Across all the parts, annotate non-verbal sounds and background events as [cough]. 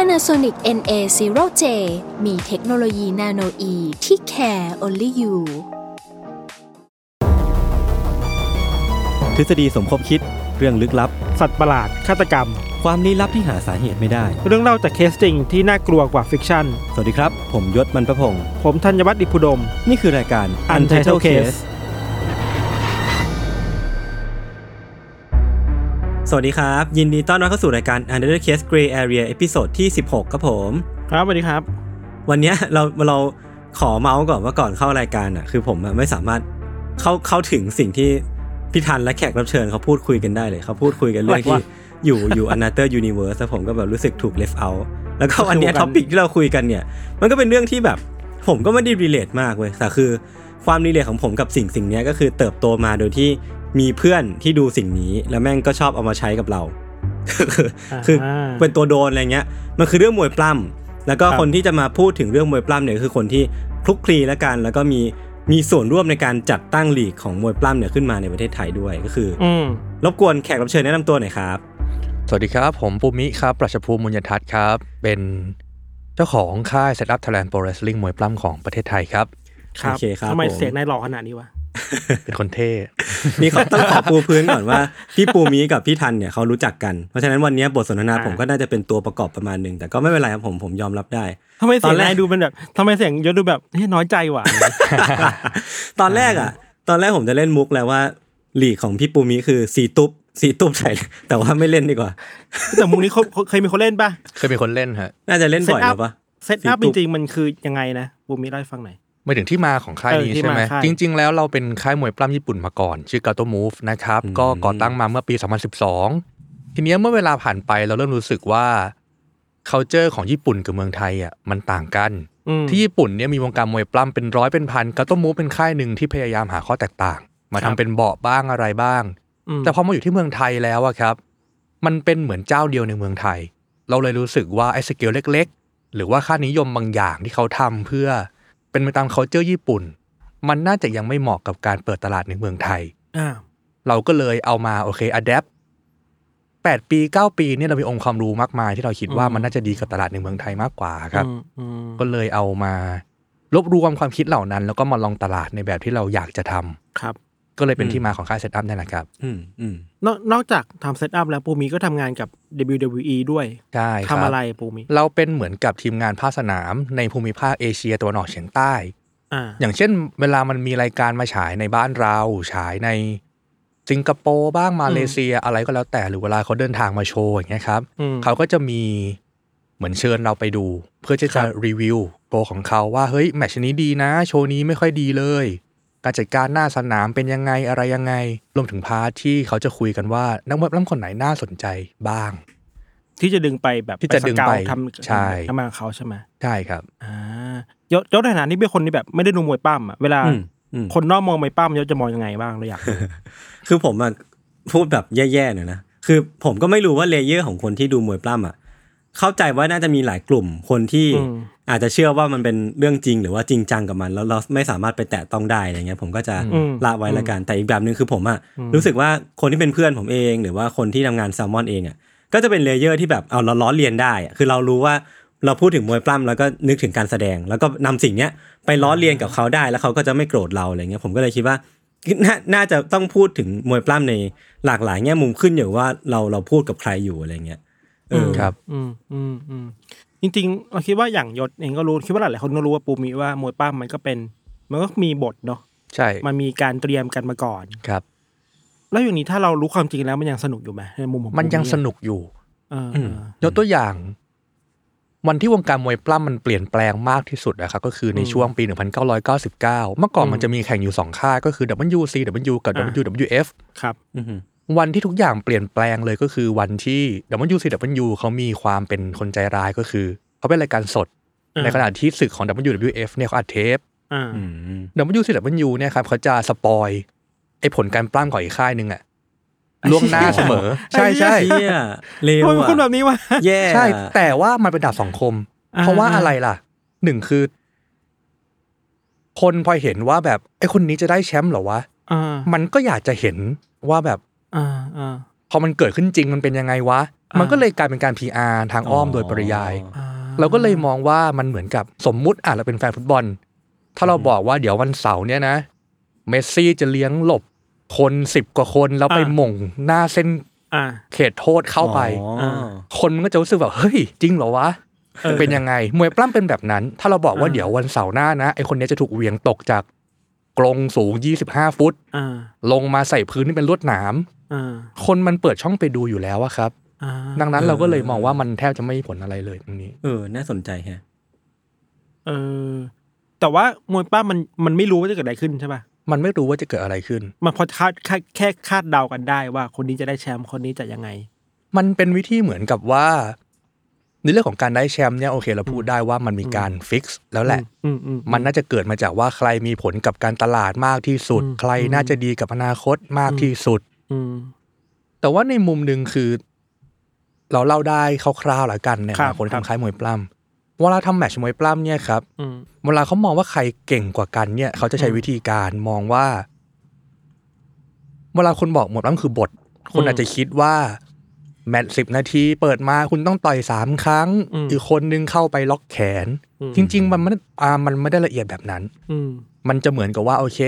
Panasonic NA0J มีเทคโนโลยีนาโนอีที่ care only you ทฤษฎีสมคบคิดเรื่องลึกลับ สัตว์ประหลาด ฆาตกรรม ความลี้ลับที่หาสาเหตุไม่ได้ เรื่องเล่าจากเคสจริงที่น่ากลัวกว่าฟิกชั่น สวัสดีครับ ผมยศมันประพงศ์ ผมธัญวัฒน์อิพุดม นี่คือรายการ Untitled Case สวัสดีครับ ยินดีต้อนรับเข้าสู่รายการ Untitled Case Gray Area เอพิโซดที่ 16 ครับผม ครับสวัสดีครับ วันเนี้ย [laughs] เราเราขอเมาส์ก่อนว่าก่อนเข้ารายการอ่ะคือผมอะไม่สามารถเข้าเข้าถึงสิ่งที่พี่ทันและแขกรับเชิญเขาพูดคุยกันได้เลยเขาพูดคุยกันเรื่อง อะไรวะ ที่อยู่อยู่อนาเตอร์ยูนิเวอร์สผมก็แบบรู้สึกถูกเลฟเอาแล้วก็วันเนี้ย ถูกกัน ท็อปิกที่เราคุยกันเนี่ย มันก็เป็นเรื่องที่แบบผมก็ไม่ได้รีเลทมากเว้ยแต่คือความรีเลทของผมกับสิ่งสิ่งเนี้ยก็คือเติบโตมาโดยที่มีเพื่อนที่ดูสิ่งนี้ แล้วแม่งก็ชอบเอามาใช้กับเรา [laughs] คือเป็นตัวโดนอะไรเงี้ย มันคือเรื่องมวยปล้ำแล้วก็ ครับ คนที่จะมาพูดถึงเรื่องมวยปล้ำเนี่ยคือคนที่คลุกคลีและกัน แล้วก็มีมีส่วนร่วมในการจัดตั้งลีกของมวยปล้ำเนี่ยขึ้นมาในประเทศไทยด้วยก็คือ อืม รบกวนแขกรับเชิญแนะนำตัวหน่อยครับ สวัสดีครับ ผมปูมิครับ ประชภูมิมุญยทัศน์ครับ เป็นเจ้าของค่ายเซตอัพ t h a แลนด์โปรเรสลิงมวยปล้ำของประเทศไทยครับ [laughs] ครับ โอเคครับ ทำไม ผม เสียงนายหล่อขนาดนี้วะ เป็นคนเท่ นี่เขาต้องขอปูพื้นก่อน [laughs] ว่า พี่ปูมีกับพี่ทันเนี่ยเขารู้จักกันเพราะฉะนั้นวันเนี้ยบทสนทนา อ่า ผมก็น่าจะเป็นตัวประกอบประมาณหนึ่งแต่ก็ไม่เป็นไรครับผมผมยอมรับ [laughs] ได้ [laughs] ทำไมเสีตยอง นแรก นายดูเป็นแบบทำไมเสียงยศดูแบบเฮ้ยน้อยใจว่ะ [laughs] ตอนแรกอ่ะ ตอนแรกผมจะเล่นมุกแล้วว่าลีกของพี่ปูมีคือสีตุ๊บ [laughs] สีตุ๊บใส่แต่ว่าไม่เล่นดีกว่า แต่มุกนี้เขาเขาเคยมีคนเล่นปะ เคยเป็นคนเล่นฮะ น่าจะเล่นบ่อยหรือปะ เซตอัพ สิ จ บตุ๊บ ริงๆ มันคือยังไงนะบูมมีเล่าให้ฟังหน่อย ไม่ถึงที่มาของค่าย เออ นี้ ที่ ใช่ไหม มาค่าย จริง ๆ แล้วเราเป็นค่ายมวยปล้ำญี่ปุ่นมาก่อน ชื่อกาโตมูฟนะครับ อืม ก็ก่อตั้งมาเมื่อปี 2012 ทีเนี้ยเมื่อเวลาผ่านไปเราเริ่มรู้สึกว่า c u เจอร์ของญี่ปุ่นกับเมืองไทยอ่ะมันต่างกัน อืม ที่ญี่ปุ่นเนี่ยมีวงการมวยปล้ำเป็นร้อยเป็นพันกาโตมูฟเป็นค่ายหนึ่งที่พยายามหาข้อแตกต่าง มา ครั ทำ บ เป็นเบาะบ้างอะไรบ้าง ม แต่พอมาอยู่ที่เมืองไทยแล้วอะครับ มันเป็นเหมือนเจ้าเดียวในเมืองไทย เราเลยรู้สึกว่าไอ้สเกลเล็ก ๆ หรือว่าค่านิยมบางอย่างที่เขาทำเพื่อเป็นไปตาม culture ญี่ปุ่น มันน่าจะยังไม่เหมาะกับการเปิดตลาดในเมืองไทย อ่า เราก็เลยเอามาโอเค adapt แปดปีเก้าปีเนี่ยเรามีองค์ความรู้มากมาย ที่เราคิดว่ามันน่าจะดีกับตลาดในเมืองไทยมากกว่าครับ อืมอืม ก็เลยเอามารวบรวมความคิดเหล่านั้น แล้วก็มาลองตลาดในแบบที่เราอยากจะทำ ครับ ก็เลยเป็น อืม ที่มาของค่ายเซตอัพนั่นแหละครับ อืมอืม นอกนอกจากทำเซตอัพแล้วปูมีก็ทำงานกับ WWE ด้วย ใช่ค ทำ บ อะไรปูมี เราเป็นเหมือนกับทีมงานภาคสนามในภูมิภาคเอเชียตะวันออกเฉียงใต้ อ่า อย่างเช่น เวลามันมีรายการมาฉายในบ้านเรา ฉายในสิงคโปร์บ้างมาเลเซียอะไรก็แล้วแต่หรือเวลาเขาเดินทางมาโชว์อย่างเงี้ยครับ อืม เขาก็จะมีเหมือนเชิญเราไปดู เพื่อที่ ครั จะ บ รีวิวโปรของเขาว่าเฮ้ยแมตชนี้ดีนะ โชว์นี้ไม่ค่อยดีเลย การจัดการหน้าสนามเป็นยังไงอะไรยังไง รวมถึงพาร์ทที่เขาจะคุยกันว่านักมวยปล้ำคนไหนน่าสนใจบ้าง ที่จะดึงไปแบบ ที่จะดึงไป สเกลทำ ใช่ ทำงานเขาใช่ไหม ใช่ครับ อ่ายศยศในฐานะที่เป็นคนที่แบบไม่ได้ดูมวยปั้มอ่ะเวลา อืมอืม คนนอกมองมวยปั้มยศจะมองยังไงบ้างเราอยากรู้ คือผมอะพูดแบบแย่ๆหน่อยนะ คือผมก็ไม่รู้ว่าเลเยอร์ของคนที่ดูมวยปล้ำอะเข้าใจว่าน่าจะมีหลายกลุ่มคนที่ อืม อาจจะเชื่อว่ามันเป็นเรื่องจริงหรือว่าจริงจังกับมัน แล้วเราไม่สามารถไปแตะต้องได้อะไรเงี้ย ผมก็จะ อืม ละไว้ละกัน แต่อีกแบบหนึ่งคือผมอะ อืม รู้สึกว่าคนที่เป็นเพื่อนผมเอง หรือว่าคนที่ทำงานแซลมอนเองอะก็จะเป็นเลเยอร์ที่แบบเอาเราล้อเลียนได้อะคือเรารู้ว่าเราพูดถึงมวยปล้ำแล้วก็นึกถึงการแสดง แล้วก็นำสิ่งเนี้ยไปล้อเลียนกับเขาได้แล้วเขาก็จะไม่โกรธเราอะไรเงี้ยผมก็เลยคิดว่า นาน่าจะต้องพูดถึงมวยปล้ำในหลากหลายแง่มุมขึ้นอยู่ว่าเราเราพูดกับใครอยู่อะไรเงี้ยเออ ครับ อืมอืมอืมจริงๆเราคิดว่าอย่างยศเองก็รู้คิดว่าหลายๆคนก็รู้ว่าปูมีว่ามวยปั้มมันก็เป็น มันก็มีบทเนาะ ใช่ มันมีการเตรียมกันมาก่อน ครับ แล้วอย่างนี้ถ้าเรารู้ความจริงแล้วมันยังสนุกอยู่ไหมในมุมของ มันยัง ปู สนุกอยู่ เออเออ ยกตัวอย่าง วันที่วงการมวยปล้ำมันเปลี่ยนแปลงมากที่สุดนะครับก็คือใน อืม ช่วงปี 1999 เมื่อก่อน อืม มันจะมีแข่งอยู่ 2 ค่ายก็คือ WCW กับ อ่า WWF ครับ อือฮึ วันที่ทุกอย่างเปลี่ยนแปลงเลยก็คือวันที่ WCW เขามีความเป็นคนใจร้ายก็คือ เขาเป็นรายการสด อ่า ในขณะที่ศึกของ WWF เนี่ยเขาอัดเทป อ่า อืม WCW เนี่ยครับเขาจะสปอยไอ้ผลการปล้ำของอีกค่ายหนึ่งอะล่วงหน้าเสมอ ใช่ใช่ เชี่ยเลว ทำไมเป็น อะ คนแบบนี้วะ แย่ ใช่ แต่ว่ามันเป็นดาบสองคม อ่า เพราะว่าอะไรล่ะหนึ่งคือ คนพอเห็นว่าแบบไอ้คนนี้จะได้แชมป์เหรอวะ อ่า มันก็อยากจะเห็นว่าแบบ อ่าอ่า พอมันเกิดขึ้นจริงมันเป็นยังไงวะ อ่ามั มันก็เลยกลายเป็นการ PR ทางอ้อมโดยปริยาย อ่ เราก็เลยมองว่ามันเหมือนกับสมมุติอ่ะเราเป็นแฟนฟุตบอล ถ้าเราบอกว่าเดี๋ยววันเสาร์เนี่ยนะ เมสซี่จะเลี้ยงหลบคนสิบกว่าคนแล้วไปหม่งหน้าเส้น อ่า เขตโทษเข้าไป อ๋ออา คนมันก็จะรู้สึกแบบเฮ้ย จริงเหรอวะ เป็นยังไง มวยปล้ำเป็นแบบนั้น ถ้าเราบอกว่า อ่า เดี๋ยววันเสาร์หน้านะไอคนเนี้ยจะถูกเหวียงตกจากกรงสูง 25 ฟุต อ่า ลงมาใส่พื้นที่เป็นลวดหนาม อ่า คนมันเปิดช่องไปดูอยู่แล้วอะครับ อ่า ดังนั้นเราก็เลยมองว่ามันแทบจะไม่มีผลอะไรเลยตรงนี้ เออ น่าสนใจแฮะ เออ แต่ว่ามวยป้ามันมันไม่รู้ว่าจะเกิดอะไรขึ้นใช่ป่ะ มันไม่รู้ว่าจะเกิดอะไรขึ้น มันพอคาดคาดแค่คาดเดากันได้ว่าคนนี้จะได้แชมป์คนนี้จะยังไง มันเป็นวิธีเหมือนกับว่า ในเรื่องของการได้แชมป์เนี่ยโอเค เราพูดได้ว่ามันมีการฟิกซ์แล้วแหละ อืมอืม มันน่าจะเกิดมาจากว่าใครมีผลกับการตลาดมากที่สุด อืม ใครน่าจะดีกับอนาคตมากที่สุด อืม แต่ว่าในมุมหนึ่งคือ เราเล่าได้คร่าวๆละกันเนี่ย ครับ คน ครับ ทำคล้ายมวยปล้ำเวลาทำแมตช์มวยปล้ำเนี่ยครับ อืม เวลาเขามองว่าใครเก่งกว่ากันเนี่ย เขาจะใช้วิธีการมองว่า เวลาคนบอกหมดนั่นคือบท คน อืม อาจจะคิดว่า แมตช์สิบนาทีเปิดมาคุณต้องต่อยสามครั้ง อืม อีกคนนึงเข้าไปล็อกแขน อืม จริง ๆ มันไม่ได้อ่ามันไม่ได้ละเอียดแบบนั้น อืม มันจะเหมือนกับว่าโอเค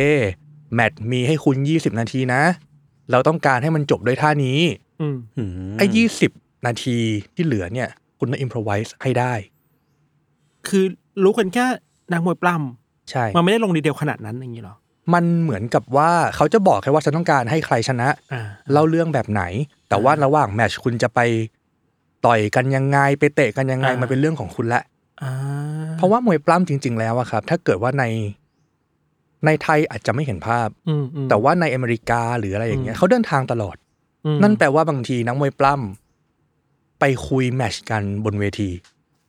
แมตช์มีให้คุณยี่สิบนาทีนะ เราต้องการให้มันจบด้วยท่านี้ อืม อืม ไอ้ยี่สิบนาทีที่เหลือเนี่ย คุณต้องอิมพรไวส์ให้ได้ คือรู้กันแค่นักมวยปล้ ใช่ ำมันไม่ได้ลงดีเทลขนาดนั้นอย่างนี้หรอ มันเหมือนกับว่าเขาจะบอกแค่ว่าฉันต้องการให้ใครชนะ อ่า เล่าเรื่องแบบไหน แต่ว่าระหว่างแมตชคุณจะไปต่อยกันยังไงไปเตะกันยังไง อ่ามั มันเป็นเรื่องของคุณละ อ่า เพราะว่ามวยปล้ำจริง ๆ แล้วอะครับ ถ้าเกิดว่าในในไทยอาจจะไม่เห็นภาพ อืมอืม แต่ว่าในอเมริกาหรืออะไรอย่างเงี้ย อืม เขาเดินทางตลอด อืม นั่นแปลว่าบางทีนักมวยปล้ำไปคุยแมตชกันบนเวที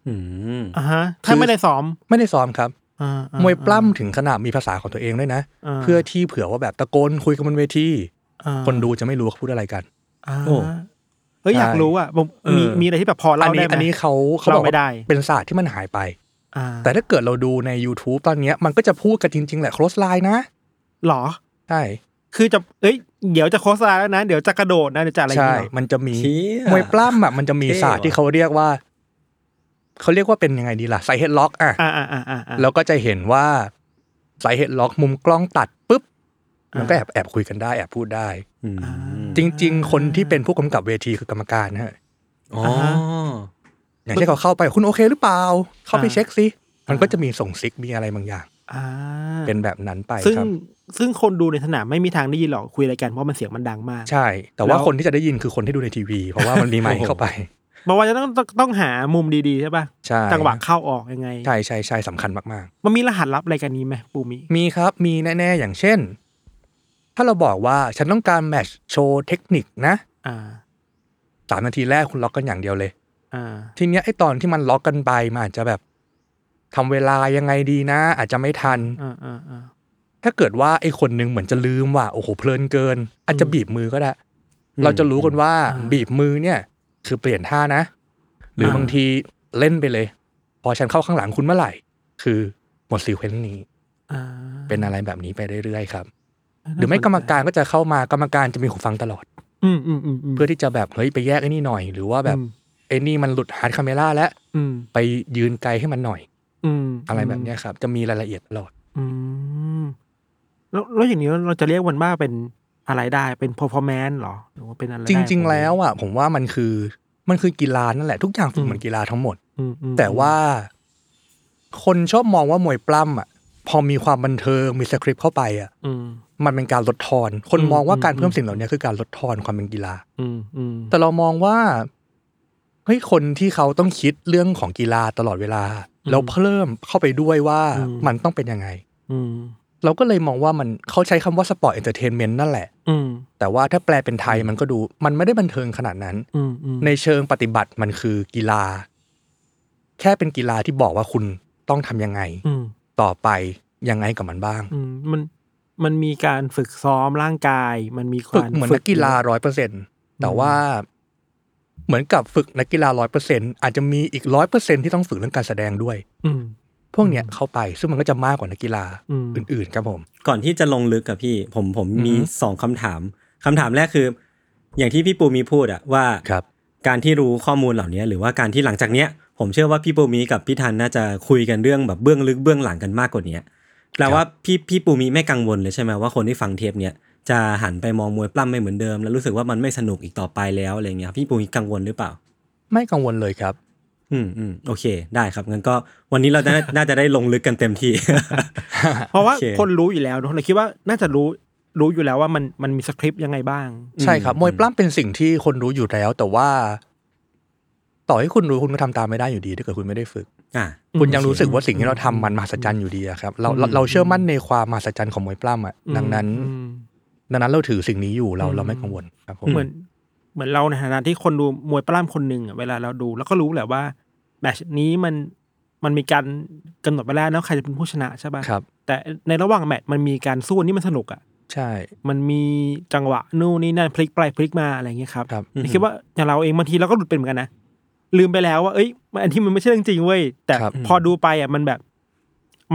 อืม อ่าฮะถ้าไม่ได้ซ้อม ไม่ได้ซ้อมครับ อ่าอ่าม วยปล้ำถึงขนาดมีภาษาของตัวเองด้วยนะ า เพื่อที่เผื่อว่าแบบตะโกนคุยกันบนเวที อ่า คนดูจะไม่รู้ว่าเขาพูดอะไรกัน อ่าเฮ้ยอยากรู้อ่ะผมมีมีอะไรที่แบบพอ อั เล่าน นี้ ได้ไหม อันนี้เขาเขา เล่า บอก ไม่ ว่า ได้ เป็นศาสตร์ที่มันหายไป อ่า แต่ถ้าเกิดเราดูใน YouTube ตอนเนี้ยมันก็จะพูดกันจริง ๆ แหละ close line นะ หรอ ใช่ คือจะเอ้ย เดี๋ยวจะโฆษณาแล้วนะ เดี๋ยวจะกระโดดนะเดี๋ยวจะอะไรอย่าง ใช่ เงี้ย มันจะมี เชี่ย มวยปล้ำอ่ะมันจะมี เท่ว่ะ ศาสตร์ที่เขาเรียกว่า เขาเรียกว่าเป็นยังไงดีล่ะ ใส่เฮดล็อกอ่ะ อ่าอ่าอ่าอ่าอ่า แล้วก็จะเห็นว่าใส่เฮดล็อกมุมกล้องตัดปุ๊บ อ่ามั มันก็แอบแอบคุยกันได้แอบพูดได้ อืม จริง ๆ คนที่เป็นผู้กำกับเวทีคือกรรมการนะฮะ อ๋อ อย่างเช่นเขาเข้าไปคุณโอเคหรือเปล่า เข้าไป อ่า เช็คสิมันก็จะมีส่งซิกมีอะไรบางอย่าง อ่า เป็นแบบนั้นไป ซึ่ง ครับ ซึ่งคนดูในสนามไม่มีทางได้ยินหรอกคุยอะไรกันเพราะมันเสียงมันดังมาก ใช่ แต่ว่า แล้ว คนที่จะได้ยินคือคนที่ดูในทีวี เพราะว่ามันมีไมค์เข้าไป มันว่าจะต้องต้องต้องหามุมดีๆใช่ป่ะ ใช่ จังหวะเข้าออกยังไง ใช่ใช่ใช่สำคัญมาก มันมีรหัสลับอะไรกันนี้ไหมปูมิ ๆ มีครับมีแน่ ๆ อย่างเช่น ถ้าเราบอกว่าฉันต้องการแมทช์โชว์เทคนิคนะ อ่า สามนาทีแรกคุณล็อกกันอย่างเดียวเลย อ่า ทีเนี้ยไอตอนที่มันล็อกกันไปมันอาจจะแบบทำเวลายังไงดีนะ อาจจะไม่ทัน อ่าอ่าอ่า ถ้าเกิดว่าไอคนนึงเหมือนจะลืมว่าโอ้โหเพลินเกิน อาจจะบีบมือก็ได้ เราจะรู้กันว่าบีบมือเนี่ย คือเปลี่ยนท่านะ หรือบางทีเล่นไปเลย พอฉันเข้าข้างหลังคุณเมื่อไหร่ คือหมดซีเควนต์นี้ อ่า เป็นอะไรแบบนี้ไปเรื่อยๆครับ หรือไม่กรรมการก็จะเข้ามากรรมการจะมีหูฟังตลอด อืมอืมอืมม เพื่อที่จะแบบเฮ้ยไปแยกไอ้นี่หน่อย หรือว่าแบบ อืม ไอ้นี่มันหลุดฮาร์ดคาเมล่าแล้ว อืม ไปยืนไกลให้มันหน่อย อืม อะไรแบบเนี้ยครับ จะมีรายละเอียดตลอด อืมแล้วแล้วอย่างนี้เราจะเรียกมันว่าเป็นอะไรได้เป็น performance เหรอหรือว่าเป็นอะไรได้ จริง ๆ แล้วอ่ะผมว่ามันคือมันคือกีฬานั่นแหละทุกอย่างฝึกเหมือนกีฬาทั้งหมด อืมอืม แต่ว่าคนชอบมองว่ามวยปล้ำอ่ะ พอมีความบันเทิงมีสคริปต์เข้าไปอ่ะ อืม มันเป็นการลดทอน คน อืม มองว่าการ อืม เพิ่มสิ่งเหล่านี้คือการลดทอนความเป็นกีฬา อืมอืม แต่เรามองว่าเฮ้ยคนที่เขาต้องคิดเรื่องของกีฬาตลอดเวลา แล้วเพิ่มเข้าไปด้วยว่ามันต้องเป็นยังไง อืม เราก็เลยมองว่ามันเขาใช้คำว่าสปอร์ตเอนเตอร์เทนเมนต์นั่นแหละ อืม แต่ว่าถ้าแปลเป็นไทยมันก็ดู มันไม่ได้บันเทิงขนาดนั้น อืมอืม ในเชิงปฏิบัติมันคือกีฬา แค่เป็นกีฬาที่บอกว่าคุณ ต้องทำยังไง อืม ต่อไปยังไงกับมันบ้าง อืมมันมันมีการฝึกซ้อมร่างกาย มันมี ฝึก าร เหมือนนักกีฬาร้อยเปอร์เซ็นแต่ว่า เหมือนกับฝึกนักกีฬาร้อยเปอร์เซ็นอาจจะมีอีกร้อยเปอร์เซ็นที่ต้องฝึกเรื่องการแสดงด้วย อืม พวกเนี้ยเข้าไป ซึ่งมันก็จะมากกว่านักกีฬา อืม อื่นๆครับผม ก่อนที่จะลงลึกกับพี่ผมผมมี อือฮึ สองคำถามคำถามแรกคือ อย่างที่พี่ปูมีพูดอะว่า ครับ การที่รู้ข้อมูลเหล่านี้หรือว่าการที่หลังจากเนี้ย ผมเชื่อว่าพี่ปูมีกับพี่ทันน่าจะคุยกันเรื่องแบบเบื้องลึกเบื้องหลังกันมากกว่าเนี้ยแปลว่าพี่พี่ปูมีไม่กังวลเลยใช่ไหมว่าคนที่ฟังเทปเนี้ยจะหันไปมองมวยปล้ำไม่เหมือนเดิม แล้วรู้สึกว่ามันไม่สนุกอีกต่อไปแล้วอะไรเงี้ยพี่ปูมีกังวลหรือเปล่า ไม่กังวลเลยครับ อืมอืมโอเค ได้ครับงั้นก็วันนี้เราน่า [laughs] น่าจะได้ลงลึกกันเต็ม [laughs] ที่ เพราะว่า โอเค คนรู้อยู่แล้วเนอะเราคิดว่าน่าจะรู้รู้อยู่แล้วว่ามันมันมีสคริปต์ยังไงบ้าง ใช่ครับมวยปล้ำเป็นสิ่งที่คนรู้อยู่แล้ว แต่ว่า ต่อให้คุณรู้คุณก็ทำตามไม่ได้อยู่ดีถ้าเกิดคุณไม่ได้ฝึก อ่ะ คุณยังรู้สึกว่าสิ่งที่เราทำมันมหัศจรรย์อยู่ดีอะครับเราเราเราเชื่อมั่นในความมหัศจรรย์ของมวยปล้ำอะดังนั้น อืม ดังนั้นเราถือสิ่งนี้อยู่เรา อืม เราไม่กังวลครับผม เหมือนเหมือนเราในฐานะที่คนดูมวยปล้ำคนหนึ่งอะเวลาเราดู แล้วก็รู้แหละว่าแมตชนี้มันมันมีการกำหนดไปแล้วนะใครจะเป็นผู้ชนะใช่ป่ะ ครับ แต่ในระหว่างแมตช์มันมีการสู้นี่มันสนุกอ่ะ ใช่ มันมีจังหวะนู่นนี่นั่นพลิกไปพลิกมาอะไรอย่างเงี้ยครับ ครับ นี่คิดว่าอย่างเราเองบางทีเราก็หลุดเป็นเหมือนกันนะลืมไปแล้วว่าเอ้ยมันอันที่มันไม่ใช่เรื่องจริงเว้ยแต่ ครับ พอดูไปอ่ะมันแบบ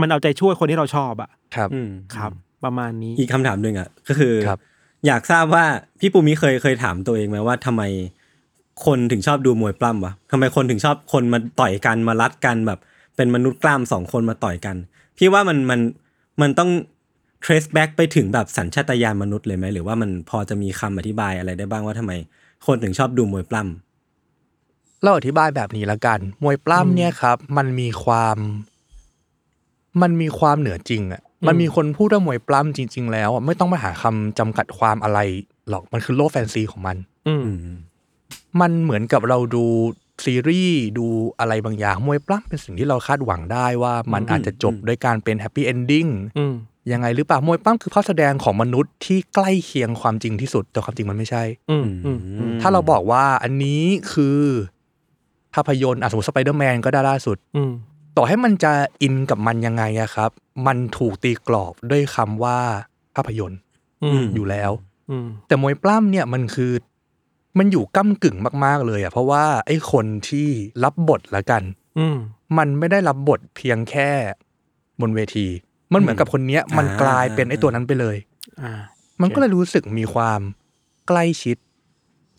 มันเอาใจช่วยคนที่เราชอบอ่ะ ครับ อืม ครับ ประมาณนี้ อีกคำถามหนึ่งอ่ะก็คือ ครับ อยากทราบว่าพี่ปูมิเคยเคยถามตัวเองไหมว่าทำไมคนถึงชอบดูมวยปล้ำวะทำไมคนถึงชอบคนมาต่อยกันมารัดกันแบบ เป็นมนุษย์กล้ามสองคนมาต่อยกัน พี่ว่ามันมันมันต้อง trace back ไปถึงแบบสัญชาตญาณมนุษย์เลยไหมหรือว่ามันพอจะมีคำอธิบายอะไรได้บ้างว่าทำไม คนถึงชอบดูมวยปล้ำ เราอธิบายแบบนี้ละกัน มวยปล้ำเนี่ยครับ มันมีความ มันมีความเหนือจริงอะมันมีคนพูดว่ามวยปล้ำจริง ๆ แล้วอะไม่ต้องมาหาคำจำกัดความอะไรหรอกมันคือโลกแฟนซีของมัน อืม อืม มันเหมือนกับเราดูซีรีส์ดูอะไรบางอย่าง มวยปล้ำเป็นสิ่งที่เราคาดหวังได้ว่ามันอาจจะจบด้วยการเป็นแฮปปี้เอนดิ้ง อืม ยังไงหรือเปล่ามวยปล้ำคือภาพแสดงของมนุษย์ที่ใกล้เคียงความจริงที่สุด แต่ความจริงมันไม่ใช่ อืม อื อื ม ม ถ้าเราบอกว่าอันนี้คือภาพยนตร์อ่ะสมมติสไปเดอร์แมนก็ได้ล่าสุด อืม ต่อให้มันจะอินกับมันยังไงอะครับ มันถูกตีกรอบด้วยคำว่าภาพยนตร์ อืม อยู่แล้ว อืม แต่มวยปล้ำเนี่ยมันคือ มันอยู่ก้ากึ่งมากๆเลยอะเพราะว่าไอ้คนที่รับบทละกัน อืม มันไม่ได้รับบทเพียงแค่บนเวที มันเหมือนกับคนเนี้ย มันกลายเป็นไอ้ตัวนั้นไปเลย อ่า มันก็เลยรู้สึกมีความใกล้ชิด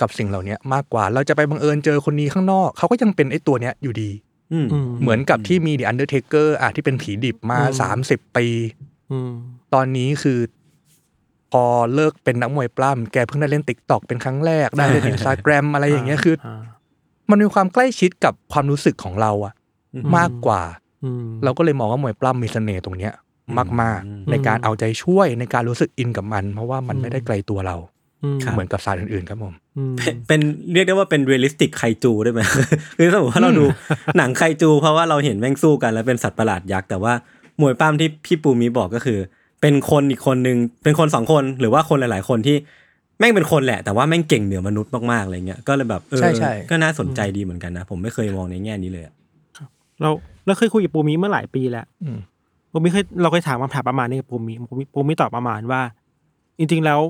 กับสิ่งเหล่าเนี้ยมากกว่า เราจะไปบังเอิญเจอคนนี้ข้างนอก เขาก็ยังเป็นไอ้ตัวเนี้ยอยู่ดี อืม อืม เหมือนกับที่มี The Undertaker อ่ะที่เป็นผีดิบมา อืม 30 ปี อืม ตอนนี้คือ พอเลิกเป็นนักมวยปล้ำแกเพิ่งได้เล่นติ๊กต็อกเป็นครั้งแรก ได้เล่นอินสตาแกรมอะไรอย่างเงี้ยคือ มันมีความใกล้ชิดกับความรู้สึกของเราอะ อืม มากกว่า อืม เราก็เลยมองว่ามวยปล้ำมีเสน่ห์ตรงเนี้ยมากๆ ในการเอาใจช่วยในการรู้สึกอินกับมัน เพราะว่ามันไม่ได้ไกลตัวเรา อืม เหมือนกับสายอื่นๆครับผม อืม เป็นเรียกได้ว่าเป็นเรียลลิสติกไคจูได้ไหม [laughs] คือสมมติว่าเราดูหนังไคจูเพราะว่าเราเห็นแม่งสู้กันแล้วเป็นสัตว์ประหลาดยักษ์แต่ว่ามวยปล้ำที่พี่ปูมีบอกก็คือ เป็นคนอีกคนนึงเป็นคนสองคนหรือว่าคนหลาย ๆ คนที่แม่งเป็นคนแหละ แต่ว่าแม่งเก่งเหนือมนุษย์มากๆอะไรเงี้ยก็เลยแบบเออ ใช่ใช่ ก็น่าสนใจดีเหมือนกันนะ ผมไม่เคยมองในแง่นี้เลยอะ เราเราเคยคุยกับปูมิเมื่อหลายปีแล้ว อืม ปูมิเคยเราเคยถามคำถามประมาณนี้กับปูมิปูมิปูมิตอบประมาณว่า จริงๆแล้ว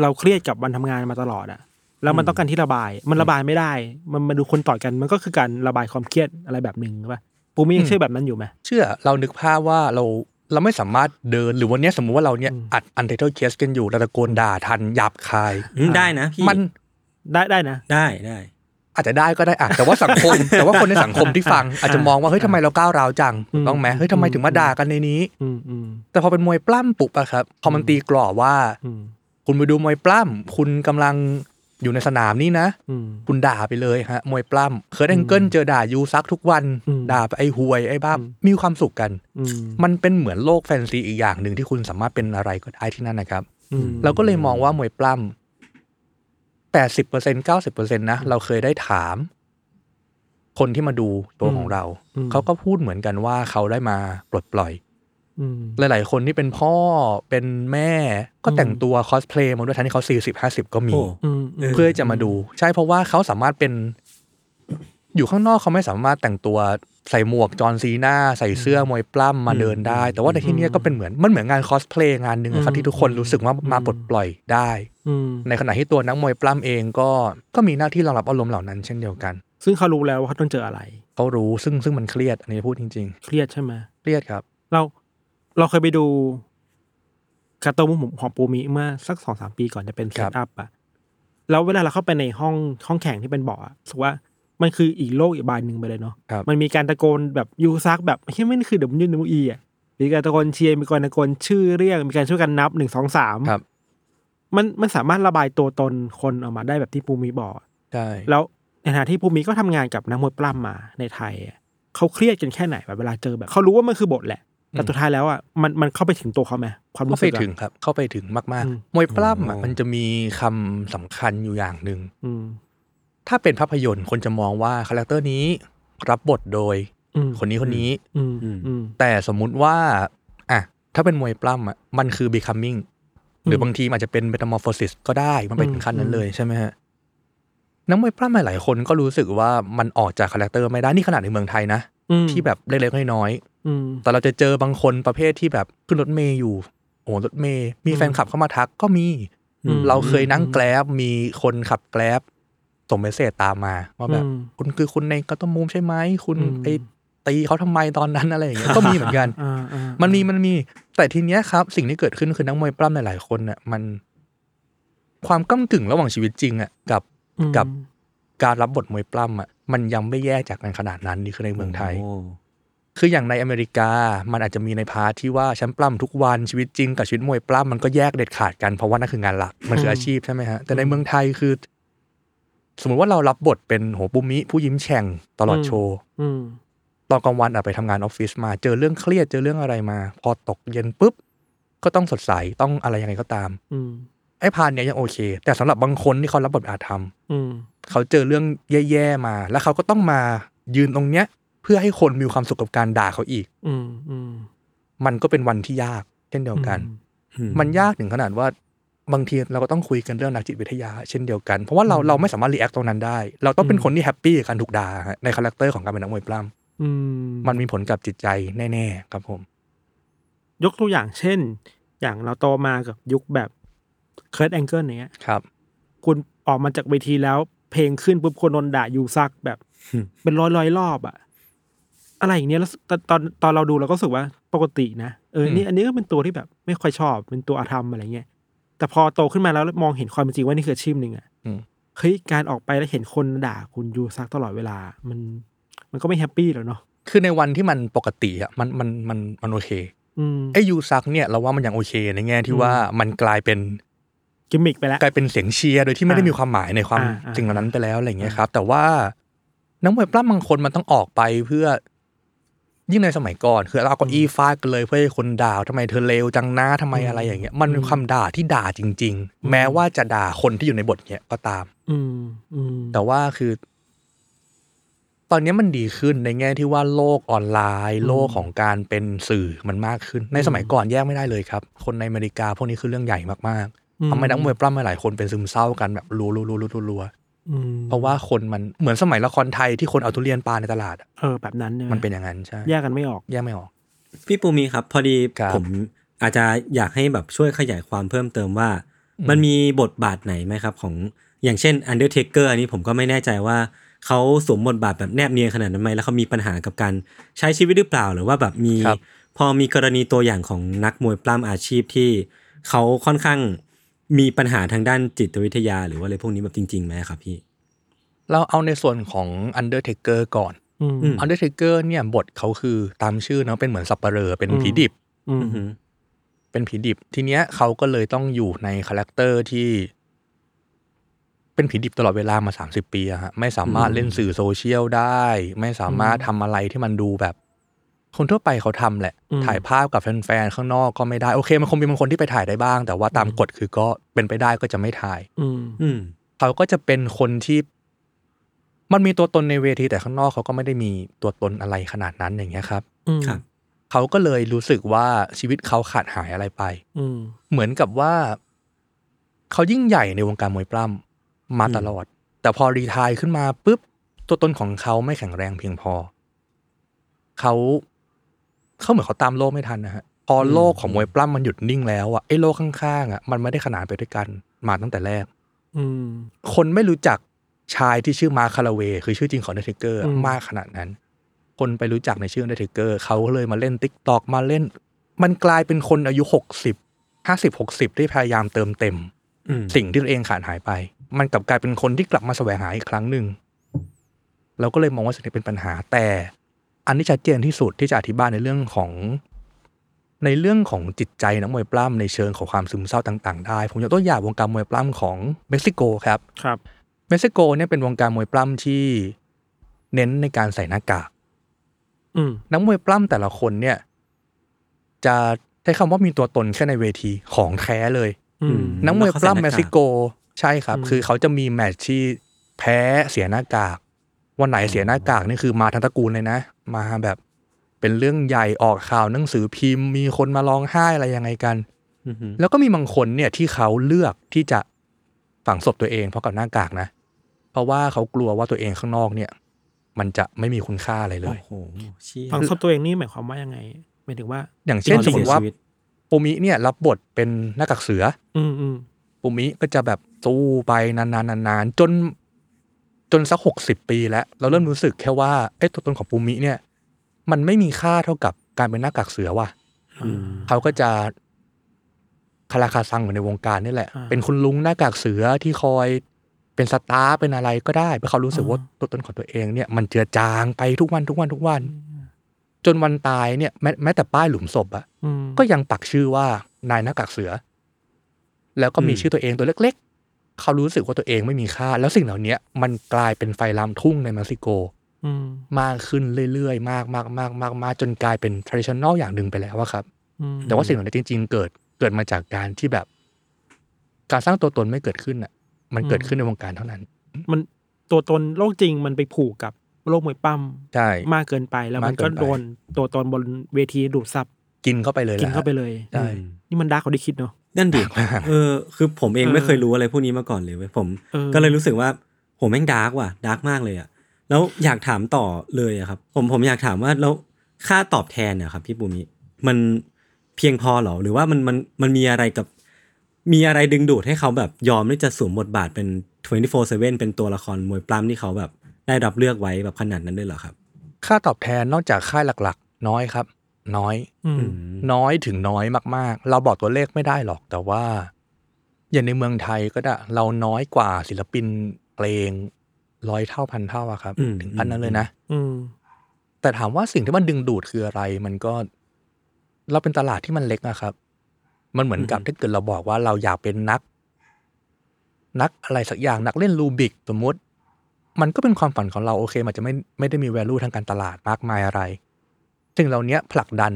เราเครียดกับวันทำงานมาตลอดอะแล้วมันต้องการที่ระบาย มันระบายไม่ได้ มันมาดูคนต่อยกันมันก็คือการระบายความเครียดอะไรแบบหนึ่งป่ะปูมิยังเชื่อแบบนั้นอยู่ไหม เชื่อเรานึกภาพว่าเราเราไม่สามารถเดินหรือวันเนี้ยสมมุติว่าเราเนี่ย อืม อัดอันเทอร์เคสกันอยู่เราตะโกนด่าทันหยาบคาย อืมได้นะพี่ มัน ได้ได้นะ ได้ได้ อาจจะได้ก็ได้อะแต่ว่าสังค [laughs] ม แต่ว่าคนในสังคมที่ฟัง อาจจะมองว่าเฮ้ยทำไมเราก้าวร้าวจัง อืม ต้องไหมเฮ้ยทำไม อืม ถึงมาด่ากันในนี้ อืมอืม แต่พอเป็นมวยปล้ำปุ๊บอะครับพอมันตีกรอบว่า อืม คุณไปดูมวยปล้ำคุณกำลังอยู่ในสนามนี่นะ อืม คุณด่าไปเลยฮะมวยปล้ำเคอร์ดแองเกิลเจอด่ายูซักทุกวัน อืม ด่าไปไอ้หวยไอ้บ้า อืม มีความสุขกัน อืม มันเป็นเหมือนโลกแฟนซีอีกอย่างหนึ่งที่คุณสามารถเป็นอะไรก็ได้ที่นั่นนะครับ อืม เราก็เลยมองว่ามวยปล้ำแปดสิบเปอร์เซ็นเก้าสิบเปอร์เซ็นนะ เราเคยได้ถาม คนที่มาดูตัว อืม ของเรา อืม เขาก็พูดเหมือนกันว่าเขาได้มาปลดปล่อย อืม หลาย ๆ คนที่เป็นพ่อเป็นแม่ก็ อืม แต่งตัวคอสเพลย์มาด้วยทั้งที่เขาสี่สิบห้าสิบก็มี โอ้ อืมม เพื่อจะมาดู ใช่เพราะว่าเขาสามารถเป็น อยู่ข้างนอกเขาไม่สามารถแต่งตัว ใส่หมวกจอห์นซีนาใส่เสื้อมวยปล้ำมาเดินได้ แต่ว่าในที่เนี้ยก็เป็นเหมือนมันเหมือนงานคอสเพลย์งานหนึ่งอะครับที่ทุกคนรู้สึกว่ามาปลดปล่อยได้ อืม ในขณะที่ตัวนักมวยปล้ำเองก็ก็มีหน้าที่รองรับอารมณ์เหล่านั้นเช่นเดียวกัน ซึ่งเขารู้แล้วว่าเขาต้องเจออะไร เขารู้ซึ่งซึ่งมันเครียด อันนี้พูดจริง เครียดใช่ไหม ๆ เครียดครับ เราเราเคยไปดูการ์ตูนของผมของปูมิเมื่อสักสองสามปีก่อนจะเป็นเซ ครั ต บ อัพอะแล้วเวลาเราเข้าไปในห้องห้องแข่งที่เป็นเบ่อะรู้สึกว่ามันคืออีกโลกอีกบานหนึ่งไปเลยเนาะ ครับ มันมีการตะโกนแบบยูซักแบบเฮ้ยไม่นี่คือเดยูนูอีอ่ะมีการตะโกนเชียร์มีการตะโกนชื่อเรียกมีการช่วยกันนับหนึ่งสองสาม ครับ มันมันสามารถระบายตัวตนคนออกมาได้แบบที่ปูมิบอก ใช่ แล้วในฐานะที่ภูมิก็ทำงานกับนักมวยปล้ำมาในไทยอะเขาเครียดกันแค่ไหนแบบเวลาเจอแบบเขารู้ว่ามันคือบทแหละ แต่สุดท้ายแล้วอ่ะมันมันเข้าไปถึงตัวเขาไหมความ เข้า รู้ ไป สึกอะ ถึงครับ เข้าไปถึงมาก อืม ๆ มวยปล้ำอะ โอ้ มันจะมีคำสำคัญอยู่อย่างหนึ่ง อืม ถ้าเป็นภาพยนตร์คนจะมองว่าคาแรคเตอร์นี้รับบทโดย อืม คนนี้คนนี้ อืมอืม แต่สมมุติว่าอ่ะถ้าเป็นมวยปล้ำอ่ะมันคือ becoming หรือ ม บางทีมันอาจจะเป็น metamorphosis ก็ได้ มันไป อืม ถึงขั้นนั้ อื น ม เลยใช่ไหมฮะนักมวยปล้ำหลายๆคนก็รู้สึกว่ามันออกจากคาแรคเตอร์ไม่ได้นี่ขนาดในเมืองไทยนะ อืม ที่แบบเล็กๆน้อย อืม ๆแต่เราจะเจอบางคนประเภทที่แบบขึ้นรถเมย์อยู่ โอ้โหรถเมย์มี อืม แฟนคลับเข้ามาทักก็มี อืม เราเคยนั่ง อืม แกลบมีคนขับแกลบส่งเมสเซจตามมาว่าแบบ อืม คุณคือคุณในกระต้มมุมใช่ไหมคุณ อืม ไปตีเขาทำไมตอนนั้นอะไรอย่างเงี้ยก็มีเหมือนกัน อ่าอ่า มันมีมันมี แต่ทีเนี้ยครับ สิ่งที่เกิดขึ้นคือนักมวยปล้ำหลายๆคนน่ะมัน ความก้ากึ่งระหว่างชีวิตจริงอ่ะกับ อืม กับ การรับบทมวยปล้ำอ่ะมันยังไม่แยกจากกันขนาดนั้นนี่คือในเมืองไทย โ คืออย่างในอเมริกา มันอาจจะมีในพาร์ทที่ว่าฉันปล้ำทุกวันชีวิตจริงกับชีวิตมวยปล้ำมันก็แยกเด็ดขาดกันเพราะว่านั่นคืองานหลักมันคืออาชีพใช่ไหมฮะแต่ในเมืองไทยคือ สมมติว่าเรารับบทเป็นโหปุมิผู้ยิ้มแฉ่งตลอดโชว์ อืม ตอนกลางวันอะไปทำงานออฟฟิศมาเจอเรื่องเครียดเจอเรื่องอะไรมา พอตกเย็นปุ๊บ ก็ต้องสดใสต้องอะไรยังไงก็ตาม อืม ไอ้พานเนี่ยยังโอเค แต่สำหรับบางคนที่เขารับบทอาธรรม อืม เขาเจอเรื่องแย่ๆมา แล้วเขาก็ต้องมายืนตรงเนี้ย เพื่อให้คนมีความสุขกับการด่าเขาอีก อืมอืม มันก็เป็นวันที่ยากเช่นเดียวกัน อื มันยากถึงขนาดว่าบางทีเราก็ต้องคุยกันเรื่องนักจิตวิทยา เช่นเดียวกัน เพราะว่าเราเราไม่สามารถรีแอคตรงนั้นได้ เราต้องเป็นคนที่แฮปปี้กับการถูกด่าฮะในคาแรคเตอร์ของการเป็นนักมวยปล้ อืม ำมันมีผลกับจิตใจแน่ๆครับผม ยกตัวอย่างเช่น อย่างเราโตมากับยุคแบบเคิร์ดแองเกิลเนี้ย ครับ คุณออกมาจากเวทีแล้ว เพลงขึ้นปุ๊บคนโดนด่ายูซักแบบ [laughs] เป็นร้อยร้อยๆรอบอะอะไรอย่างเนี้ยแล้วตอนตอนตอนเราดูเราก็รู้สึกว่าปกตินะเออนี่ อืม อันนี้ก็เป็นตัวที่แบบ ไม่ค่อยชอบเป็นตัวอาธรรมอะไรเงี้ยแต่พอโตขึ้นมาแล้วมองเห็นความเป็นจริงว่านี่คืออาชีพหนึ่งอะ อืม เฮ้ยการออกไปแล้วเห็นคนด่าคุณยูซักตลอดเวลา มันมันก็ไม่แฮปปี้หรอกเนาะ คือในวันที่มันปกติอะมันมันมันมันโอเค อืม ไอ้ยูซักเนี่ยเราว่ามันยังโอเคในแง่ที่ อืม ว่ามันกลายเป็น กิมมิกไปแล้ว กลายเป็นเสียงเชียร์โดยที่ไม่ได้ อ่ามี มีความหมายในความ อ่าอ่า สิ่งเหล่านั้นไปแล้วอะไรอย่างเงี้ยครับ แต่ว่านักมวยปล้ำบางคนมันต้องออกไปเพื่อ ยิ่งในสมัยก่อน คือเราเอาเก็อี้ฟาดกันเลยเพื่อให้คนด่าทำไมเธอเลวจังนะทำไม อืม อะไรอย่างเงี้ย มันเป็ อื น ม ความด่าที่ด่าจริง ๆ แม้ว่าจะด่าคนที่อยู่ในบทเนี้ยก็ตาม อืมอืม แต่ว่าคือ ตอนนี้มันดีขึ้นในแง่ที่ว่าโลกออนไลน์ อืม โลกของการเป็นสื่อมันมากขึ้น ในสมัยก่อนแยกไม่ได้เลยครับ คนในอเมริกาพวกนี้คือเรื่องใหญ่มาก อืม ๆทำให้นักมวยปล้ำหลายๆคนเป็นซึมเศร้ากันแบบรัวรัวรัวรัวรัว อืม เพราะว่าคนมันเหมือนสมัยละครไทยที่คนเอาทุเรียนปลาในตลาดอะ เออแบบนั้นใช่ไห มันเป็นอย่างนั้นใช่ แยกกันไม่ออก แยกไม่ออก พี่ปูมีครับ พอดี ครับ ผมอาจจะอยากให้แบบช่วยขยายความเพิ่มเติมว่า อืม มันมีบทบาทไหนไหมครับ ของอย่างเช่น Undertaker อันนี้ผมก็ไม่แน่ใจว่าเขาสวมบทบาทแบบแนบเนียนขนาดนั้นไหมแล้วเขามีปัญหากับการใช้ชีวิตหรือเปล่าหรือว่าแบบมี ครับ พอมีกรณีตัวอย่างของนักมวยปล้ำอาชีพที่เขาค่อนข้างมีปัญหาทางด้านจิตวิทยา หรือว่าอะไรพวกนี้แบบจริงๆไหมครับพี่ เราเอาในส่วนของ Undertaker ก่อน อืม ม Undertaker เนี่ยบทเขาคือตามชื่อเนาะเป็นเหมือนสับเปลอเป็น อืม ผีดิบ อืม อือหือ เป็นผีดิบทีเนี้ยเขาก็เลยต้องอยู่ในคาแรคเตอร์ที่ เป็นผีดิบตลอดเวลามาสามสิบปีอะฮะไม่สามารถ อืม เล่นสื่อโซเชียลได้ ไม่สามารถทำอะไรที่มันดูแบบ คนทั่วไปเขาทำแหละ อืม ถ่ายภาพกับแฟนๆข้างนอกก็ไม่ได้โอเค มันคงมีบางคนที่ไปถ่ายได้บ้าง แต่ว่าตามกฎคือก็เป็นไปได้ก็จะไม่ถ่าย อืม อืม เขาก็จะเป็นคนที่มันมีตัวตนในเวทีแต่ข้างนอกเขาก็ไม่ได้มีตัวตนอะไรขนาดนั้นอย่างเงี้ยครับ อืม ครับ เขาก็เลยรู้สึกว่าชีวิตเขาขาดหายอะไรไป อืม เหมือนกับว่า เขายิ่งใหญ่ในวงการมวยปล้ำมาตลอด แต่พอรีไทายขึ้นมาปุ๊บ ตัวตนของเขาไม่แข็งแรงเพียงพอ เขาเขาเหมือนเขาตามโลกไม่ทันนะฮะพอโลกของมวยปล้ำมันหยุดนิ่งแล้วอะไอ้โลกข้างๆอะมันไม่ได้ขนานไปด้วยกันมาตั้งแต่แรก อืม คนไม่รู้จักชายที่ชื่อมาคาราเวย์คือชื่อจริงของเดทิเกอร์ อืม มากขนาดนั้น คนไปรู้จักในชื่อเดทิเกอร์เขาเลยมาเล่นติ๊กตอกมาเล่น มันกลายเป็นคนอายุหกสิบห้าสิบหกสิบที่พยายามเติมเต็ม อืม สิ่งที่ตัวเองขาดหายไป มันกลับกลายเป็นคนที่กลับมาแสวงหาอีกครั้งหนึ่ง เราก็เลยมองว่าสิ่งนี้เป็นปัญหา แต่ อันที่ชัดเจนที่สุดที่จะอธิบายในเรื่องของ ในเรื่องของจิตใจนักมวยปล้ำในเชิงของความซึมเศร้าต่าง ๆ ได้ ผมยกตัวอย่างวงการมวยปล้ำของเม็กซิโกครับ ครับ เม็กซิโกเนี่ยเป็นวงการมวยปล้ำที่เน้นในการใส่หน้ากาก อืม นักมวยปล้ำแต่ละคนเนี่ย จะใช้คำว่ามีตัวตนแค่ในเวทีของแท้เลย อืม นักมวยปล้ำเม็กซิโกใช่ครับ อืม คือเขาจะมีแมตช์ที่แพ้เสียหน้ากาก วันไหนเสียหน้ากากนี่คือมาทั้งตระกูลเลยนะ มาแบบเป็นเรื่องใหญ่ออกข่าวหนังสือพิมพ์ มีคนมาร้องไห้อะไรยังไงกัน อืมฮึ แล้วก็มีบางคนเนี่ยที่เขาเลือกที่จะฝังศพตัวเองเพราะกับหน้ากากนะ เพราะว่าเขากลัวว่าตัวเองข้างนอกเนี่ย มันจะไม่มีคุณค่าอะไรเล โอ้ ย โหเชี่ย ฝังศพตัวเองนี่หมายความว่ายังไงหมายถึงว่า อย่างเช่น ตอ สมม สีย ติว่า ชีต ปูมิเนี่ยรับบทเป็นหน้ากากเสือ อืมอืม ปุมิก็จะแบบสู้ไปนานๆนานๆจน จนสักหกสิบปีแล้ว เราเริ่มรู้สึกแค่ว่าเอ้ตัวตนของปุมิเนี่ย มันไม่มีค่าเท่ากับการเป็นหน้ากากเสือว่ะ อืม เขาก็จะคาราคาซังเหมือนในวงการนี่แหละ เป็นคุณลุงหน้ากากเสือที่คอยเป็นสตาร์เป็นอะไรก็ได้เพราะเขารู้สึกว่าตัวตนของตัวเองเนี่ย มันเจือจางไปทุกวันทุกวันทุกวัน จนวันตายเนี่ยแม้แม้แต่ป้ายหลุมศพอะ อืม ก็ยังปักชื่อว่านายหน้ากากเสือ แล้วก็มีชื่อตัวเองตัวเล็ก ๆ เขารู้สึกว่าตัวเองไม่มีค่า แล้วสิ่งเหล่านี้มันกลายเป็นไฟลามทุ่งในเม็กซิโก อืม มากขึ้นเรื่อยๆ มากมากมากมากมากจนกลายเป็น traditional อย่างหนึ่งไปแล้วอะครับ อืม แต่ว่าสิ่งเหล่านี้จริง ๆ เกิดเกิดมาจากการที่แบบ การสร้างตัวตนไม่เกิดขึ้นอ่ะ มันเกิดขึ้นในวงการเท่านั้น มันตัวตนโลกจริงมันไปผูกกับโลกมวยปั้ม ใช่ มากเกินไปแล้วมัน มากเกิ ก็ นไป โดนตัวตนบนเวทีดูดซับ กินเข้าไปเลย กิน แหะ เข้าไปเลย ใช่ อืม นี่มันดาร์กกว่าที่คิดเนาะ นั่นดิ มาก เออ คือผมเอง เออ ไม่เคยรู้อะไรพวกนี้มาก่อนเลยเว้ยผม ออ ก็เลยรู้สึกว่าโหแม่งดาร์กว่ะดาร์กมากเลยอะแล้วอยากถามต่อเลยอะครับ ผมผมอยากถามว่าแล้วค่าตอบแทนเนี่ยครับพี่ปูมิมันเพียงพอเหรอหรือว่ามันมันมันมีอะไรกับ มีอะไรดึงดูดให้เขาแบบยอมที่จะสวมบทบาทเป็น 24/7 เป็นตัวละครมวยปล้ำที่เขาแบบได้รับเลือกไว้แบบขนาดนั้นด้วยเหรอครับ ค่าตอบแทนนอกจากค่ายหลักๆ น้อยครับ น้อย อืม น้อยถึงน้อยมากๆ เราบอกตัวเลขไม่ได้หรอก แต่ว่า อย่างในเมืองไทยก็ได้เราน้อยกว่าศิลปินเพลงร้อยเท่าพันเท่าอะครับ อืม ถึงพันนั้นเลยนะ อืม แต่ถามว่าสิ่งที่มันดึงดูดคืออะไร มันก็ เราเป็นตลาดที่มันเล็กอะครับ มันเหมือนกับ อืม ถ้าเกิดเราบอกว่าเราอยากเป็นนัก นักอะไรสักอย่างนักเล่นรูบิกสมมติ มันก็เป็นความฝันของเราโอเค มันจะไม่ไม่ได้มี value ทางการตลาดมากมายอะไรสิ่งเหล่านี้ผลักดัน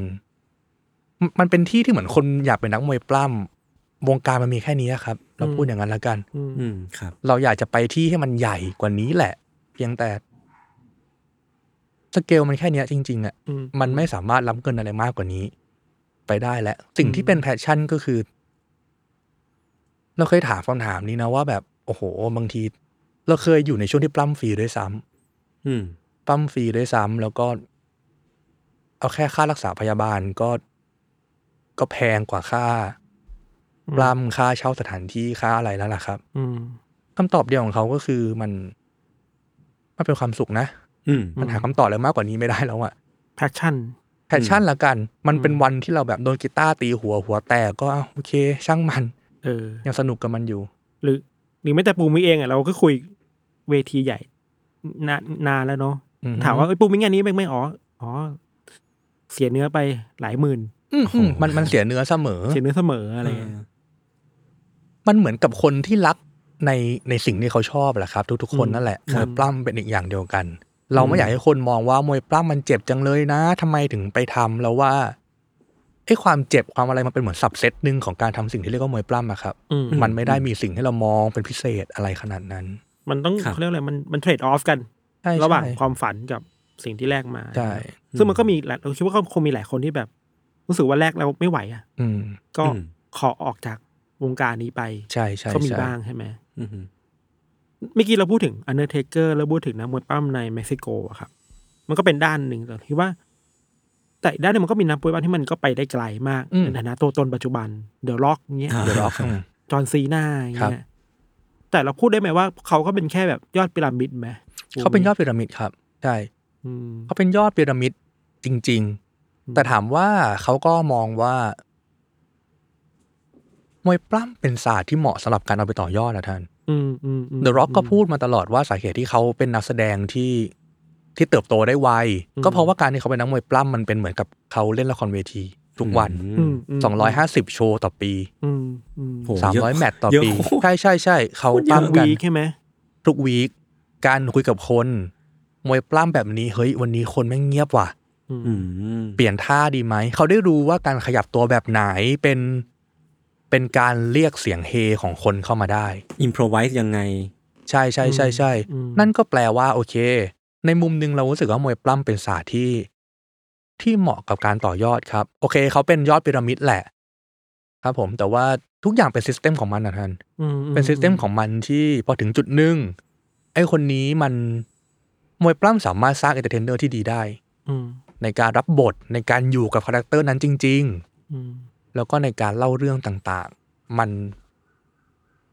มมันเป็นที่ที่เหมือนคนอยากเป็นนักมวยปล้ำวงการมันมีแค่นี้ครับ เราพูด อืม อย่างนั้นละกัน อืม อืมครับ เราอยากจะไปที่ให้มันใหญ่กว่านี้แหละ เพียงแต่สเกลมันแค่เนี้ยจริงๆอะ อืม มันไม่สามารถล้ำเกินอะไรมากกว่านี้ ไปได้แล้ว สิ่งที่ อืม เป็นแพชชั่นก็คือ เราเคยถามคำถามนี้นะว่าแบบ โอ้โห บางที เราเคยอยู่ในช่วงที่ปล้ำฟรีด้วยซ้ำ อืม ปล้ำฟรีด้วยซ้ำแล้วก็ เอาแค่ค่ารักษาพยาบาลก็ ก็แพงกว่าค่าปล้ำค่าเช่าสถานที่ค่าอะไรแล้วล่ะครับ อืม คำตอบเดียวของเขาก็คือมันมันเป็นความสุขนะ อืม มันหา อืม คำตอบอะไรมากกว่านี้ไม่ได้แล้วอะ แพชชั่น แพชชั่นละกัน มัน อืม เป็นวันที่เราแบบโดนกีตาร์ตีหัวหัวแตกก็อ่ะโอเค ช่างมัน เออ ยังสนุกกับมันอยู่ หรือหรือแม้แต่ปูมิเองอ่ะเราก็คุยเวทีใหญ่นานนานแล้วเนาะ อืม ถามว่าไอ้ยปูมิงานนี้แม่งไม่อ๋ออ๋อ เสียเนื้อไปหลายหมื่น อืมอืมมันมันเสียเนื้อเสมอ เสียเนื้อเสมออะไรเงี้ย มันเหมือนกับคนที่รักในในสิ่งที่เขาชอบแหละครับ ทุกๆคน อืม นั่นแหละ ค ม รับ วยปล้ำเป็นอีกอย่างเดียวกัน เราไม่อยากให้คนมองว่ามวยปล้ำมันเจ็บจังเลยนะทำไมถึงไปทำแล้วว่าไอ้ความเจ็บความอะไรมันเป็นเหมือนสับเซตหนึ่งของการทำสิ่งที่เรียกว่ามวยปล้ำอะครับ อืม มันไม่ได้มีสิ่งให้เรามองเป็นพิเศษอะไรขนาดนั้น มันต้อง ครับ เขาเรียกอะไรมันมันเทรดออฟกัน ใช่ ระหว่าง ใช่ ความฝันกับสิ่งที่แลกมา ใช่ ซึ่งมันก็มีหลายเราคิดว่าก็คงมีหลายคนที่แบบ รู้สึกว่าแลกแล้วไม่ไหวอ่ะ อืม ก็ อืม ขอออกจากวงการนี้ไป ใช่ใช่ ก็มี ใช่ บ้างใช่ไหม อืม เมื่อกี้เราพูดถึงอันเ r อร์เทเกอร์แล้วพูดถึงนักมวยปั้มในเม็กซิโกอะครับ มันก็เป็นด้านหนึ่งแต่คิดว่า แต่อีกด้านหนึงมันก็มีนักปวยบ้านที่มันก็ไปได้ไกลมาก อืม ในฐานะตัวตนปัจจุบันเดอะล็อกเงี้ย อ่า เดอะร็อก [laughs] จอห์นซีนา ครับ เงี้ยแต่เราพูดได้ไหมว่าเขาก็เป็นแค่แบบยอดพีระมิดไหม เขาเป็นยอดพีระมิดครับ ใช่ อืม เขาเป็นยอดพีระมิดจริง อืม ๆ แต่ถามว่าเขาก็มองว่า มวยปล้ำเป็นศาสตร์ที่เหมาะสำหรับการเอาไปต่อยอดนะท่าน อืมอืมม เดอะร็อกก็พูดมาตลอดว่าสาเหตุที่เขาเป็นนักแสดงที่ที่เติบโตได้ไว อืม ก็เพราะว่าการที่เขาเป็นนักมวยปล้ำมันเป็นเหมือนกับเขาเล่นละครเวที ทุกวัน อืมม 250 โชว์ต่อปี อืมอืม โหเะ 300 แมตต์ต่อ เยะ ปี โคตร ใช่ใช่ใช่เขา พูด ป ตาม ล้ำกั วี น คใช่ไหม ทุกวีคการคุยกับคน มวยปล้ำแบบนี้เฮ้ยวันนี้คนแม่งเงียบว่ะ อืม เปลี่ยนท่าดีไหม เขาได้รู้ว่าการขยับตัวแบบไหนเป็นเป็นการเรียกเสียงเฮของคนเข้ามาได้ อิมพรไวส์ยังไง ใช่ใช่ใช่ใช่ อืม นั่นก็แปลว่าโอเค ในมุมหนึงเรารู้สึกว่ามวยปล้ำเป็นศาสตร์ที่ ที่เหมาะกับการต่อยอดครับ โอเค เขาเป็นยอดพีระมิดแหละ ครับผมแต่ว่าทุกอย่างเป็นซิสเต็มของมันนะท่าน อืมอื เป็นซิสเต็มของมันที่พอถึงจุดหนึ่งไอ้คนนี้มันมวยปล้ำสามารถสร้างเอนเตอร์เทนเนอร์ที่ดีได้ อืม ในการรับบทในการอยู่กับคาแรคเตอร์นั้นจริง อืม ๆ แล้วก็ในการเล่าเรื่องต่างๆ มัน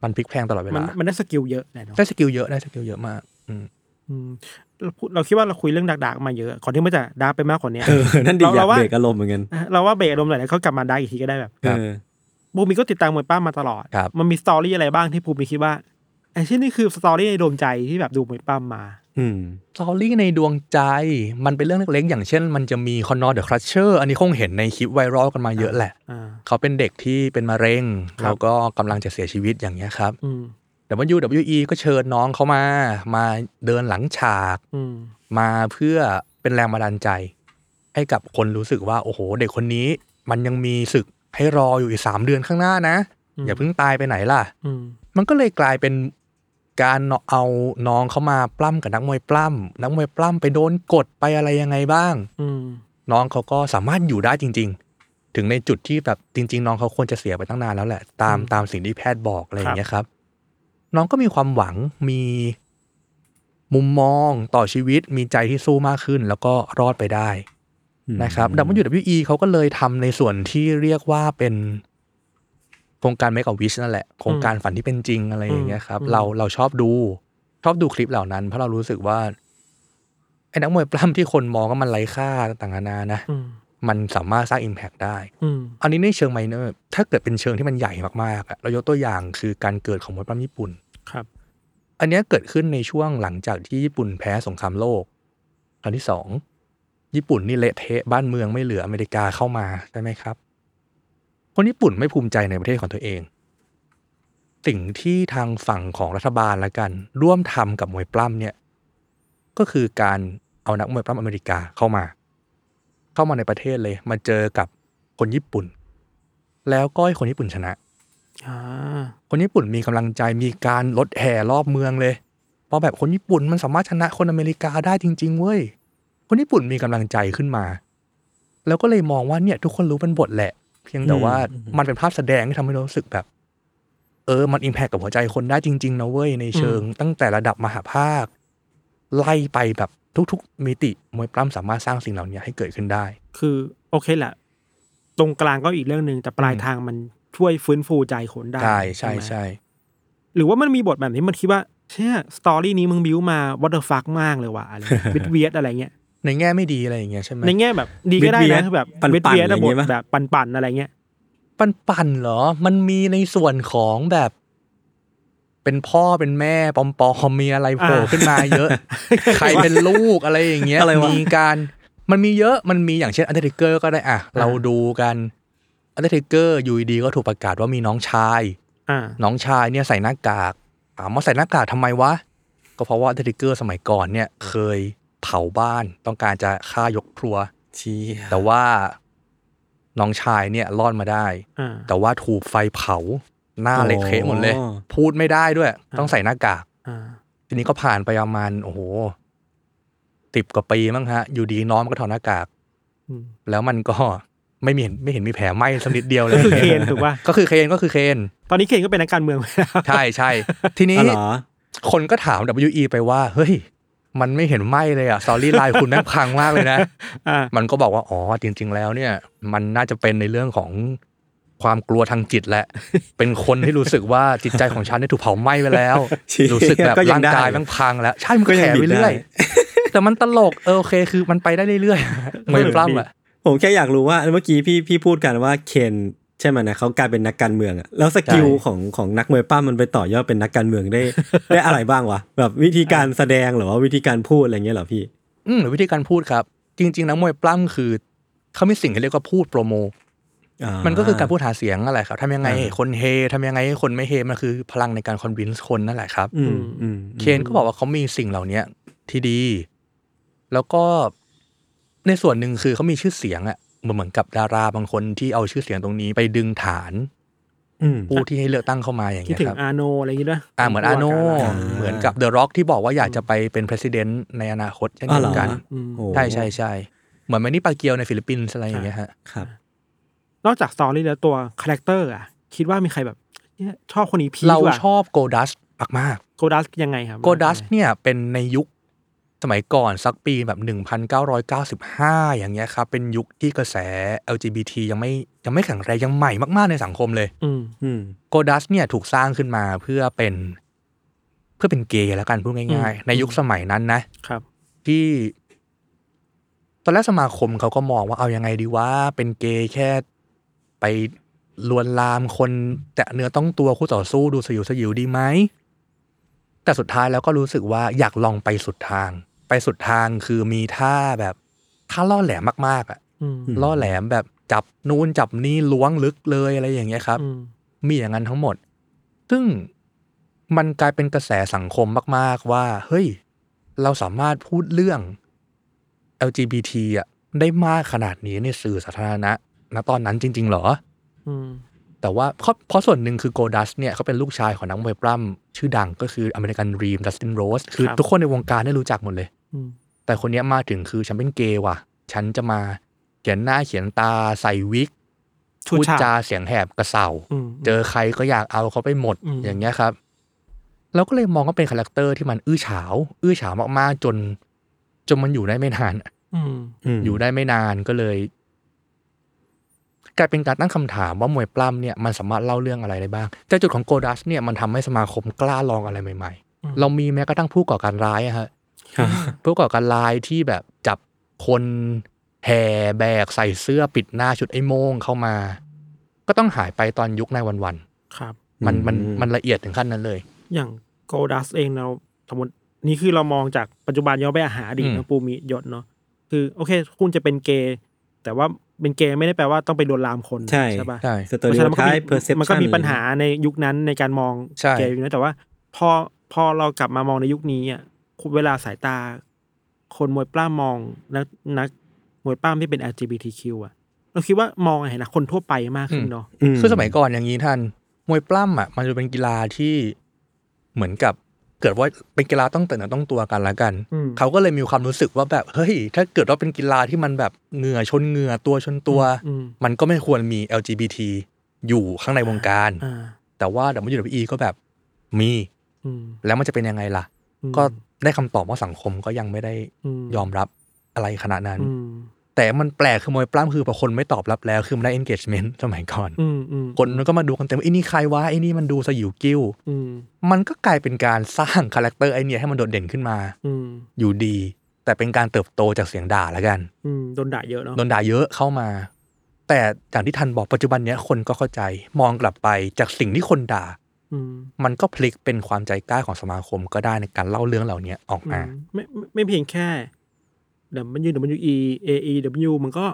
มันพลิกแพลงตลอดเว มัน ลาม มันได้สกิลเยอะแหละเนาะ ได้สกิลเยอะได้สกิลเยอะมากอืม อืมเราพูดเราคิดว่าเราคุยเรื่องดาร์กๆมาเยอะก่อนที่มันจะดาร์กไปมากกว่านี้ เออ นั่นดี เรา อยาก เราว่า เบรกอารมณ์เหมือนกัน เราว่าเบรกอารมณ์หน่อยนะเขากลับมาดาร์กอีกทีก็ได้แบบ เออ บูมิก็ติดตามมวยป้ามาตลอด ครับ มันมีสตอรี่อะไรบ้างที่บูมิคิดว่าไอ้ที่นี่คือสตอรี่ในดวงใจที่แบบดูมวยป้ามา อืม สตอรี่ในดวงใจมันเป็นเรื่องเล็กๆ อย่างเช่น มันจะมีคอนนอร์เดอะครัชเชอร์อันนี้คงเห็นในคลิปไวรัลกันมาเยอะแหละ อ่า เขาเป็นเด็กที่เป็นมะเร็ง ครับ แล้วก็กำลังจะเสียชีวิตอย่างเงี้ยครับ อืม WWE ก็เชิญน้องเขามา มาเดินหลังฉาก อืม มาเพื่อเป็นแรงบันดาลใจ ให้กับคนรู้สึกว่า โอ้โห เด็กคนนี้ มันยังมีศึกให้รออยู่อีกสามเดือนข้างหน้านะ ม อย่าเพิ่งตายไปไหนล่ะ อืม มันก็เลยกลายเป็นการเอาน้องเขามาปล้ำกับนักมวยปล้ำนักมวยปล้ำไปโดนกดไปอะไรยังไงบ้าง อืม น้องเขาก็สามารถอยู่ได้จริง ๆ ถึงในจุดที่แบบจริง ๆ น้องเขาควรจะเสียไปตั้งนานแล้วแหละ ตามตามสิ่งที่แพทย์บอกอะไรอย่างเงี้ยครับ น้องก็มีความหวังมีมุมมองต่อชีวิตมีใจที่สู้มากขึ้น แล้วก็รอดไปได้นะครับ WWE เขาก็เลยทำในส่วนที่เรียกว่าเป็นโครงการ Make a Wish นั่นแหละ โครงการฝันที่เป็นจริงอะไรอย่างเงี้ยครับ เราเราชอบดู ชอบดูคลิปเหล่านั้น เพราะเรารู้สึกว่าไอ้นักมวยปล้ำที่คนมองว่ามันไร้ค่าต่างๆนานานะ อืม มันสามารถสร้าง Impact ได้ อืม อันนี้ในเชิงไมเนอร์ ถ้าเกิดเป็นเชิงที่มันใหญ่มากๆอะเรายกตัวอย่างคือการเกิดของมวยปล้ำญี่ปุ่น ครับ อันเนี้ยเกิดขึ้นในช่วงหลังจากที่ญี่ปุ่นแพ้สงครามโลกครั้งที่สอง ญี่ปุ่นนี่เละเทะบ้านเมืองไม่เหลืออเมริกาเข้ามาใช่ไหมครับ คนญี่ปุ่นไม่ภูมิใจในประเทศของตัวเอง สิ่งที่ทางฝั่งของรัฐบาลละกัน ร่วมทำกับมวยปล้ำเนี่ย ก็คือการเอานักมวยปล้ำอเมริกาเข้ามา เข้ามาในประเทศเลยมาเจอกับคนญี่ปุ่น แล้วก็ให้คนญี่ปุ่นชนะ อ่า คนญี่ปุ่นมีกำลังใจมีการลดแห่รอบเมืองเลยเพราะแบบคนญี่ปุ่นมันสามารถชนะคนอเมริกาได้จริง ๆ เว้ย คนญี่ปุ่นมีกำลังใจขึ้นมา แล้วก็เลยมองว่าเนี่ย ทุกคนรู้เป็นบทแหละ เพียงแต่ว่า อืม มันเป็นภาพแสดงที่ทำให้เรารู้สึกแบบ เออ มันอิมแพคกับหัวใจคนได้จริง ๆ นะเว้ย ในเชิง ตั้งแต่ระดับมหาภาค ไล่ไปแบบทุก ๆ มิติมวยปล้ำสามารถสร้างสิ่งเหล่านี้ให้เกิดขึ้นได้ คือโอเคแหละตรงกลางก็อีกเรื่องหนึ่งแต่ปลาย อืม ทางมันช่วยฟื้นฟูใจคนได้ ใช่ใช่ ไหม ใช่ หรือว่ามันมีบทแบบนี้มันคิดว่าเช่ยสตอรี่นี้มึงบิวมาวัตเตอร์ฟักมากเลยว่ะอะไร [laughs] วิดเวียด อะไรเงี้ย ในแง่ไม่ดีอะไรอย่างเงี้ยใช่ไหม ในแง่แบบดีก็ได้ วิดเวียดนะคือแบบ ปั่นๆ วิดเวียด อะไรอย่าง บ งี้ ท ปะ แบบปั่นๆอะไรเงี้ย ปันปันๆเหรอ มันมีในส่วนของแบบ เป็นพ่อเป็นแม่ปอมปอมมีอะไรโผล่ อ่า ขึ้นมาเยอะ ใครเป็นลูกอะไรอย่างเงี้ย อะไรวะ มีการมันมีเยอะมันมีอย่างเช่นอันเดอร์เกอร์ก็ได้อ่ะ เราดูกันอันเดอร์เกอร์อยู่ดีๆก็ถูกประกาศว่ามีน้องชาย อ่า น้องชายเนี่ยใส่หน้ากากถามว่าใส่หน้ากากทำไมวะ ก็เพราะว่าอันเดอร์เกอร์สมัยก่อนเนี่ย เคยเผาบ้านต้องการจะฆ่ายกครัว เชี้ แต่ว่าน้องชายเนี่ยรอดมาได้ อ่า แต่ว่าถูกไฟเผาหน้า อ๋อ เละเทะหมดเลย พูดไม่ได้ด้วย ต้องใส่หน้ากาก อ่า ทีนี้ก็ผ่านไปประมาณโอ้โหติบกว่าปีมั้งฮะ อยู่ดีน้องมันก็ถอดหน้ากาก อืม แล้วมันก็ไม่มีเห็นไม่เห็นมีแผลไหม้สักนิดเดียวเลย ก็ [laughs] คือเคนถูก [laughs] ป่ะ ก็คือเคนก็คือเคน ตอนนี้เคนก็เป็นนักการเมืองไปแล้ว ใช่ใช่ทีนี้ อ๋อเหรอ คนก็ถาม WE ไปว่า เฮ้ย มันไม่เห็นไหมเลยอ่ะสตอรี่ไลน์คุณแม่งพังมากเลยนะ อ่า มันก็บอกว่า อ๋อ จริง ๆ แล้วเนี่ย มันน่าจะเป็นในเรื่องของความกลัวทางจิตแหละ [laughs] เป็นคนที่รู้สึกว่าจิตใจของฉันเนี่ยถูกเผาไหม้ไป [laughs] แล้ว ชี้ รู้สึกแบบ ก็ยัง ร่าง ได้ กายมันพังแล้ว ใช่มัน ก็ ก็ ยัง แผ่ บิ ไป ด เรื่อย ได้ แต่มันตลกเออโอเค คือมันไปได้เรื่อยๆ [laughs] เหมือนปล้ำอ่ะ ผมแค่อยากรู้ว่าเมื่อกี้พี่พี่พูดกันว่าเคนใช่ไหมนะเขากลายเป็นนักการเมืองอะแล้วสกิล ใช่ ของของนักมวยปั้มมันไปต่อยอดเป็นนักการเมืองได้ [laughs] ได้อะไรบ้างวะแบบวิธีการแสดงหรือว่าวิธีการพูดอะไรเงี้ยเหรอพี่ อืมหรือวิธีการพูดครับ จริง ๆ นักมวยปล้ำคือเขามีสิ่งที่เรียกว่าพูดโปรโม อ่า มันก็คือการพูดหาเสียงนั่นแหละครับทำยังไงให้ อ่า คนเฮทำยังไงให้คนไม่เฮมันคือพลังในการคอนวินส์คนนั่นแหละครับ อืมอืม เคนก็บอกว่าเขามีสิ่งเหล่าเนี้ยที่ดี แล้วก็ในส่วนหนึ่งคือเขามีชื่อเสียงอะเหมือนเหมือนกับดาราบางคนที่เอาชื่อเสียงตรงนี้ไปดึงฐาน อืม ผู้ที่ให้เลือกตั้งเข้ามาอย่าง คิด เงี้ย ถึง ครับ อาโนอะไรอย่างงี้ด้วย อ่าเหมือนอาโน ผู้ว่กร เหมือนกับเดอะร็อกที่บอกว่าอยากจะไปเป็นประธานในอนาคตเช่นเดียวกัน อ๋อเหร อืม โอ้ ใช่ใช่ใช่เหมือนแมนนี่ปาเกียวในฟิลิปปินส์อะไรอย่างเงี้ยฮะ ครับ นอกจากสตอรี่แล้วตัวคาแรคเตอร์อ่ะ คิดว่ามีใครแบบเนี่ยชอบคนนี้พีค เรา กว่า ชอบโกดัสมาก โกดัสยังไงครับ ๆโกดัสเนี่ยเป็นในยุคสมัยก่อนสักปีแบบ 1995 อย่างเงี้ยครับ เป็นยุคที่กระแส LGBT ยังไม่ยังไม่แข็งแรงยังใหม่มากๆในสังคมเลย อืม อืม โกดัสเนี่ยถูกสร้างขึ้นมาเพื่อเป็น เพื่อเป็นเกย์แล้วกันพูดง่าย อืม ๆ ในยุคสมัยนั้นนะ ครับ ที่ตอนแรกสมาคมเขาก็มองว่าเอายังไงดีว่าเป็นเกย์แค่ไปลวนลามคนแตะเนื้อต้องตัวคู่ต่อสู้ดูสยิวสยิวดีไหม แต่สุดท้ายแล้วก็รู้สึกว่าอยากลองไปสุดทาง ไปสุดทางคือมีท่าแบบท่าล่อแหลมมากๆอะ อืม ล่อแหลมแบบจับนู่นจับนี่ล้วงลึกเลยอะไรอย่างเงี้ยครับ อืม มีอย่างนั้นทั้งหมด ซึ่งมันกลายเป็นกระแสสังคมมาก ๆ ว่า เฮ้ย เราสามารถพูดเรื่อง LGBT อ่ะได้มากขนาดนี้ในสื่อสาธารณะณตอนนั้นจริง ๆ เหรอ อืม แต่ว่าเพราะเพราะส่วนหนึ่งคือโกดัสเนี่ยเขาเป็นลูกชายของนักมวยปล้ำชื่อดังก็คืออเมริกันรีมดัสตินโรส คือทุกคนในวงการได้รู้จักหมดเลย อืม แต่คนเนี้ยมาถึงคือฉันเป็นเกย์ว่ะ ฉันจะมาเขียนหน้าเขียนตาใส่วิก ชู พูด ชา จาเสียงแหบกระเซา อืม เจอใครก็อยากเอาเขาไปหมด อืม อย่างเงี้ยครับ เราก็เลยมองว่าเป็นคาแรคเตอร์ที่มันอื้อฉาว อื้อฉาวมากๆจน จนมันอยู่ได้ไม่นาน อืม อืม อยู่ได้ไม่นานก็เลย กลายเป็นการตั้งคำถามว่ามวยปล้ำเนี่ยมันสามารถเล่าเรื่องอะไรได้บ้าง แต่จุดของโกดัสเนี่ยมันทำให้สมาคมกล้าลองอะไรใหม่ อืม ๆ เรามีแม้กระทั่งผู้ก่อการร้ายอะฮะ ครับ ผู้ก่อการร้ายที่แบบจับคนแห่แบกใส่เสื้อปิดหน้าชุดไอ้โมงเข้ามา ก็ต้องหายไปตอนยุคในายวันๆ ครับ มันมัน อื มันละเอียดถึงขั้นนั้นเลย อย่างโกดัสเองเราสมมตินี่คือเรามองจากปัจจุบันย้อนไปอาหารอดีต อืม นะปูมิยศเนาะคือโอเค คุณจะเป็นเกย์แต่ว่าเป็นเกย์ไม่ได้แปลว่าต้องไปลวนลามคน ใช่ ใช่ปะ ใช่ สตอรี่ มันก็ ท้าย มี เพอร์เซพชัน มันก็มีปัญหาในยุคนั้นในการมอง ใช่ เกย์อยู่นะแต่ว่าพอพอเรากลับมามองในยุคนี้อ่ะเวลาสายตา คนมวยปล้ามมองนักนักมวยปล้ามที่เป็น LGBTQ อ่ะเราคิดว่ามองเห็นนะคนทั่วไปมากขึ้นเนาะ คือสมัยก่อนอย่างนี้ท่านมวยปล้ำอ่ะมันจะเป็นกีฬาที่เหมือนกับเกิดว่าเป็นกีฬาต้องแต่งหน้าต้องตัวกันละกัน อืม เขาก็เลยมีความรู้สึกว่าแบบเฮ้ย ถ้าเกิดว่าเป็นกีฬาที่มันแบบเหงื่อชนเหงื่อตัวชนตัว อืม มันก็ไม่ควรมี LGBT อยู่ข้างในวงการ อ่า แต่ว่า WWE ก็แบบมี อืม แล้วมันจะเป็นยังไงล่ะ อืม ก็ได้คำตอบว่าสังคมก็ยังไม่ได้ ม ยอมรับอะไรขนาดนั้น อืม แต่มันแปลกคือมวยปล้ำคือพอคนไม่ตอบรับแล้วคือมันได้ engagement สมัยก่อน อืมอืม คนมันก็มาดูกันเต็มไอ้นี่ใครวะไอ้นี่มันดูสยิวกิ้ว อืม มันก็กลายเป็นการสร้างคาแรคเตอร์ไอเนี่ยให้มันโดดเด่นขึ้นมา อืม อยู่ดี แต่เป็นการเติบโตจากเสียงด่าละกัน อืมโดนด่าเยอะเนาะ โดนด่าเยอะเข้ามา แต่อย่างที่ทันบอกปัจจุบันเนี้ยคนก็เข้าใจมองกลับไปจากสิ่งที่คนด่า อืม มันก็พลิกเป็นความใจกล้าของสมาคมก็ได้ในการเล่าเรื่องเหล่านี้ออก อื มา มไม่ไม่ไม่เพียงแค่ W W E A E W มันก็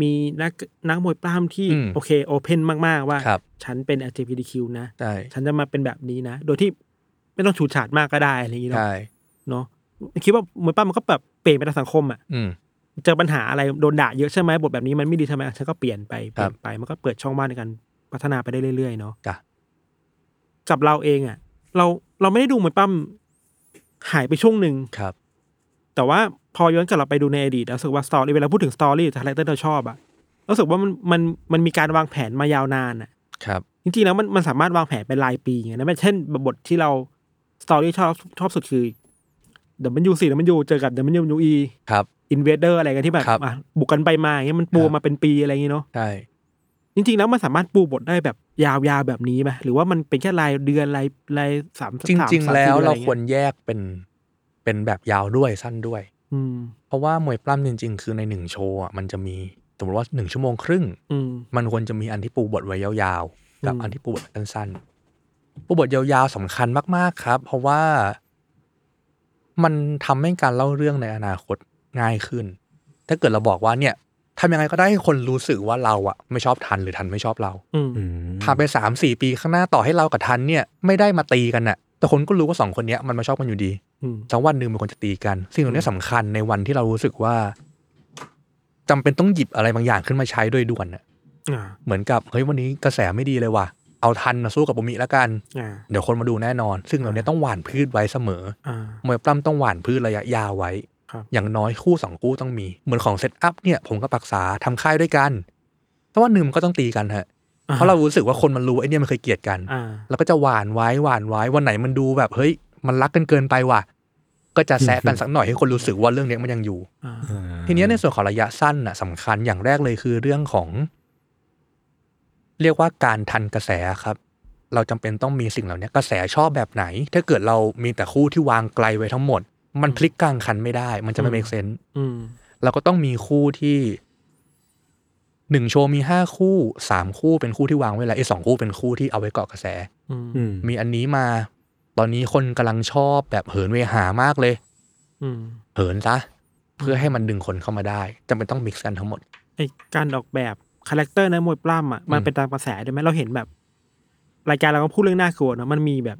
มีนักนักมวยปล้ามที่ อืม โอเคโอเพนมากๆว่า ครับ ฉันเป็น LGBTQ นะ ใช่ ฉันจะมาเป็นแบบนี้นะ โดยที่ไม่ต้องฉูดฉาดมากก็ได้อะไรอย่างงี้เนาะ ใช่ เนาะคิดว่ามวยปล้ามมันก็แบบเปลี่ยนไปตามสังคมอ่ะ อืม เจอปัญหาอะไรโดนด่าเยอะใช่ไหมบทแบบนี้มันไม่ดีทำไมอ่ะฉันก็เปลี่ยนไปเป ครั ลี่ บ ยนไปมันก็เปิดช่องว่างในการพัฒนาไปได้เรื่อยๆเนาะ จ้ะ กับเราเองอะ่ะ เราเราไม่ได้ดูมวยปั้มหายไปช่วงหนึ่ง ครับ แต่ว่าพอย้อนกลับไปดูในอดีตเราสึกว่าสตอรี่เวลาพูดถึงสตอรี่คาแรคเตอร์เราชอบอะ่ะเราสึกว่ามันมันมันมีการวางแผนมายาวนานอะ่ะ ครับ จริงๆแล้วมันมันสามารถวางแผนเป็นรายปีอย่างนั้นนะเช่นบทที่เราสตอรี่ชอบชอบสุดคือ W 4 W เจอกับ W E ครับ Invader อะไรกันที่แบบ ครับ อ่ะบุกกันไปมาอย่างเงี้ยมันปู ครับ มาเป็นปีอะไรอย่างงี้เนาะ ใช่ จริงๆแล้วมันสามารถปูบทได้แบบยาวๆแบบนี้ไหมหรือว่ามันเป็นแค่รายเดือนรายรายสาม จ สาม ริง สม ๆ แล้ว ปีอะไ เราควร งี้ย แยกเป็นเป็นแบบยาวด้วยสั้นด้วย อืม เพราะว่ามวยปล้ำจริง ๆ คือในหนึ่งโชว์อะมันจะมีสมมติว่าหนึ่งชั่วโมงครึ่ง อืม มันควรจะมีอันที่ปูบทไว้ยาวๆ กับ อืม อันที่ปูบทไว้สั้นๆ ปูบทยาวๆสำคัญมากๆครับ เพราะว่ามันทำให้การเล่าเรื่องในอนาคตง่ายขึ้น ถ้าเกิดเราบอกว่าเนี่ยทำยังไงก็ได้ให้คนรู้สึกว่าเราอะไม่ชอบทันหรือทันไม่ชอบเรา อืม อืม ผ่านไปสามสี่ปีข้างหน้าต่อให้เรากับทันเนี่ยไม่ได้มาตีกันน่ะ แต่คนก็รู้ว่าสองคนเนี้ยมันมาชอบกันอยู่ดี อืม สักวันหนึ่งมันควรจะตีกัน สิ่งเหล่านี้สำคัญในวันที่เรารู้สึกว่าจำเป็นต้องหยิบอะไรบางอย่างขึ้นมาใช้โด้วยด่วนน่ะ อ่า เหมือนกับเฮ้ยวันนี้กระแสไม่ดีเลยว่ะ เอาทันมาสู้กับบุมิแล้วกัน อ่า เดี๋ยวคนมาดูแน่นอน ซึ่งเราเนี้ยต้องหว่านพืชไว้เสมอ อ่า มวยปล้ำต้องหว่านพืชระยะยาวไว้ ครับ อย่างน้อยคู่สองคู่ต้องมี เหมือนของเซตอัพเนี่ยผมกับปักษาทำค่ายด้วยกันแต่ว่าหนึ่งมันก็ต้องตีกันฮะ เพราะเรารู้สึกว่าคนมันรู้ไอ้เนี่ยมันเคยเกลียดกัน อ่า แล้วก็จะหวานไว้หวานไว้วันไหนมันดูแบบเฮ้ยมันรักกันเกินไปว่ะ ก็จะแซะกันสักหน่อยให้คนรู้สึกว่าเรื่องเนี้ยมันยังอยู่ อ่า อ่า ทีเนี้ยในส่วนของระยะสั้นน่ะสำคัญอย่างแรกเลยคือเรื่องของ เรียกว่าการทันกระแสครับ เราจำเป็นต้องมีสิ่งเหล่านี้กระแสชอบแบบไหน ถ้าเกิดเรามีแต่คู่ที่วางไกลไว้ทั้งหมด มันพลิกกลางคันไม่ได้ มันจะไม่ อืม make sense อืม เราก็ต้องมีคู่ที่หนึ่งโชว์มีห้าคู่สามคู่เป็นคู่ที่วางไว้แล้วไอ้สองคู่เป็นคู่ที่เอาไว้เกาะกระแส อืม อืม มีอันนี้มา ตอนนี้คนกำลังชอบแบบเหินเวหามากเลย อืม เหินซะเพื่อให้มันดึงคนเข้ามาได้จำเป็นต้องมิกซ์กันทั้งหมด ไอการออกแบบคาแรคเตอร์ในมวยปล้ำอ่ะมัน อืม เป็นตามกระแสได้ไหมเราเห็นแบบ รายการเราก็พูดเรื่องน่ากลัวเนอะมันมีแบบ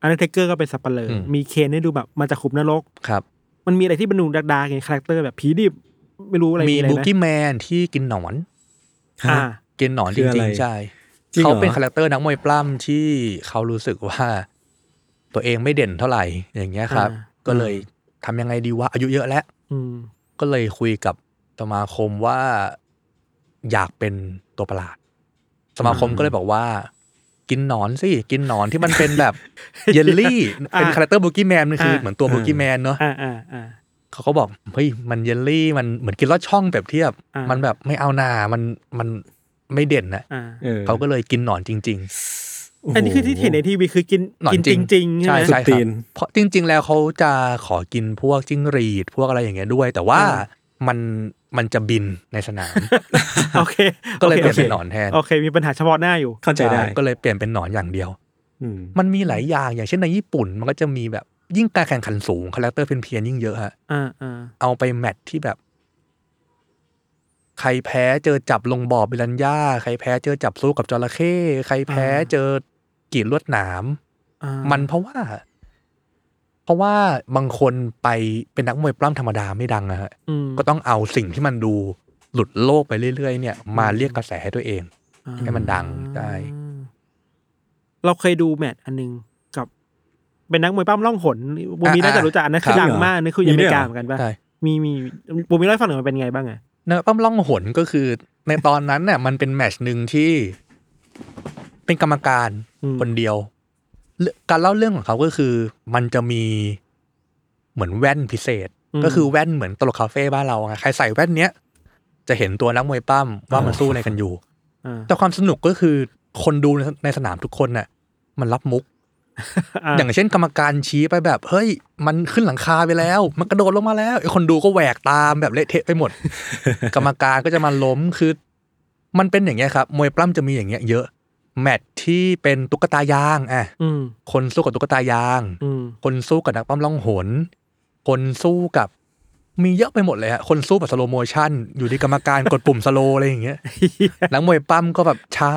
อันเทเกอร์ก็เป็นสับเปลือมีเคนให้ดูแบบมาจากขุมนรก ครับ มันมีอะไรที่เป็นหนุ่มดักดาไงคาแรคเตอร์แบบผีดิบไม่รู้อะไร มี อะไร บุ ไห กี้แมนที่กินหนอน ฮะ อ่า กินหนอนจ คืออะไร ริงๆใช่ จริงเหรอ เขาเป็นคาแรคเตอร์นักมวยปล้ำที่เขารู้สึกว่า ตัวเองไม่เด่นเท่าไหร่อย่างเงี้ยครับ อ่า ก็เลยทำยังไงดีวะอายุเยอะแล้ว อืม ก็เลยคุยกับสมาคมว่าอยากเป็นตัวประหลาด สมาคมก็เลยบอกว่า กินหนอนสิกินหนอนที่มันเป็นแบบ เยลลี่ เป็นคาแรคเตอร์โบกี้แมนมันคืออา เหมือนตัวโบกี้แมนเนอะ อ่าอ่าอ่า เขาก็บอกเฮ้ยมันเยลลี่มันเหมือนกินลอดช่องแบบเทียบ อ่ามั มันแบบไม่เอาหนามันมันไม่เด่นนะ อ่า ออ เขาก็เลยกินหนอนจริง โโห อันนี้คือที่เห็นในทีวีคือกิน หนอน กิน จ จ ริ ริ ง งจริงๆ ใช่ ใช่ไหม ใช่ ตีน ๆ เพราะจริง ๆ แล้วเขาจะขอกินพวกจิ้งหรีดพวกอะไรอย่างเงี้ยด้วย แต่ว่ามันมันจะบินในสนาม โอเค ก็เลย โอ เปลี่ยนเป็นหนอนแทน โอเค มีปัญหาเฉพาะหน้าอยู่ เข้าใจได้ ก็เลยเปลี่ยนเป็นหนอนอย่างเดียว อืม มันมีหลายอย่างอย่างเช่นในญี่ปุ่น มันก็จะมีแบบยิ่งการแข่งขันสูงคาแรคเตอร์เพี้ยนๆยิ่งเยอะฮะ อ่าอ่า เอาไปแมตช์ที่แบบ ใครแพ้เจอจับลงบ่อบิลัญญาใครแพ้เจอจับสู้กับจระเข้ใครแพ้เจอกรีดลวดหนาม อ่า มันเพราะว่า เพราะว่าบางคนไปเป็นนักมวยปล้ำธรรมดาไม่ดังนะฮะ ม ก็ต้องเอาสิ่งที่มันดูหลุดโลกไปเรื่อยๆเนี่ย มาเรียกกระแสให้ตัวเอง ให้มันดังได้ เราเคยดูแมตช์อันหนึงกับ เป็นนักมวยปั้มล่องหนบูมีน่าจะรู้จักอันนั้นคือดังมากอันนั่นคืออเมริกาเหมือนกันป่ะ ใช่ มีมีบูมีเล่าให้ฟังหน่อยมันเป็นไงบ้างอ่ะ เนอป้อมล่องหนก็คือ ในตอนนั้นเนี่ยมันเป็นแมตชหนึ่งที่ เป็นกรรมการ อืม คนเดียวเรื่องการเล่าเรื่องของเขาก็คือ มันจะมีเหมือนแว่นพิเศษ ม ก็คือแว่นเหมือนตลกคาเฟ่บ้านเราอะใครใส่แว่นเนี้ยจะเห็นตัวนักมวยปั้มว่ามันสู้อะไรกันอยู่ อ่า แต่ความสนุกก็คือคนดูในในสนามทุกคนน่ะ มันรับมุก อย่างเช่นกรรมการชี้ไปแบบ เฮ้ย มันขึ้นหลังคาไปแล้ว มันกระโดดลงมาแล้วไอ้คนดูก็แหวกตามแบบเละเทะไปหมด กรรมการก็จะมาล้มคือ มันเป็นอย่างเงี้ยครับ มวยปล้ำจะมีอย่างเงี้ยเยอะ แมตช์ที่เป็นตุ๊กตายางอ่ะ อืม คนสู้กับตุ๊กตายาง อืม คนสู้กับนักปั้มล่องหน คนสู้กับมีเยอะไปหมดเลยฮะคนสู้แบบสโลโมชันอยู่ดีกรรมการกดปุ่มสโลอะไรอย่าง [laughs] เงี้ยนักมวยปั้มก็แบบช้า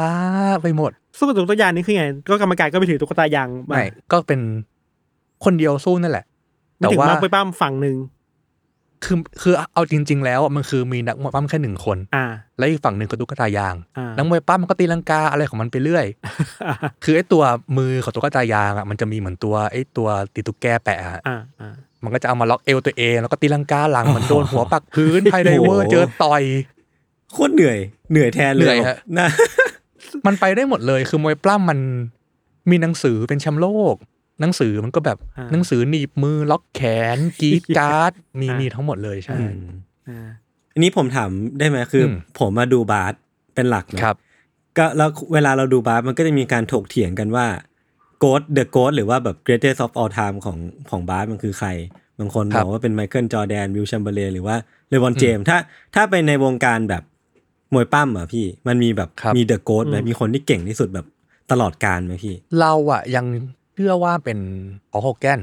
ไปหมด สู้กับตุ๊กตายางนี่คือไง ก็กรรมการก็ไปถือตุ๊กตายางมา ไม่ก็เป็นคนเดียวสู้นั่นแหละ ไม่ แต่ ถึง ว่า มาไปปั้มฝั่งหนึ่ง คือคือเอาจริง ๆ แล้วอะมันคือมีนักมวยปั้มแค่หนึ่งคน อ่า และอีกฝั่งหนึ่งก็ตุ๊กตายาง อ่า นักมวยปั้มมันก็ตีลังกาอะไรของมันไปเรื่อย อ่า คือไอ้ตัวมือของตุ๊กตายางอ่ะมันจะมีเหมือนตัวไอ้ตัวตีตุ๊กแกแปะอะ อ่าอ่า มันก็จะเอามาล็อกเอวตัวเอง แล้วก็ตีลังกาหลังเหมันโดนหัวปักพื้นไฮไดเวอร์เจอต่อย โคตรเหนื่อย เหนื่อยแทนเลย เหนื่อยฮะ น่า มันไปได้หมดเลย คือมวยปล้ำมันมีหนังสือเป็นแชมป์โลก หนังสือมันก็แบบ อ่า หนังสือหนีบมือล็อกแขนกรีดการ์ดมี อ่ามี มีทั้งหมดเลยใช่ อืม อ่า อันนี้ผมถามได้ไหมคืออ ม ผมมาดูบาสเป็นหลักเนอะ ครับ ก็แล้วเวลาเราดูบาสมันก็จะมีการถกเถียงกันว่าโกดเดอะโกดหรือว่าแบบ greatest of all time ของของบาสมันคือใคร บางคน ครับ บอก ว่าเป็นไมเคิลจอร์แดนวิลชัมเบอร์เลหรือว่าเลบอนเจมถ้าถ้าไปในวงการแบบมวยปั้มอ่ะพี่ มันมีแบบ ครับ มีเดอะโกดไหมมีคนที่เก่งที่สุดแบบตลอดการไหมพี่ เราอะยังเชื่อว่าเป็นพอโฮแกน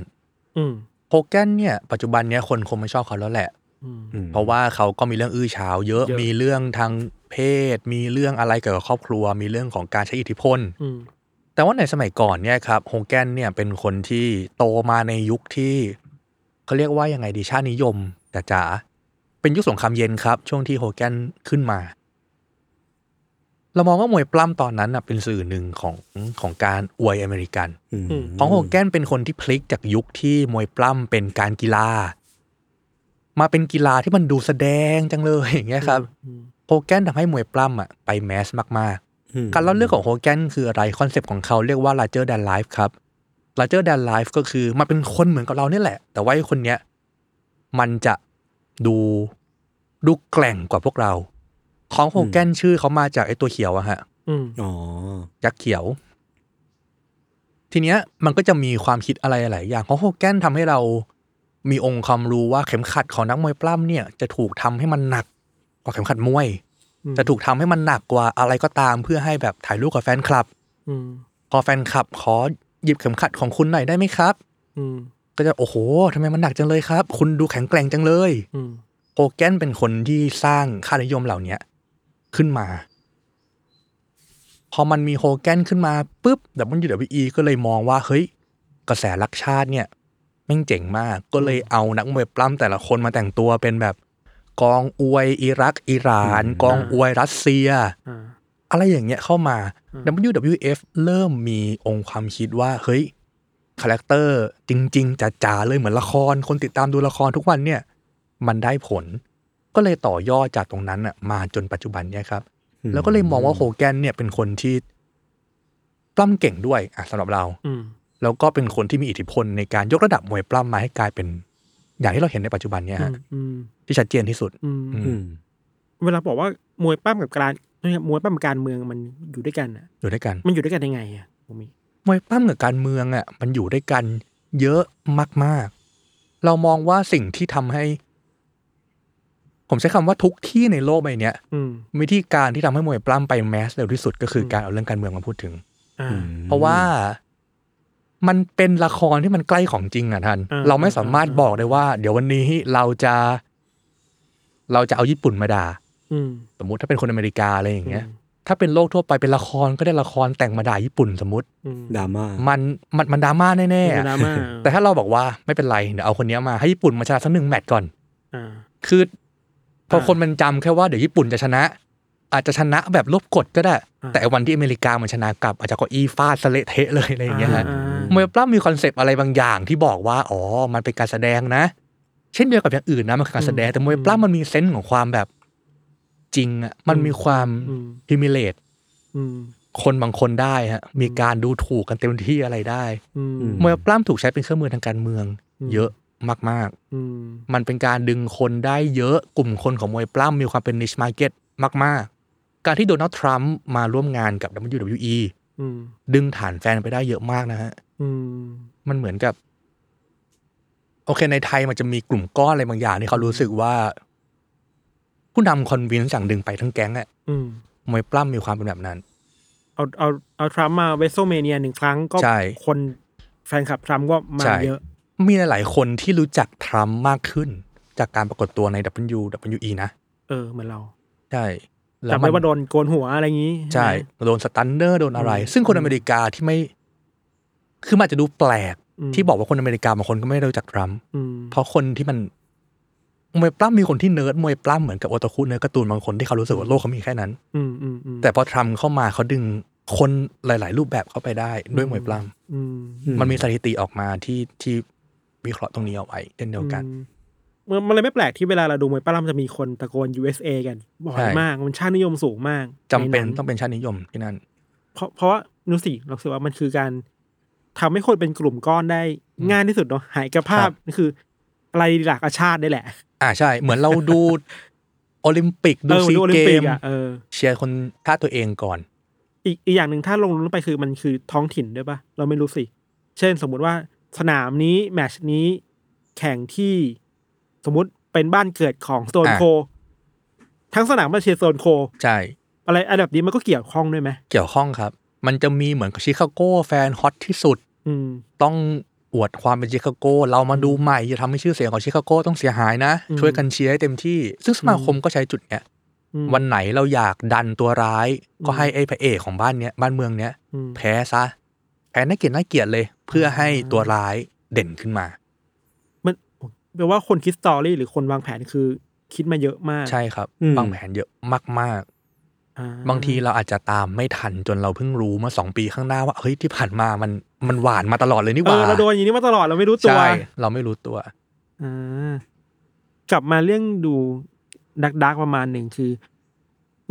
อืม โฮแกนเนี่ยปัจจุบันเนี่ยคนคงไม่ชอบเขาแล้วแหละ อืม อืม เพราะว่าเขาก็มีเรื่องอื้อฉาวเยอะ เยอะ มีเรื่องทางเพศ มีเรื่องอะไรเกี่ยวกับครอบครัว มีเรื่องของการใช้อิทธิพล อืม แต่ว่าในสมัยก่อนเนี่ยครับโฮแกนเนี่ยเป็นคนที่โตมาในยุคที่เขาเรียกว่ายังไงดีชาตินิยมจ๋าๆเป็นยุคสงครามเย็นครับ ช่วงที่โฮแกนขึ้นมา เรามองว่ามวยปล้ำตอนนั้นน่ะเป็นสื่อหนึ่งของของการอวยอเมริกัน อืม ของโฮแกนเป็นคนที่พลิกจากยุคที่มวยปล้ำเป็นการกีฬา มาเป็นกีฬาที่มันดูแสดงจังเลยอย่างเงี้ยครับ อืม โฮแกนทำให้มวยปล้ำอ่ะไปแมสมากๆ อืม การเล่าเรื่องของโฮแกนคืออะไรคอนเซปต์ของเขาเรียกว่า larger than life ครับ larger than life ก็คือมันเป็นคนเหมือนกับเราเนี่ยแหละ แต่ว่าไอ้คนเนี้ยมันจะดูดูแกร่งกว่าพวกเรา ของโฮแกนชื่อเขามาจากไอ้ตัวเขียวอะฮะ อืม อ๋อ ยักษ์เขียว ทีเนี้ยมันก็จะมีความคิดอะไรหลายอย่างของโฮแกนทำให้เรามีองค์ความรู้ว่าเข็มขัดของนักมวยปล้ำเนี่ย จะถูกทำให้มันหนักกว่าเข็มขัดมวย อืม จะถูกทำให้มันหนักกว่าอะไรก็ตามเพื่อให้แบบถ่ายรูปกับแฟนคลับ อืม พอแฟนคลับขอหยิบเข็มขัดของคุณหน่อยได้ไหมครับ อืม ก็จะโอ้โหทำไมมันหนักจังเลยครับ คุณดูแข็งแกร่งจังเลย อืม โฮแกนเป็นคนที่สร้างค่านิยมเหล่าเนี้ยขึ้นมา พอมันมีโฮแกนขึ้นมาปุ๊บ WWE ก็เลยมองว่า เฮ้ย กระแสรักชาติเนี่ยแม่งเจ๋งมาก ก็เลยเอานักมวยปล้ำแต่ละคนมาแต่งตัวเป็นแบบ กองอวยอิรัก อิหร่าน กองอวยรัสเซีย อ่า อะไรอย่างเงี้ยเข้ามา อืม WWF เริ่มมีองค์ความคิดว่า เฮ้ย คาแรคเตอร์จริง ๆจ๋าๆเลยเหมือนละคร คนติดตามดูละครทุกวันเนี่ย มันได้ผล ก็เลยต่อยอดจากตรงนั้นอ่ะมาจนปัจจุบันเนี่ยครับ แล้วก็เลยมองว่าโฮแกนเนี่ยเป็นคนที่ปล้ำเก่งด้วยอ่ะสำหรับเรา อืม แล้วก็เป็นคนที่มีอิทธิพลในการยกระดับมวยปล้ำมาให้กลายเป็น อย่างที่เราเห็นในปัจจุบันเนี่ยฮะ อืม ที่ชัดเจนที่สุด อืม อืม อืม เวลาบอกว่ามวยปล้ำกับการเนี่ยมวยปล้ำกับการเมืองมันอยู่ด้วยกันอ่ะ อยู่ด้วยกัน มันอยู่ด้วยกันยังไงอ่ะผมมี มวยปล้ำกับการเมืองอ่ะมันอยู่ด้วยกันเยอะมาก ๆ เรามองว่าสิ่งที่ทำให้ ผมใช้คำว่าทุกที่ในโลกใบเนี้ย อืม วิธีการที่ทำให้มวยปล้ำไปแมสเร็วที่สุดก็คืออ ม การเอาเรื่องการเมืองมาพูดถึง อ่า อืม เพราะว่ามันเป็นละครที่มันใกล้ของจริงอ่ะท่าน อ่า เราไม่สามารถบอกได้ว่า เดี๋ยววันนี้เราจะ เราจะเอาญี่ปุ่นมาด่า อืม สมมติถ้าเป็นคนอเมริกาอะไรอย่างเงี้ย ถ้าเป็นโลกทั่วไปเป็นละครก็ได้ละครแต่งมาด่าญี่ปุ่นสมมติ อืม ดราม่า มันมันมันดราม่าแน่ๆ เป็ อะ นดราม่า [laughs] แต่ถ้าเราบอกว่าไม่เป็นไรเดี๋ยวเอาคนเนี้ยมาให้ญี่ปุ่นมาชนะสักหนึ่งแมตช์ก่อน อ่า คือพออา คนมันจำแค่ว่าเดี๋ยวญี่ปุ่นจะชนะ อาจจะชนะแบบลบกฎก็ได้ อ่า แต่วันที่อเมริกามันชนะกลับ อาจจะเก็อีฟาดสะเละเทะเลยอะไรอย่างเงี้ยฮะ อ่าม วยปล้ำมีคอนเซปต์อะไรบางอย่างที่บอกว่าอ๋อมันเป็นการแสดงนะ เช่นเดียวกับอย่างอื่นนะมันคือการแสดงแต่มวยปล้ำมันมีเซนส์ของความแบบจริงอะมันมีความ อืม ฮิมิเลต อืม คนบางคนได้ฮะมีการดูถูกกันเต็มที่อะไรได้ อืม มวยปล้ำถูกใช้เป็นเครื่องมือทางการเมือง อืม เยอะมาก อืม ๆ มันเป็นการดึงคนได้เยอะกลุ่มคนของมวยปล้ำมีความเป็น niche market มาก ๆ การที่โดนัลด์ทรัมป์มาร่วมงานกับ WWE อืม ดึงฐานแฟนไปได้เยอะมากนะฮะ อืม มันเหมือนกับ โอเคในไทยมันจะมีกลุ่มก้อนอะไรบางอย่าง ที่เขารู้สึกว่า ผู้นำคอนวินสั่งดึงไปทั้งแก๊งอะ อืม มวยปล้ำมีความเป็นแบบนั้น เอาเอาเอาทรัมป์มาเวสโซเมเนียหนึ่งครั้งก็ ใช่ คนแฟนคลับทรัมป์ก็มา ใช่ เยอะ มีหลายๆคนที่รู้จักทรัมป์มากขึ้น จากการปรากฏตัวใน WWE นะ เออเหมือนเรา ใช่ จำ น ได้ว่าโดนโกนหัวอะไรอย่างงี้ ใช่ ไหม โดนสตันเนอร์โดนอะไร อืม ซึ่งคนอเมริกาที่ไม่ คือมันอาจจะดูแปลก ม ที่บอกว่าคนอเมริกาบางคนก็ไม่ได้รู้จักทรัมป์ อืม เพราะคนที่มันมวยปล้ำมีคนที่เนิร์ดมวยปล้ำเหมือนกับโอตาคุเนิร์ดการ์ตูนบางคนที่เขารู้สึกว่าโลกเขามีแค่นั้น อืมอืมอืม แต่พอทรัมป์เข้ามาเขาดึงคนหลาย ๆ รูปแบบเข้าไปได้ด้วยมวยปล้ อืม ำมันมีสถิติออกมาที่ที่วิเคราะห์ตรงนี้เอาไว้เช่นเดียวกัน อืมมันมันเลยไม่แปลกที่เวลาเราดูมวยปล้ำจะมีคนตะโกน USA กันบ่อย ใช่ มากมันชาตินิยมสูงมาก จำเป็น ให ต้องเป็นชาตินิยมที่นั่น เพราะเพราะว่านูสิเราสึกว่ามันคือการ ทำให้คนเป็นกลุ่มก้อนได้ง่ายที่สุดเนาะหายกภาพคืออะไรหลักอาชาติได้แหละ อ่าใช่ เหมือนเรา [laughs] ดูโอลิมปิกดู เออ ซี ดูโอลิ เก มปิก ม อ่ะเออ เชียร์คนชาติตัวเองก่อน อีกอีกอย่างหนึ่งถ้าลงลงไปคือมันคือท้องถิ่นด้วยปะเราไม่รู้สิ เช่นสมมุติว่าสนามนี้แมตชนี้แข่งที่สมมุติเป็นบ้านเกิดของโซน อ่ะ โค ทั้งสนามมาเชียร์โซนโค ใช่ อะไรอันดับนี้มันก็เกี่ยวข้องด้วยไหม เกี่ยวข้องครับ มันจะมีเหมือนกับชิคาโกแฟนฮอตที่สุด อืม ต้องอวดความเป็นชิคาโก เรามาดูใหม่จะทำให้ชื่อเสียงของชิคาโกต้องเสียหายนะ อืม ช่วยกันเชียร์ให้เต็มที่ ซึ่งสมาคมก็ใช้จุดเนี้ย อืม วันไหนเราอยากดันตัวร้าย ก็ อืม ให้ไอ้พระเอกของบ้านเนี้ยบ้านเมืองเนี้ย อืม แพ้ซะแพ้น่าเกลียดน่าเกลียดเลย เพื่อให้ตัวร้ายเด่นขึ้นมา มันแปลว่าคนคิดสตอรี่หรือคนวางแผนคือคิดมาเยอะมาก ใช่ครับ อืม วางแผนเยอะมาก อ่ ๆ บางทีเราอาจจะตามไม่ทันจนเราเพิ่งรู้เมื่อสองปีข้างหน้าว่าเฮ้ยที่ผ่านมามันมันหวานมาตลอดเลยนี่ห เอ ว่า อเราโดนอย่างนี้มาตลอดเราไม่รู้ตัว ใช่เราไม่รู้ตัว อ่ากลับมาเรื่องดูดักดักประมาณหนึ่งคือ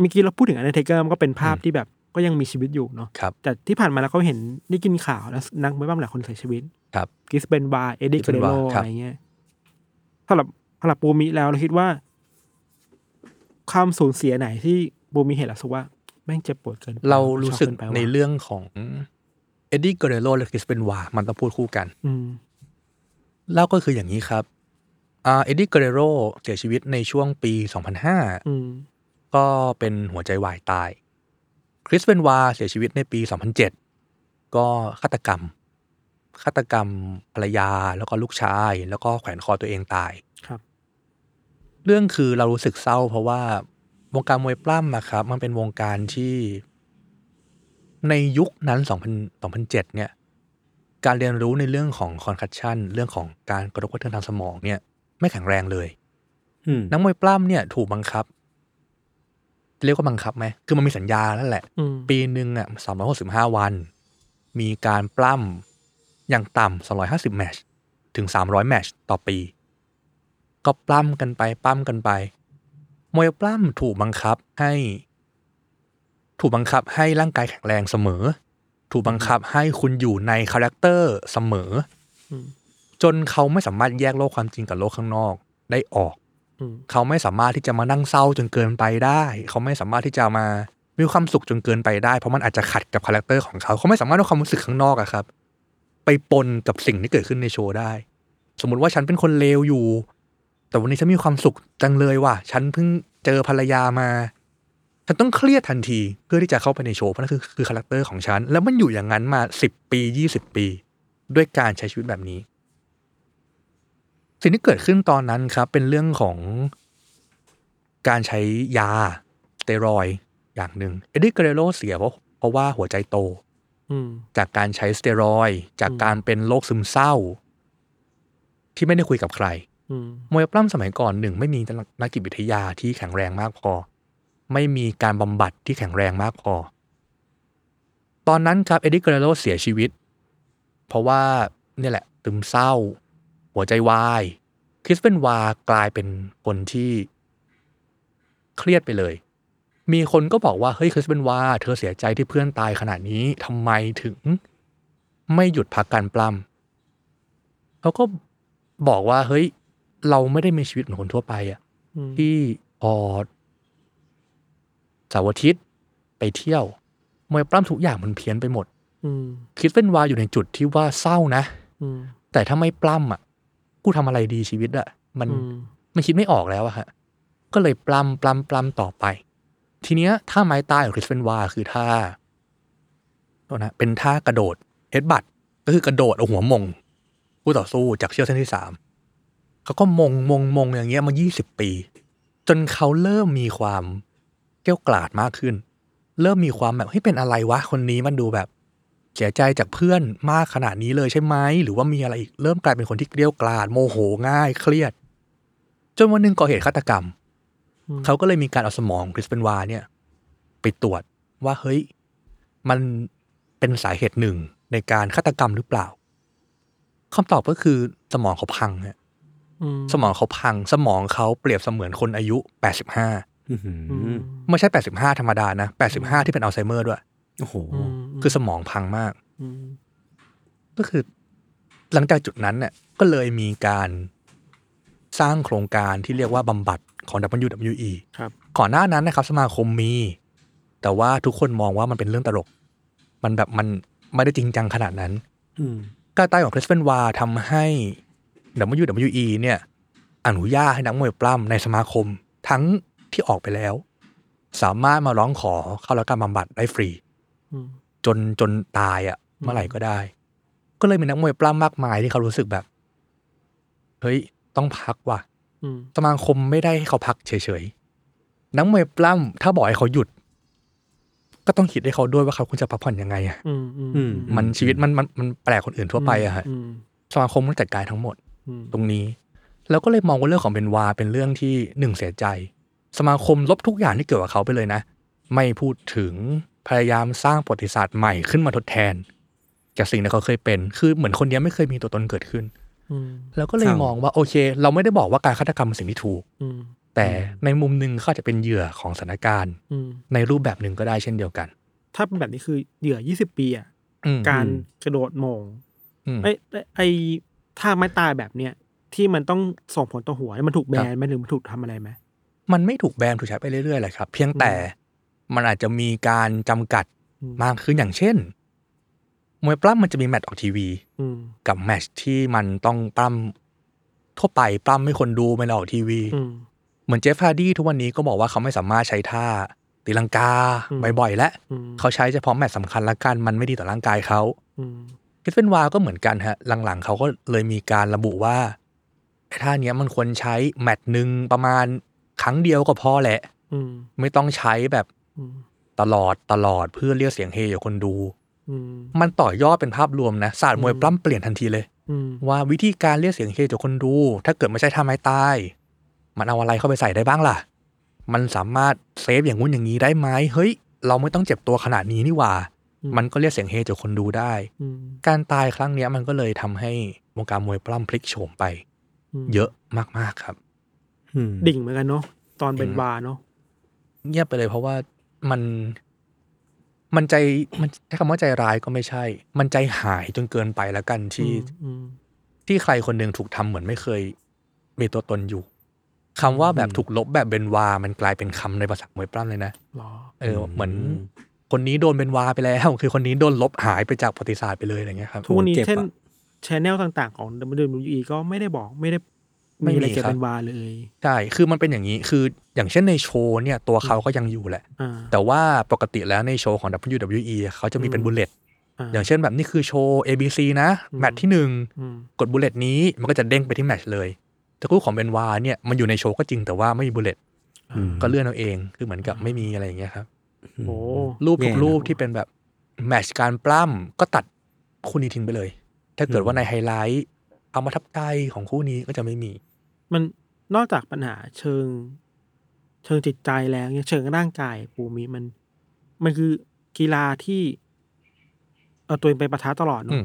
เมื่อกี้เราพูดถึงอันเทเกอร์มันก็เป็นภาพ อืม ที่แบบก็ยังมีชีวิตอยู่เนาะ ครับ แต่ที่ผ่านมาแล้วก็เห็นได้กินข่าวแล้วนักมวยบ้างหลายคนเสียชีวิต ครับ กิสเบนวาเอ็ดดี้เก Chris เร Benoit โล ครั อะ บ ไรเงี้ยสำหรับสำหรับปูมิแล้วเราคิดว่า ความสูญเสียไหนที่ปูมิเห็นแล้วรู้สึกว่า แม่งเจ็บปวดเกินไป เรารู้สึก ช็อเนไป ใน ว่ะ เรื่องของเอ็ดดี้เกเรโลและคริสเปนวามันต้องพูดคู่กัน อืม แล้วก็คืออย่างนี้ครับอ่าเอ็ดดี้เกเรโลเสียชีวิตในช่วงปี อืม 2005 ก็เป็นหัวใจวายตาย คริสเปนวาเสียชีวิตในปี 2007 ก็ฆาตกรรม ฆาตกรรมภรรยาแล้วก็ลูกชาย แล้วก็แขวนคอตัวเองตาย ครับ เรื่องคือเรารู้สึกเศร้า เพราะว่าวงการมวยปล้ำอะครับ มันเป็นวงการที่ ในยุคนั้น 2000 2007 เนี่ย การเรียนรู้ในเรื่องของคอนคัชชันเรื่องของการกระทบกระเทือนทางสมองเนี่ย ไม่แข็งแรงเลย อืม นักมวยปล้ำเนี่ยถูกบังคับ เรียกว่าบังคับไหม คือมันมีสัญญานั่นแหละ อืม ปีหนึ่งอ่ะสามร้อยหกสิบห้าวัน มีการปล้ำอย่างต่ำสองร้อยห้าสิบแมตชถึงสามร้อยแมตชต่อปี ก็ปล้ำกันไปปล้ำกันไป มวยปล้ำถูกบังคับให้ ถูกบังคับให้ร่างกายแข็งแรงเสมอ ถูกบังคับให้คุณอยู่ในคาแรคเตอร์เสมอ อืม จนเขาไม่สามารถแยกโลกความจริงกับโลกข้างนอกได้ออก อืม เขาไม่สามารถที่จะมานั่งเศร้าจนเกินไปได้ เขาไม่สามารถที่จะมามีความสุขจนเกินไปได้ เพราะมันอาจจะขัดกับคาแรคเตอร์ของเขา เขาไม่สามารถเอาความรู้สึกข้างนอกอะครับ ไปปนกับสิ่งที่เกิดขึ้นในโชว์ได้ สมมติว่าฉันเป็นคนเลวอยู่ แต่วันนี้ฉันมีความสุขจังเลยว่ะ ฉันเพิ่งเจอภรรยามา ฉันต้องเครียดทันทีเพื่อที่จะเข้าไปในโชว์ เพราะนั่นคือคือคาแรคเตอร์ของฉัน แล้วมันอยู่อย่างนั้นมาสิบปียี่สิบปี ด้วยการใช้ชีวิตแบบนี้ สิ่งที่เกิดขึ้นตอนนั้นครับ เป็นเรื่องของการใช้ยาสเตียรอยด์อย่างหนึ่งเอ็ดดี้เกเรโลเสียเพราะเพราะว่าหัวใจโต อืม จากการใช้สเตียรอยด์จากการเป็นโรคซึมเศร้า ที่ไม่ได้คุยกับใคร อืม มวยปล้ำสมัยก่อนหนึ่งไม่มีนักจิตวิทยาที่แข็งแรงมากพอ ไม่มีการบำบัดที่แข็งแรงมากพอ ตอนนั้นครับเอ็ดดี้เกเรโลเสียชีวิต เพราะว่าเนี่ยแหละตึมเศร้า หัวใจวาย คริสเปนวากลายเป็นคนที่ เครียดไปเลย มีคนก็บอกว่า เฮ้ยคริสเปนวา เธอเสียใจที่เพื่อนตายขนาดนี้ทำไมถึง ไม่หยุดพักการปล้ำเขาก็บอกว่าเฮ้ย เราไม่ได้มีชีวิตเหมือนคนทั่วไปอะ อืม ที่พอเสาร์อาทิตย์ไปเที่ยวมวยปล้ำทุกอย่างมันเพี้ยนไปหมด อืม คริสเปนวาอยู่ในจุดที่ว่าเศร้านะ อืม แต่ถ้าไม่ปล้ำอ่ะ กูทำอะไรดีชีวิตอ่ะ มัน อืม มันคิดไม่ออกแล้วอะฮะ ก็เลยปล้ำปล้ำปล้ำต่อไป ทีเนี้ยท่าไม้ตายของคริสเฟนวาคือท่าโทษนะ เป็นท่ากระโดดเฮดบัตก็คือกระโดดเอาหัวมงผู้ต่อสู้จากเชือกเส้นที่สามเขาก็มงมงมงอย่างเงี้ยมา 20 ปี จนเขาเริ่มมีความเกรี้ยวกลาดมากขึ้น เริ่มมีความแบบเฮ้ยเป็นอะไรวะ คนนี้มันดูแบบเสียใจจากเพื่อนมากขนาดนี้เลยใช่ไหมหรือว่ามีอะไรอีกเริ่มกลายเป็นคนที่เกรี้ยวกลาดโมโหง่ายเครียด จนวันหนึ่งก่อเหตุฆาตกรรม เขาก็เลยมีการเอาสมองคริสเปนวาเนี่ย ไปตรวจว่าเฮ้ย มันเป็นสาเหตุหนึ่งในการฆาตกรรมหรือเปล่าคำตอบก็คือสมองเขาพังฮะ อืม สมองเขาพัง สมองเขาเปรียบเสมือนคนอายุ 85 อื้อหือ อืม ไม่ใช่ 85 ธรรมดานะ 85 ที่เป็นอัลไซเมอร์ด้วย โอ้โห อืม คือสมองพังมาก อืม ก็คือ หลังจากจุดนั้นเนี่ยก็เลยมีการสร้างโครงการที่เรียกว่าบำบัดของ WWE ครับ ก่อนหน้านั้นนะครับ สมาคมมี แต่ว่าทุกคนมองว่ามันเป็นเรื่องตลก มันแบบมันไม่ได้จริงจังขนาดนั้น อืม การตายของคริสเฟนวาทำให้ WWE เนี่ยอนุญาตให้นักมวยปล้ำในสมาคมทั้งที่ออกไปแล้ว สามารถมาร้องขอเข้ารับการบำบัดได้ฟรี อืม จนจนตายอะ่ะ อืม เมื่อไหร่ก็ได้ ก็เลยมีนักมวยปล้ำมากมายที่เขารู้สึกแบบ เฮ้ย ต้องพักว่ะ อืม สมาคมไม่ได้ให้เขาพักเฉยๆ นักมวยปล้ำถ้าบอกให้เขาหยุด ก็ต้องคิดให้เขาด้วยว่าเขาควรจะพักผ่อนยังไงอะ่ะ อืมอืม อืม มันชีวิตมันมันมันแปลกคนอื่นทั่วไปอะฮะ อืม สมาคมต้องจัดการทั้งหมด อืม ตรงนี้แล้วก็เลยมองว่าเรื่องของเบนวาเป็นเรื่องที่หนึ่งเสียใจ สมาคมลบทุกอย่างที่เกี่ยวกับเขาไปเลยนะ ไม่พูดถึงพยายามสร้างประวัติศาสตร์ใหม่ขึ้นมาทดแทนจากสิ่งที่เขาเคยเป็น คือเหมือนคนเนี้ยไม่เคยมีตัวตนเกิดขึ้น อืม แล้วก็เลย ครับ มองว่าโอเค เราไม่ได้บอกว่าการฆาตกรรมเป็นสิ่งที่ถูก อืม แต่ในมุมหนึ่งเขาอาจจะเป็นเหยื่อของสถานการณ์ อืม ในรูปแบบหนึ่งก็ได้เช่นเดียวกัน ถ้าเป็นแบบนี้คือเหยื่อยี่สิบปีอ่ะ อืม การ อืม กระโดดโหมง อืม ไอ้ไอ้ไอ้ท่าไม้ตายแบบเนี้ยที่มันต้องส่งผลต่อหัวมันถูกแบ ครั น บ ไหมหรือมันถูกทำอะไรไหม มันไม่ถูกแบนถูกใช้ไปเรื่อยๆแหละครับ เพียง อืม แต่มันอาจจะมีการจำกัด อืม มากขึ้นอย่างเช่น มวยปล้ำมันจะมีแมตช์ออกทีวี อืม กับแมตช์ที่มันต้องปล้ำทั่วไปปล้ำให้คนดูไม่ได้ออกทีวี อืม เหมือนเจฟฟาร์ดี้ทุกวันนี้ก็บอกว่าเขาไม่สามารถใช้ท่าตีลังกา อืม บ่อยๆและ อืม เขาใช้เฉพาะแมตช์สำคัญละกันมันไม่ดีต่อร่างกายเขา อืม คิดเป็นวาก็เหมือนกันฮะ หลังๆเขาก็เลยมีการระบุว่าไอ้ท่าเนี้ยมันควรใช้แมตช์หนึ่งประมาณครั้งเดียวก็พอแหละ อืม ไม่ต้องใช้แบบ อืม ตลอดตลอดเพื่อเรียกเสียงเฮจากคนดู อืม มันต่อยอดเป็นภาพรวมนะศาสตร์มวยปล้ำเปลี่ยนทันทีเลย อืม ว่าวิธีการเรียกเสียงเฮจากคนดู ถ้าเกิดไม่ใช่ท่าไม้ตาย มันเอาอะไรเข้าไปใส่ได้บ้างล่ะ มันสามารถเซฟอย่างงู้นอย่างนี้ได้ไหมเฮ้ย เราไม่ต้องเจ็บตัวขนาดนี้นี่หว่า มันก็เรียกเสียงเฮจากคนดูได้ อืม การตายครั้งเนี้ยมันก็เลยทำให้วงการมวยปล้ำพลิกโฉมไป ม เยอะมากๆครับ อืม ดิ่งเหมือนกันเนาะตอนเป็นวาเนาะ เงียบไปเลยเพราะว่ามัน มันใจมันใช้คำว่าใจร้ายก็ไม่ใช่ มันใจหายจนเกินไปแล้วกันที่ อืม ที่ใครคนหนึ่งถูกทำเหมือนไม่เคยมีตัวตนอยู่คำว่าแบบ อืม ถูกลบแบบเบนวา มันกลายเป็นคำในภาษามวยปล้ำเลยนะ หรอ เออเหมือน คนนี้โดนเบนวาไปแล้ว คือคนนี้โดนลบหายไปจากประวัติศาสตร์ไปเลยอะไรเงี้ยครับ ทุกวันนี้ โอ้เจ็บอะ เช่นชแนลต่างๆของ WWE ก็ไม่ได้บอกไม่ได้ ไม่ มี มี อะไรเกี่ยว ครั กับ บวาเลย ใช่คือมันเป็นอย่างนี้คืออย่างเช่นในโชว์เนี่ยตัวเขาก็ยังอยู่แหละ อ่า แต่ว่าปกติแล้วในโชว์ของ WWE เขาจะมีเป็น อืม บุลเลตอย่างเช่นแบบนี่คือโชว์ ABC นะ อืม แมตช์ที่หนึ่ง อืม กดบุลเลตนี้มันก็จะเด้งไปที่แมตช์เลยแต่คู่ของเบนวาเนี่ยมันอยู่ในโชว์ก็จริงแต่ว่าไม่มีบุลเลต อืม ก็เลื่อนเอาเองคือเหมือนกับไม่มีอะไรอย่างเงี้ยครับ โอ้ รูปทุก แย่นะ รูปที่เป็นแบบแมทชการปล้ำก็ตัดคู่นี้ทิ้งไปเลย ถ้าเกิดว่าในไฮไลท์เอามาทับใจของคู่นี้ก็จะไม่มี มันนอกจากปัญหาเชิง เชิงจิตใจแล้วเนี่ยเชิงร่างกายปูมิมัน มันคือกีฬาที่ เอาตัวเองไปประท้าตลอด อื เนาะ ม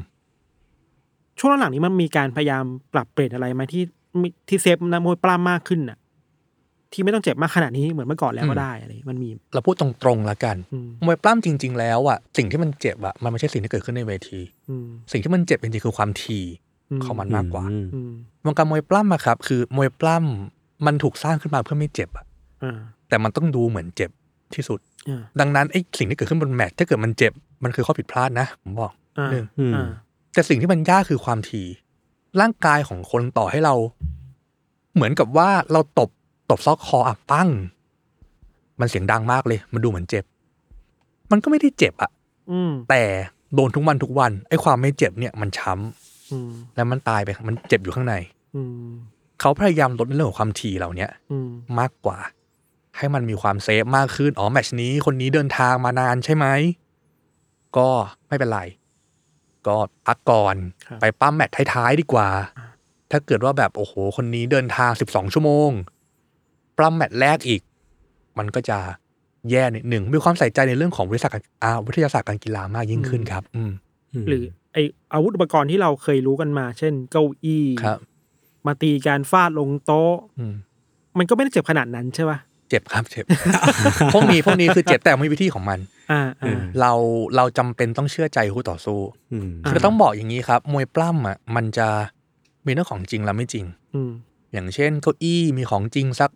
ช่วงหลังๆนี้มันมีการพยายามปรับเปลี่ยนอะไรไหมที่มิที่เซฟนักมวยปล้ำมากขึ้นน่ะ ที่ไม่ต้องเจ็บมากขนาดนี้เหมือนเมื่อก่อนแล้วก็ได้อะไรอย่างเงี้ยมันมี เราพูดตรงๆละกัน อืม มวยปล้ำจริง ๆ แล้วอะสิ่งที่มันเจ็บอะมันไม่ใช่สิ่งที่เกิดขึ้นในเวที อืม สิ่งที่มันเจ็บจริงๆคือความถี่ของมันมากกว่า อืม อืม วงการมวยปล้ำอะครับ คือมวยปล้ำมันถูกสร้างขึ้นมาเพื่อไม่เจ็บอะ อ่า แต่มันต้องดูเหมือนเจ็บที่สุด อ่า ดังนั้นไอ้สิ่งที่เกิดขึ้นบนแมตช์ถ้าเกิดมันเจ็บมันคือข้อผิดพลาดนะผมบอก อ่า หนึ่ง อืม อ่า แต่สิ่งที่มันยากคือความถี่ ร่างกายของคนต่อให้เรา เหมือนกับว่าเราตบตบซอกคออ่ะปั้ง มันเสียงดังมากเลย มันดูเหมือนเจ็บ มันก็ไม่ได้เจ็บอะ อืม แต่โดนทุกวันทุกวันไอ้ความไม่เจ็บเนี่ยมันช้ อืม ำและมันตายไปมันเจ็บอยู่ข้างใน อืม เขาพยายามลดในเรื่องของความถี่เหล่าเนี้ย อืม มากกว่า ให้มันมีความเซฟมากขึ้นอ๋อแมตชนี้คนนี้เดินทางมานานใช่ไหม ก็ไม่เป็นไร ก็พักก่อน ครับ ไปปั้มแมตช์ท้ายๆดีกว่า ถ้าเกิดว่าแบบโอ้โห คนนี้เดินทาง 12 ชั่วโมง ปั้มแมตช์แรกอีก มันก็จะแย่นิดหนึ่งมีความใส่ใจในเรื่องของวิทยาศาสตร์การอ่าวิทยาศาสตร์การกีฬามากยิ่งขึ้นครับ อืม หรือไออาวุธอุปกรณ์ที่เราเคยรู้กันมา เช่น เก้าอี้ ครับ มาตีการฟาดลงโต๊ะ อืม มันก็ไม่ได้เจ็บขนาดนั้นใช่ป่ะ เจ็บครับเจ็ [laughs] บ พวกนี้พวกนี้คือเจ็บแต่มีวิธีของมัน อ่า อื อ่าม เราเราจำเป็นต้องเชื่อใจคู่ต่อสู้ อืม า คือต้องบอกอย่างนี้ครับ มวยปล้ำอ่ะมันจะมีเรื่องของจริงและไม่จริง อืม อย่างเช่นเก้าอี้มีของจริงสัก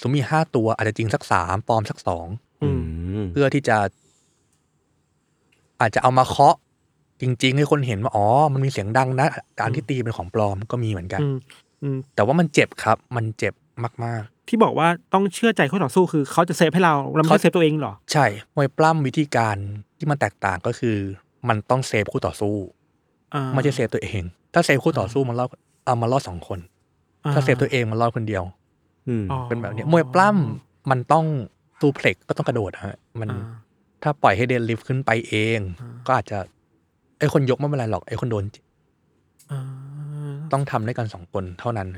สมมติมีห้าตัวอาจจะจริงสักสามปลอมสักสอง อืม เพื่อที่จะ อาจจะเอามาเคาะ จริง ๆ ให้คนเห็นว่าอ๋อมันมีเสียงดังนะแต่อันที่ตีเป็นของปลอมก็มีเหมือนกัน อืมอืม แต่ว่ามันเจ็บครับ มันเจ็บมาก ที่บอกว่าต้องเชื่อใจคู่ต่อสู้คือเขาจะเซฟให้เราเราไม่ เขา ได้เซฟตัวเองเหรอ ๆ ใช่มวยปล้ำวิธีการที่มันแตกต่างก็คือ มันต้องเซฟคู่ต่อสู้ อ่า ไม่ใช่เซฟตัวเอง ถ้าเซฟคู่ต่อสู้มันรอดเอามันรอดสองคน อ่ ถ้าเซฟตัวเองมันรอดคนเดียว อืม อ๋อ เป็นแบบเนี้ยมวยปล้ำมันต้องตูเพล็กก็ต้องกระโดดฮะ มัน อ่า ถ้าปล่อยให้เดนลิฟต์ขึ้นไปเอง อ่า ก็อาจจะไอคนยกไม่เป็นไรหรอกไอคนโดน อ่า ต้องทำด้วยกันสองคนเท่านั้น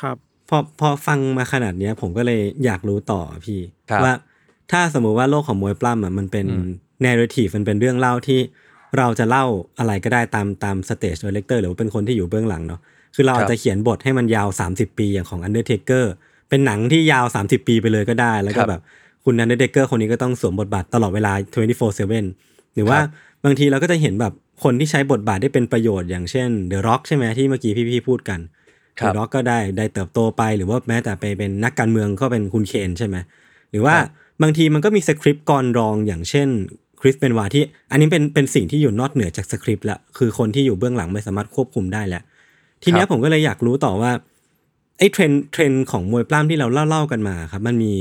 ครับ พอพอฟังมาขนาดเนี้ย ผมก็เลยอยากรู้ต่อพี่ ครับ ว่าถ้าสมมุติว่าโลกของมวยปล้ำอ่ะมันเป็น อืม เน r ร t ทีฟมันเป็นเรื่องเล่าที่เราจะเล่าอะไรก็ได้ตามตามสเตจ e ดเล c เตอร์หรือว่าเป็นคนที่อยู่เบื้องหลังเนาะคือเราอาจจะเขียนบทให้มันยาว 30 ปีอย่างของ Undertaker เป็นหนังที่ยาว 30 ปีไปเลยก็ได้ แล้วก็แบบคุณอันเดอร์เทเกอร์คนนี้ก็ต้องสวมบทบาทตลอดเวลา 24/7 หรือว่าบางทีเราก็จะเห็นแบบคนที่ใช้บทบาทได้เป็นประโยชน์อย่างเช่น The Rock ใช่ไหมที่เมื่อกี้พี่ๆพูดกัน ค เด รับ อะร็อกก็ได้ได้เติบโตไปหรือว่าแม้แต่ไปเป็นนักการเมืองก็เป็นคุณเคนใช่ไหม หรือว่า ครับ บางทีมันก็มีสคริปต์ก่อนรองอย่างเช่นคริสเป็นวาที่ อันนี้เป็นเป็นสิ่งที่อยู่นอกเหนือจากสคริปต์ละคือคนที่อยู่เบื้องหลังไม่สามารถควบคุมได้แหละทีเนี้ ค ย รับ ผมก็เลยอยากรู้ต่อว่าไอ้เทรนเทรนของมวยปล้ำที่เราเล่าๆกันมาครับมันมี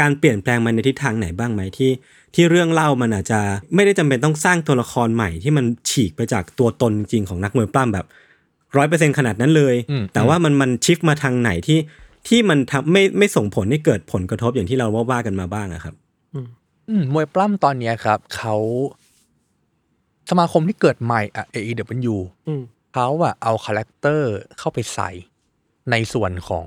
การเปลี่ยนแปลงมาในทิศทางไหนบ้างไหมที่ ที่เรื่องเล่ามันอาจจะไม่ได้จำเป็นต้องสร้างตัวละครใหม่ที่มันฉีกไปจากตัวตนจริงของนักมวยปล้ำแบบร้อยเปอร์เซ็นขนาดนั้นเลย อืม แต่ว่ามันมันชิฟมาทางไหนที่ที่มันทำไม่ไม่ส่งผลให้เกิดผลกระทบอย่างที่เราว่าว่ากันมาบ้างอะครับ อืมมวยปล้ำตอนเนี้ยครับเขาสมาคมที่เกิดใหม่อะ AEW อืม เขาอะเอาคาแรคเตอร์เข้าไปใส่ ในส่วนของ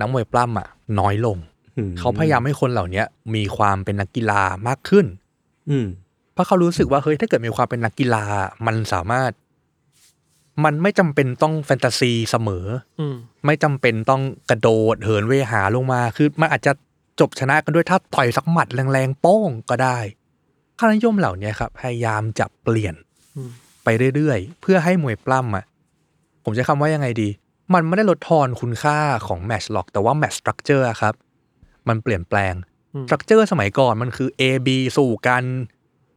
นักมวยปล้ำอะน้อยลง อืม เขาพยายามให้คนเหล่าเนี้ยมีความเป็นนักกีฬามากขึ้น อืม เพราะเขารู้สึกว่าเฮ้ยถ้าเกิดมีความเป็นนักกีฬา มันสามารถ มันไม่จำเป็นต้องแฟนตาซีเสมอ อืม ไม่จำเป็นต้องกระโดดเหินเวหาลงมา คือมันอาจจะจบชนะกันด้วยถ้าต่อยสักหมัดแรงๆโป้งก็ได้ค่านิยมเหล่าเนี้ยครับพยายามจะเปลี่ยน อืม ไปเรื่อยๆ เพื่อให้มวยปล้ำอ่ะผมจะคำว่ายังไงดี มันไม่ได้ลดทอนคุณค่าของแมตช์หรอก แต่ว่าแมตช์สตรัคเจอร์ครับ มันเปลี่ยนแปลง อืม สตรัคเจอร์สมัยก่อนมันคือ A B สู่กัน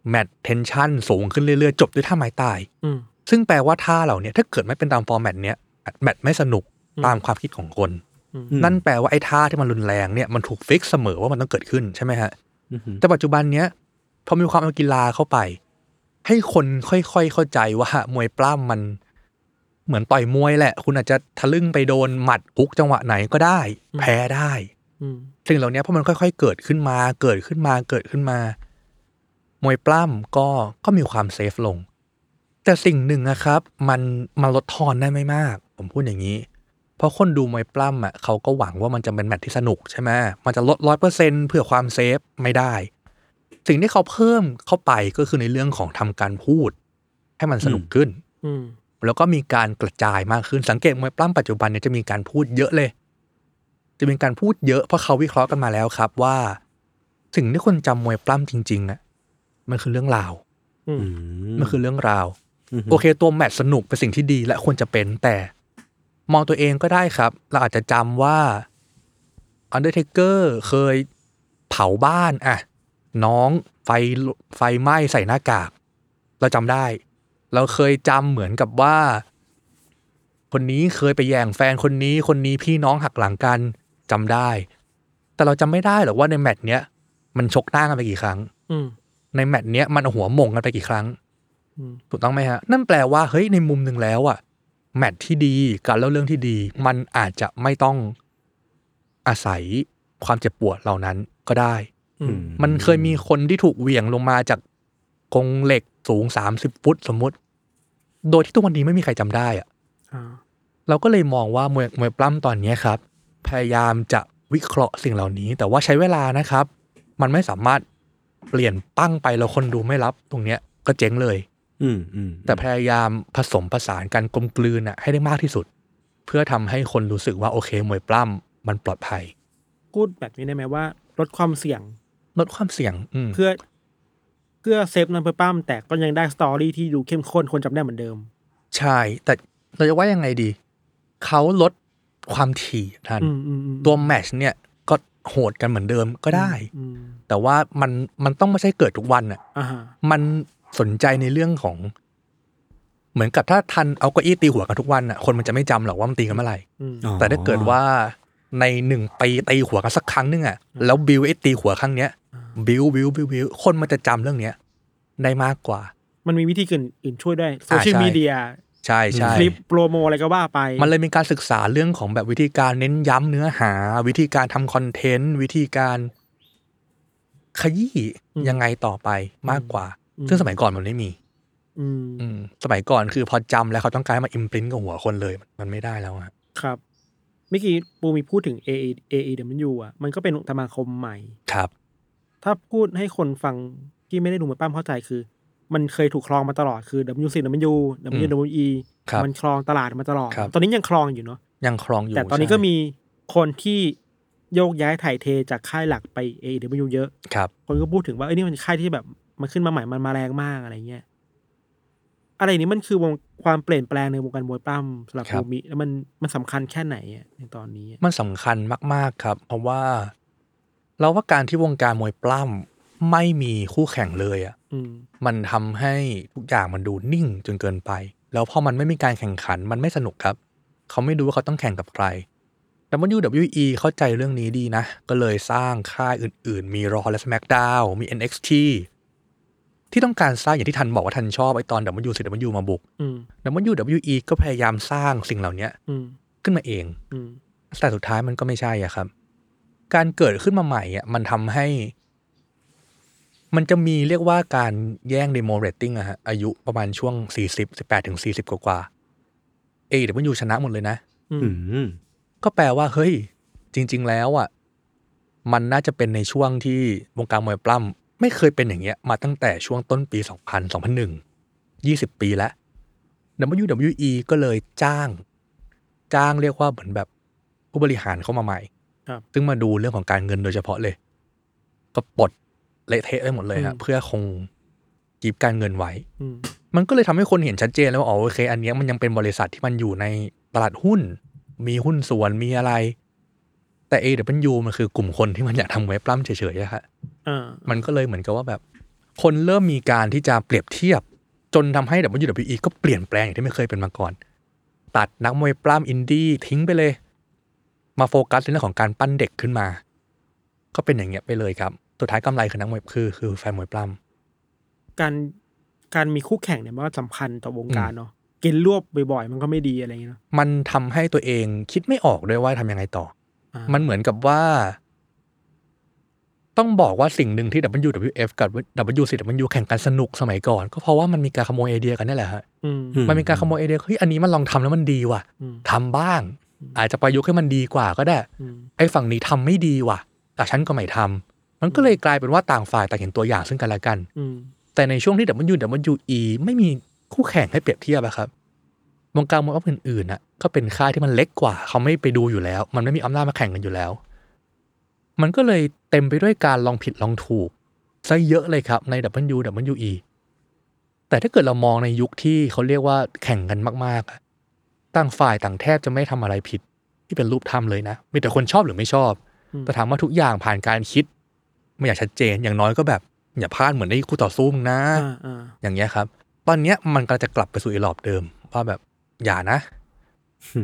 แมตเทนชันสูงขึ้นเรื่อยๆ จบด้วยท่าไม้ตาย อืม ซึ่งแปลว่าท่าเหล่าเนี้ยถ้าเกิดไม่เป็นตามฟอร์แมตเนี้ยแมตไม่สนุก อืม ตามความคิดของคน อืม นั่นแปลว่าไอ้ท่าที่มันรุนแรงเนี่ยมันถูกฟิกเสมอว่ามันต้องเกิดขึ้นใช่ไหมฮะ อืม แต่ปัจจุบันเนี้ยพอมีความเอากีฬาเข้าไป ให้คนค่อยๆเข้าใจว่ามวยปล้ำมัน เหมือนต่อยมวยแหละ คุณอาจจะทะลึ่งไปโดนหมัดฮุกจังหวะไหนก็ได้ แพ้ได้ อืม สิ่งเหล่านี้พอมันค่อย ๆ เกิดขึ้นมา เกิดขึ้นมา เกิดขึ้นมา มวยปล้ำก็ก็มีความเซฟลง แต่สิ่งหนึ่งนะครับ มันมันลดทอนได้ไม่มาก ผมพูดอย่างนี้ เพราะคนดูมวยปล้ำอ่ะเขาก็หวังว่ามันจะเป็นแมตช์ที่สนุกใช่ไหมมันจะลดร้อยเปอร์เซ็นเพื่อความเซฟไม่ได้ สิ่งที่เขาเพิ่มเข้าไปก็คือในเรื่องของทำการพูด ให้มันสนุกขึ้น อืม แล้วก็มีการกระจายมากขึ้น สังเกตมวยปล้ำปัจจุบันเนี่ยจะมีการพูดเยอะเลย จะมีการพูดเยอะเพราะเขาวิเคราะห์กันมาแล้วครับว่าสิ่งที่คนจำมวยปล้ำจริงๆอ่ะมันคือเรื่องราว อืม อื มันคือเรื่องราว ม โอเคตัวแมตช์สนุกเป็นสิ่งที่ดีและควรจะเป็นแต่มองตัวเองก็ได้ครับ เราอาจจะจำว่า Undertaker เคยเผาบ้านอ่ะน้องไฟไฟไหม้ใส่หน้ากาก เราจำได้ เราเคยจำเหมือนกับว่า คนนี้เคยไปแย่งแฟนคนนี้คนนี้พี่น้องหักหลังกันจำได้ แต่เราจำไม่ได้หรอกว่าในแมตช์เนี้ยมันชกหน้ากันไปกี่ครั้ง อืม ในแมตช์เนี้ยมันเอาหัวหมงกันไปกี่ครั้ง อืม ถูกต้องไหมฮะ นั่นแปลว่าเฮ้ยในมุมหนึ่งแล้วอะแมทที่ดีการเล่าเรื่องที่ดี มันอาจจะไม่ต้องอาศัยความเจ็บปวดเหล่านั้นก็ได้ อืม มันเคยมีคนที่ถูกเหวี่ยงลงมาจากกรงเหล็กสูง 30 ฟุตสมมุติ โดยที่ทุกวันนี้ไม่มีใครจำได้อะ อ่า เราก็เลยมองว่ามวยมวยปล้ำตอนเนี้ยครับ พยายามจะวิเคราะห์สิ่งเหล่านี้ แต่ว่าใช้เวลานะครับ มันไม่สามารถเปลี่ยนปั้งไปแล้วคนดูไม่รับ ตรงเนี้ยก็เจ๊งเลย อืมอืม แต่พยายามผสมผสานกันกลมกลืนน่ะให้ได้มากที่สุด เพื่อทำให้คนรู้สึกว่าโอเคมวยปล้ำมันปลอดภัย พูดแบบนี้ได้ไหมว่า ลดความเสี่ยง ลดความเสี่ยงอืม เพื่อ เพื่อเซฟนันเปอร์ปั้มแต่ก็ยังได้สตอรี่ที่ดูเข้มข้นคนจำได้เหมือนเดิม ใช่ แต่เราจะว่ายังไงดี เขาลดความถี่ท่าน อืมอืมอืม ตัวแมชเนี่ยก็โหดกันเหมือนเดิมก็ได้ อืม แต่ว่ามันมันต้องไม่ใช่เกิดทุกวันอ่ะ อ่าฮะ มันสนใจในเรื่องของ เหมือนกับถ้าทันเอาเก้าอี้ตีหัวกันทุกวันอ่ะคนมันจะไม่จำหรอกว่ามันตีกันเมื่อไหร่ อืม อ๋อ แต่ถ้าเกิดว่าในหนึ่งปีตีหัวกันสักครั้งนึงอ่ะแล้วบิวไอ้ตีหัวครั้งเนี้ยบิวบิวบิวบิวคนมันจะจำเรื่องเนี้ยได้มากกว่า มันมีวิธีอื่นๆช่วยได้โซเชียล ใช่ มีเดีย ใช่ใช่ คลิปโปรโมอะไรก็ว่าไป มันเลยมีการศึกษาเรื่องของแบบวิธีการเน้นย้ำเนื้อหา วิธีการทำคอนเทนต์วิธีการ ขยี้ยังไงต่อไปมากกว่า ซึ่งสมัยก่อนมันไม่มี อืม อืมสมัยก่อนคือพอจำแล้วเขาต้องการให้มาอิมพ i ิ t กับหัวคนเลยมันไม่ได้แล้วอะ ครับเมื่อกี้ปูมีพูดถึง A A E W อ่ะมันก็เป็นสมาคมใหม่ ครับ ถ้าพูดให้คนฟังที่ไม่ได้ดูมวยปั้มเข้าใจคือ มันเคยถูกคลองมาตลอดคือ W C W อื W W E ครับ มันคลองตลาดมาตลอด ครับ ตอนนี้ยังคลองอยู่เนาะ ยังครองอยู่ แต่ตอนนี้ก็ ใช่ มีคนที่โยกย้ายถ่ายเทจากค่ายหลักไป A W เยอะ ครับ คนก็พูดถึงว่าเอ้ยนี่มันค่ายที่แบบมันขึ้นมาใหม่มันมาแรงมากอะไรเงี้ยอะไรนี้มันคือวงความเปลี่ยนแปลงในวงการมวยปล้ำสำหรับ ครับ ภูมิแล้วมันมันสำคัญแค่ไหนอะในตอนนี้อะ มันสำคัญมาก ๆ ครับ เพราะว่า เราว่าการที่วงการมวยปล้ำไม่มีคู่แข่งเลยอะ่ะ อืม มันทำให้ทุกอย่างมันดูนิ่งจนเกินไป แล้วพอมันไม่มีการแข่งขัน มันไม่สนุกครับ เขาไม่รู้ว่าเขาต้องแข่งกับใคร WWE เข้าใจเรื่องนี้ดีนะ ก็เลยสร้างค่ายอื่น ๆ มี Raw และ SmackDown มี NXT ที่ต้องการสร้างอย่างที่ทันบอกว่าทันชอบไอตอน WCW มาบุก อืม WWE ก็พยายามสร้างสิ่งเหล่านี้ อืม ขึ้นมาเอง อืม แต่สุดท้ายมันก็ไม่ใช่อะครับ การเกิดขึ้นมาใหม่อะมันทำให้ มันจะมีเรียกว่าการแย่งเดโมเรตติ้งอะฮะอายุประมาณช่วง 40 18ถึง40 กว่ากว่าเอเดมันอยู่ชนะหมดเลยนะ อื อื ม ม ก็แปลว่า เฮ้ย จริง ๆ แล้วอะมันน่าจะเป็นในช่วงที่วงการมวยปล้ำไม่เคยเป็นอย่างเงี้ย มาตั้งแต่ช่วงต้นปี 2000 2001 20 ปีแล้ว WWE ก็เลยจ้าง จ้างเรียกว่าเหมือนแบบผู้บริหารเข้ามาใหม่ ครับ ซึ่งมาดูเรื่องของการเงินโดยเฉพาะเลย ก็ปลดเละเทะไปหมดเลยฮะ อืม เพื่อคงกีบการเงินไว้ อืม มันก็เลยทำให้คนเห็นชัดเจนแล้วว่าอ๋อโอเค อันเนี้ยมันยังเป็นบริษัทที่มันอยู่ในตลาดหุ้น มีหุ้นส่วนมีอะไร แต่ AW มันคือกลุ่มคนที่มันอยากทำเว็บปล้ำเฉยๆอะฮะ อ่า มันก็เลยเหมือนกับว่าแบบ คนเริ่มมีการที่จะเปรียบเทียบ จนทำให้ WWE ก็เปลี่ยนแปลงอย่างที่ไม่เคยเป็นมาก่อน ตัดนักมวยปล้ำอินดี้ทิ้งไปเลย มาโฟกัสในเรื่องของการปั้นเด็กขึ้นมา ก็เป็นอย่างเงี้ยไปเลยครับสุดท้ายกำไรคือนักมวยคือคือแฟนมวยปล้ำ การการมีคู่แข่งเนี่ยมันก็สำคัญต่อวงการเนาะกินรวบบ่อยๆ มันก็ไม่ดีอะไรอย่างเงี้ยเนาะ มันทำให้ตัวเองคิดไม่ออกด้วยว่าทำยังไงต่อ อ่า มันเหมือนกับว่า ต้องบอกว่าสิ่งหนึ่งที่ WWF กับ WCW แข่งกันสนุกสมัยก่อน ก็เพราะว่ามันมีการขโมยไอเดียกันนี่แหละฮะ อืม มันมีการขโมยไอเดียเฮ้ยอันนี้มันลองทำแล้วมันดีว่ะ อืม ทำบ้าง อาจจะประยุกต์ให้มันดีกว่าก็ได้ อืม ไอ้ฝั่งนี้ทำไม่ดีว่ะ แต่ฉันก็ไม่ทำมันก็เลยกลายเป็นว่าต่างฝ่ายต่างเห็นตัวอย่างซึ่งกันและกัน อืม แต่ในช่วงที่ WWE ไม่มีคู่แข่งให้เปรียบเทียบอะครับวงการมวยปล้ำอื่นๆน่ะก็เป็นค่ายที่มันเล็กกว่า เขาไม่ไปดูอยู่แล้ว มันไม่มีอำนาจมาแข่งกันอยู่แล้ว มันก็เลยเต็มไปด้วยการลองผิดลองถูกซะเยอะเลยครับใน WWE แต่ถ้าเกิดเรามองในยุคที่เขาเรียกว่าแข่งกันมากๆอะต่างฝ่ายต่างแทบจะไม่ทำอะไรผิด ที่เป็นรูปธรรมเลยนะมีแต่คนชอบหรือไม่ชอบ แต่ถามว่าทุกอย่างผ่านการคิดมาอย่างชัดเจนอย่างน้อยก็แบบ อย่าพลาดเหมือนในคู่ต่อสู้มึงนะ อ่าอ่า อย่างเงี้ยครับ ตอนเนี้ยมันกำลังจะกลับไปสู่อีหลอบเดิม ว่าแบบอย่านะ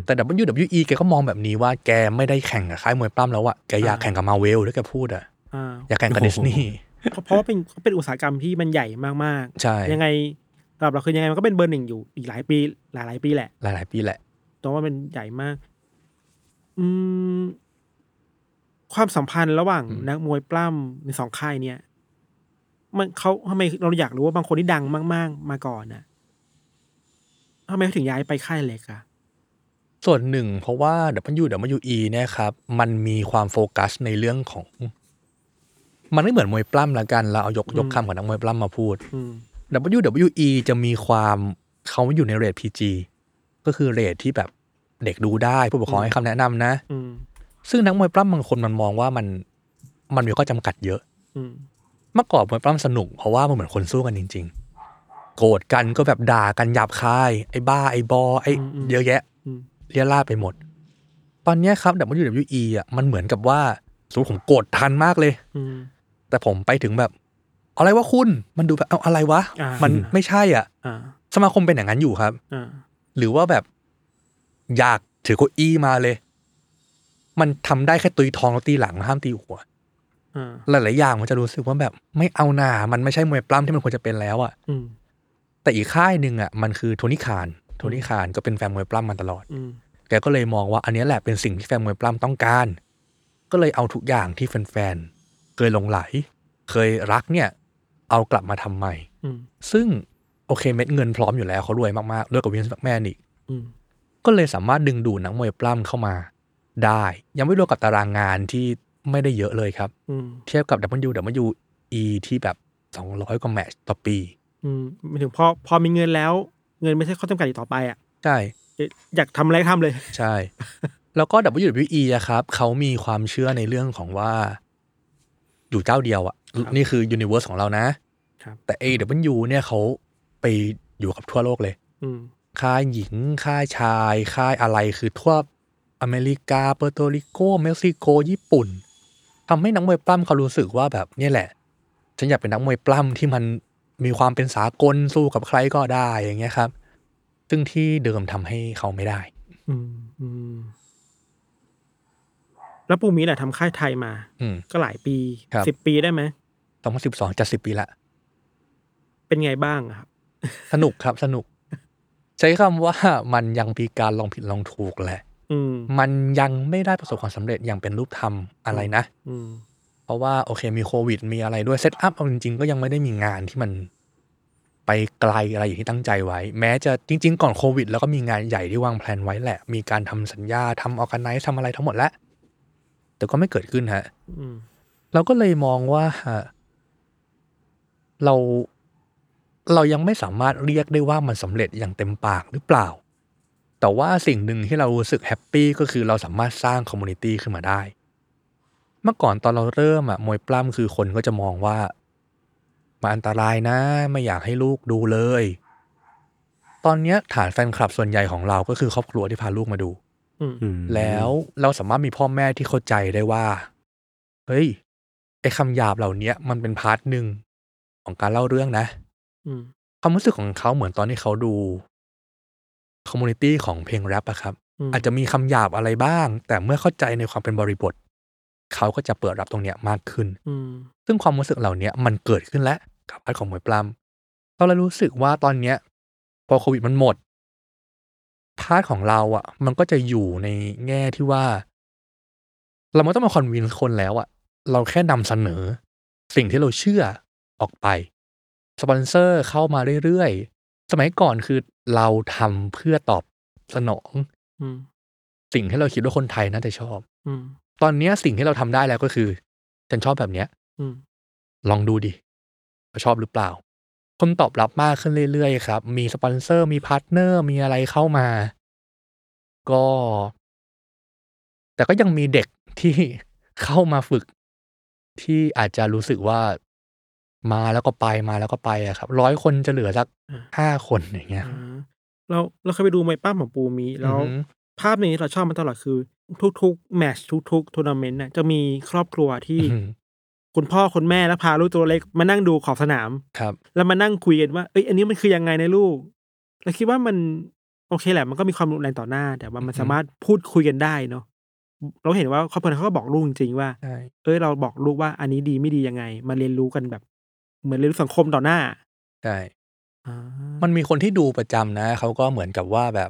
แต่ WWE แกก็มองแบบนี้ว่าแกไม่ได้แข่งกับค่ายมวยปล้ำแล้วอะแกอยากแข่งกับมาเวลด้วยแกพูดอะ อ่า อยากแข่งกับดิสนีย์ เพราะเพราะว่าเป็นเขาเป็นอุตสาหกรรมที่มันใหญ่มากๆ ใช่ ยังไงสำหรับเราคือยังไงมันก็เป็นเบอร์หนึ่งอยู่อีกหลายปีหลายหลายๆปีแหละ หลาย ๆ ปีแหละ แต่ว่ามันใหญ่มาก อืม ความสัมพันธ์ระหว่าง อืม นักมวยปล้ำในสองค่ายเนี่ย มันเขาทำไมเราอยากรู้ว่าบางคนที่ดังมาก ๆ มาก่อนน่ะทำไมเขาถึงย้ายไปค่ายเล็กอะ ส่วนหนึ่งเพราะว่า WWE เนี่ยครับมันมีความโฟกัสในเรื่องของ มันไม่เหมือนมวยปล้ำละกัน เราเอายกยกคำของนักมวยปล้ำมาพูด อืม WWE จะมีความเขาอยู่ในเรท PG ก็คือเรทที่แบบเด็กดูได้ผู้ปกครองให้คำแนะนำนะ อืม ซึ่งนักมวยปล้ำบางคนมันมองว่ามันมันมีข้อจำกัดเยอะ อืม เมื่อก่อนมวยปล้ำสนุกเพราะว่ามันเหมือนคนสู้กันจริง ๆ โกรธกันก็แบบด่ากันหยาบคาย ไอ้บ้าไอ้บอไอ้เยอะแยะ อืม เรียลาดไปหมด ตอนเนี้ยครับ WWE อ่ะมันเหมือนกับว่าสมมติผมโกรธทันมากเลย อืม แต่ผมไปถึงแบบ อะไรวะคุณมันดูแบบเอาอะไรวะ อ่ามั มันไม่ใช่อ่ะ อ่า สมาคมเป็นอย่างนั้นอยู่ครับ อ่า หรือว่าแบบอยากถือเก้าอี้มาเลย มันทำได้แค่ตีทองแล้วตีหลังห้ามตีหัว อ่า หลายๆอย่างมันจะรู้สึกว่าแบบ ไม่เอาหนามันไม่ใช่มวยปล้ำที่มันควรจะเป็นแล้วอ่ะ อืม แต่อีกค่ายหนึ่งอ่ะมันคือโทนี่คานโทนี่คานก็เป็นแฟนมวยปล้ำมาตลอด อืม แกก็เลยมองว่าอันเนี้ยแหละเป็นสิ่งที่แฟนมวยปล้ำต้องการ ก็เลยเอาทุกอย่างที่แฟนๆ เคยหลงไหล เคยรักเนี่ย เอากลับมาทำใหม่ อืม ซึ่งโอเคเม็ดเงินพร้อมอยู่แล้วเขารวยมากๆด้วยกับวินส์แมกแมนอีก อืม ก็เลยสามารถดึงดูดหนังมวยปล้ำเข้ามา ได้ ยังไม่รวมกับตารางงานที่ไม่ได้เยอะเลยครับ อืม เทียบกับ WWE ที่แบบ 200 กว่าแมตช์ต่อปี อืมหมายถึงพอพอมีเงินแล้ว เงินไม่ใช่ข้อจำกัดอีกต่อไปอ่ะ ใช่ อยากทำอะไรก็ทำเลย ใช่ แล้วก็ WWE อะครับ เขามีความเชื่อในเรื่องของว่า อยู่เจ้าเดียวอะ ครับ นี่คือยูนิเวอร์สของเรานะครับ แต่ AW เนี่ยเขาไปอยู่กับทั่วโลกเลย อืม ค่ายหญิง ค่ายชาย ค่ายอะไรคือทั่วอเมริกา เปอร์โตริโก เม็กซิโก ญี่ปุ่นทำให้นักมวยปล้ำเขารู้สึกว่าแบบเนี่ยแหละ ฉันอยากเป็นนักมวยปล้ำที่มันมีความเป็นสากลสู้กับใครก็ได้อย่างเงี้ยครับ ซึ่งที่เดิมทำให้เขาไม่ได้ อืมอืมแล้วปูมีแหละทำค่ายไทยมา อืม ก็หลายปี ครับ สิบปีได้ไหม สองพันสิบสองจะสิบปีละ เป็นไงบ้างอะครับ สนุกครับสนุก ใช้คำว่ามันยังมีการลองผิดลองถูกแหละ อืม มันยังไม่ได้ประสบความสำเร็จอย่างเป็นรูปธรรมอะไรนะ อืม เพราะว่าโอเคมีโควิดมีอะไรด้วยเซตอัพเอาจริงๆ ก็ยังไม่ได้มีงานที่มันไปไกลอะไรอย่างที่ตั้งใจไว้ แม้จะจริง ๆ ก่อนโควิด แล้วก็มีงานใหญ่ที่วางแผนไว้แหละ มีการทำสัญญาทำออกันไนซ์ทำอะไรทั้งหมดแล้วแต่ก็ไม่เกิดขึ้นฮะ อืม เราก็เลยมองว่าเราเรายังไม่สามารถเรียกได้ว่ามันสำเร็จอย่างเต็มปากหรือเปล่า แต่ว่าสิ่งหนึ่งที่เรารู้สึกแฮปปี้ก็คือเราสามารถสร้างคอมมูนิตี้ขึ้นมาได้ เมื่อก่อนตอนเราเริ่มอะมวยปล้ำคือคนก็จะมองว่ามันอันตรายนะ ไม่อยากให้ลูกดูเลย ตอนเนี้ยฐานแฟนคลับส่วนใหญ่ของเราก็คือครอบครัวที่พาลูกมาดู อืม อืม แล้วเราสามารถมีพ่อแม่ที่เข้าใจได้ว่า เฮ้ย ไอ้คำหยาบเหล่าเนี้ยมันเป็นพาร์ทหนึ่งของการเล่าเรื่องนะ อืม ความรู้สึกของเขาเหมือนตอนที่เขาดูคอมมูนิตี้ของเพลงแรปอะครับ ม อาจจะมีคำหยาบอะไรบ้าง แต่เมื่อเข้าใจในความเป็นบริบท เขาก็จะเปิดรับตรงเนี้ยมากขึ้น อืม ซึ่งความรู้สึกเหล่าเนี้ยมันเกิดขึ้นแล้วกับพาร์ทของมวยปล้ำเราเลยรู้สึกว่าตอนเนี้ย พอโควิดมันหมดพาร์ทของเราอะ่ะ มันก็จะอยู่ในแง่ที่ว่า เราไม่ต้องมาคอนวินคนแล้วอะ่ะ เราแค่นำเสนอ สิ่งที่เราเชื่อออกไป สปอนเซอร์เข้ามาเรื่อยๆ สมัยก่อนคือเราทำเพื่อตอบสนอง อืม สิ่งที่เราคิดว่าคนไทยน่าจะชอบ อืม ตอนเนี้ยสิ่งที่เราทำได้แล้วก็คือฉันชอบแบบเนี้ย อืม ลองดูดิว่าชอบหรือเปล่า คนตอบรับมากขึ้นเรื่อยๆครับ มีสปอนเซอร์ มีพาร์ทเนอร์ มีอะไรเข้ามา ก็ แต่ก็ยังมีเด็กที่ เข้ามาฝึก ที่อาจจะรู้สึกว่ามาแล้วก็ไปมาแล้วก็ไปอะครับร้อยคนจะเหลือสัก อ่า ห้าคนอย่างเงี้ย อ่าเราเราเคยไปดูมวยป้าของปูมี แล้ว อือหือ ภาพนี้เราชอบมาตลอดคือ ทุกๆ แมตชทุกๆทัวร์นาเมนต์น่ะจะมีครอบครัวที่ อื้อหือ คุณพ่อคุณแม่แล้วพาลูกตัวเล็กมานั่งดูขอบสนาม ครับ แล้วมานั่งคุยกันว่าเอ้ยอันนี้มันคือยังไงในะลูกเราคิดว่ามันโอเคแหละมันก็มีความรุนแรงต่อหน้า แต่ว่ามันสามารถพูดคุยกันได้เนาะเราเห็นว่าครอบครัวเขาก็บอกลูกจริงๆว่า ใช่ เอ้ยเราบอกลูกว่าอันนี้ดีไม่ดียังไง มาเรียนรู้กันแบบ เหมือนเรียนรู้สังคมต่อหน้า ใช่ อ่า มันมีคนที่ดูประจำนะ เขาก็เหมือนกับว่าแบบ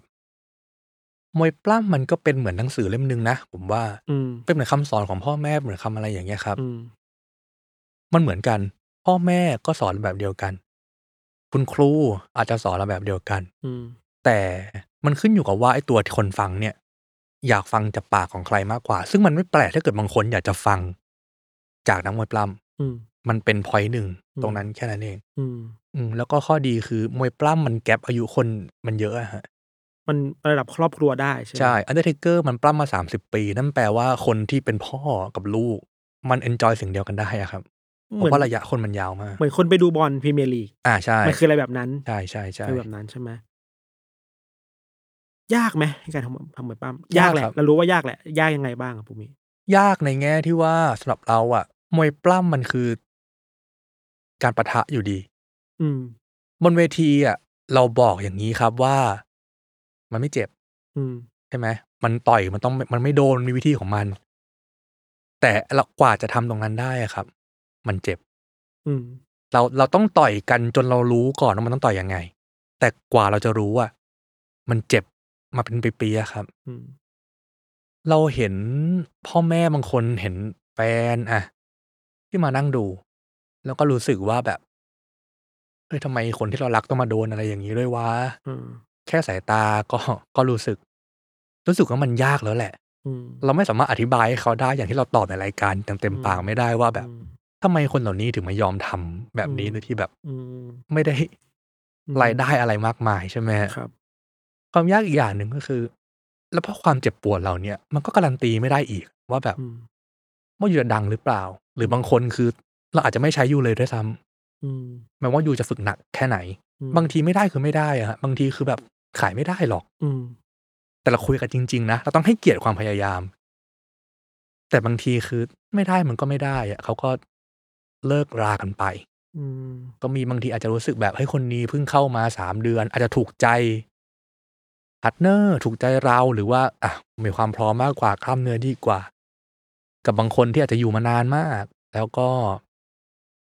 มวยปล้ำมันก็เป็นเหมือนหนังสือเล่มหนึงนะผมว่า อืม เป็นเหมือนคำสอนของพ่อแม่เหมือนคำอะไรอย่างเงี้ยครับ อืม มันเหมือนกัน พ่อแม่ก็สอนแบบเดียวกัน คุณครูอาจจะสอนเราแบบเดียวกัน อืม แต่มันขึ้นอยู่กับว่าไอ้ตัวที่คนฟังเนี่ย อยากฟังจากปากของใครมากกว่า ซึ่งมันไม่แปลกถ้าเกิดบางคนอยากจะฟัง จากนักมวยปล้ อืม ำมันเป็นพอยหนึ่ง อืม ตรงนั้นแค่นั้นเอง อืม อืมแล้วก็ข้อดีคือมวยปล้ำมันแก็บอายุคนมันเยอะอะฮะ มันระดับครอบครัวได้ใช่ไหม ใช่อันเดอร์เทเกอร์มันปล้ำมา 30 ปี นั่นแปลว่าคนที่เป็นพ่อกับลูก มันเอนจอยสิ่งเดียวกันได้อะครับเพ เหมือน ราะว่าระยะคนมันยาวมาก เหมือนคนไปดูบอลพรีเมียร์ลีก อ่าใช่ มันคืออะไรแบบนั้น ใช่ใช่ใช่ คือแบบนั้นใช่ไหมยากไหมในการทำทำเหมือนปั้มยากแหละ ยากครับ เรารู้ว่ายากแหละ ยากยังไงบ้างอะภูมิ ยากในแง่ที่ว่าสำหรับเราอะมวยปล้ำมันคือ การปะทะอยู่ดี อืม บนเวทีอะเราบอกอย่างนี้ครับว่า มันไม่เจ็บ อืม ใช่ไหมมันต่อยมันต้องมันไม่โดนมีวิธีของมัน แต่เรากว่าจะทำตรงนั้นได้อะครับ มันเจ็บ อืม เราเราต้องต่อยกันจนเรารู้ก่อนว่ามันต้องต่อยยังไง แต่กว่าเราจะรู้อะมันเจ็บมาเป็นปีๆอะครับ อืม เราเห็นพ่อแม่บางคนเห็นแฟนอะที่มานั่งดู แล้วก็รู้สึกว่าแบบเฮ้ยทำไมคนที่เรารักต้องมาโดนอะไรอย่างนี้ด้วยวะ อืม แค่สายตาก็ [laughs] ก็รู้สึก รู้สึกว่ามันยากแล้วแหละ อืม เราไม่สามารถอธิบายให้เขาได้อย่างที่เราตอบในรายการเต็มเต็ม อืม ปากไม่ได้ว่าแบบทำไมคนเหล่านี้ถึงมายอมทำแบบนี้ อืม โดยที่แบบ อืม ไม่ได้ อืม รายได้อะไรมากมายใช่ไหมฮะ ครับ ความยากอีกอย่างหนึ่งก็คือ แล้วเพราะความเจ็บปวดเราเนี่ย มันก็การันตีไม่ได้อีก ว่าแบบ อืม ว่าอยู่จะดังหรือเปล่า หรือบางคนคือ เราอาจจะไม่ใช้ยูเลยด้วยซ้ำ อืม แม้ว่ายูจะฝึกหนักแค่ไหน อืม บางทีไม่ได้คือไม่ได้อะฮะบางทีคือแบบขายไม่ได้หรอก อืม แต่เราคุยกันจริง ๆ นะ เราต้องให้เกียรติความพยายาม แต่บางทีคือไม่ได้มันก็ไม่ได้อะเขาก็เลิกรากันไป อืม ก็มีบางทีอาจจะรู้สึกแบบเฮ้ยคนนี้เพิ่งเข้ามาสามเดือน อาจจะถูกใจพาร์ทเนอร์ถูกใจเราหรือว่าอ่ะมีความพร้อมมากกว่ากล้ามเนื้อดีกว่า กับบางคนที่อาจจะอยู่มานานมาก แล้วก็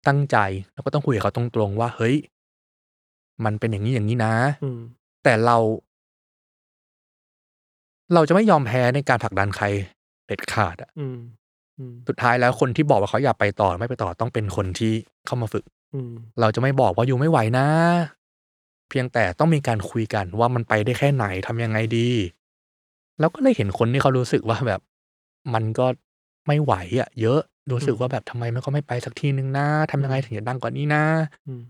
ตั้งใจแล้วก็ต้องคุยกับเขาตรงๆว่า เฮ้ย มันเป็นอย่างนี้อย่างนี้นะ อืม แต่เรา เราจะไม่ยอมแพ้ในการผลักดันใครเด็ดขาดอะ อืม อืม สุดท้ายแล้วคนที่บอกว่าเขาอยากไปต่อไม่ไปต่อต้องเป็นคนที่เข้ามาฝึก อืม เราจะไม่บอกว่าอยู่ไม่ไหวนะ เพียงแต่ต้องมีการคุยกันว่ามันไปได้แค่ไหนทำยังไงดี แล้วก็ได้เห็นคนที่เขารู้สึกว่าแบบ มันก็ไม่ไหวอะเยอะรู้สึกว่าแบบทำไมมันก็ไม่ไปสักทีนึงนะทำยังไงถึงจะดังกว่านี้นะ อืม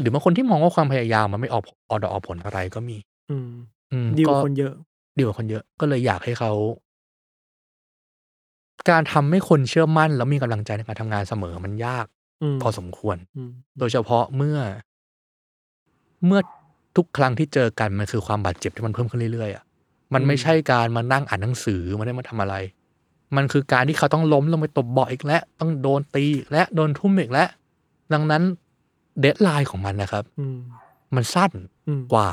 หรือบางคนที่มองว่าความพยายามมันไม่ออกออกดอกออกผลอะไรก็มี อืม อืม ดีก ก็ ว่าคนเยอะ ดีกว่าคนเยอะก็เลยอยากให้เขา การทำให้คนเชื่อมั่น แล้วมีกำลังใจในการทำงานเสมอมันยาก อืม พอสมควร อืม โดยเฉพาะเมื่อ เมื่อทุกครั้งที่เจอกันมันคือความบาดเจ็บที่มันเพิ่มขึ้นเรื่อยๆอ่ะมัน อืม ไม่ใช่การมานั่งอ่านหนังสือมันได้มาทำอะไร มันคือการที่เขาต้องล้มลงไปตบเบาะอีกแล้วต้องโดนตีอีกแล้วโดนทุ่มอีกแล้วดังนั้นเดทไลน์ของมันนะครับ อืม มันสั้น อืม กว่า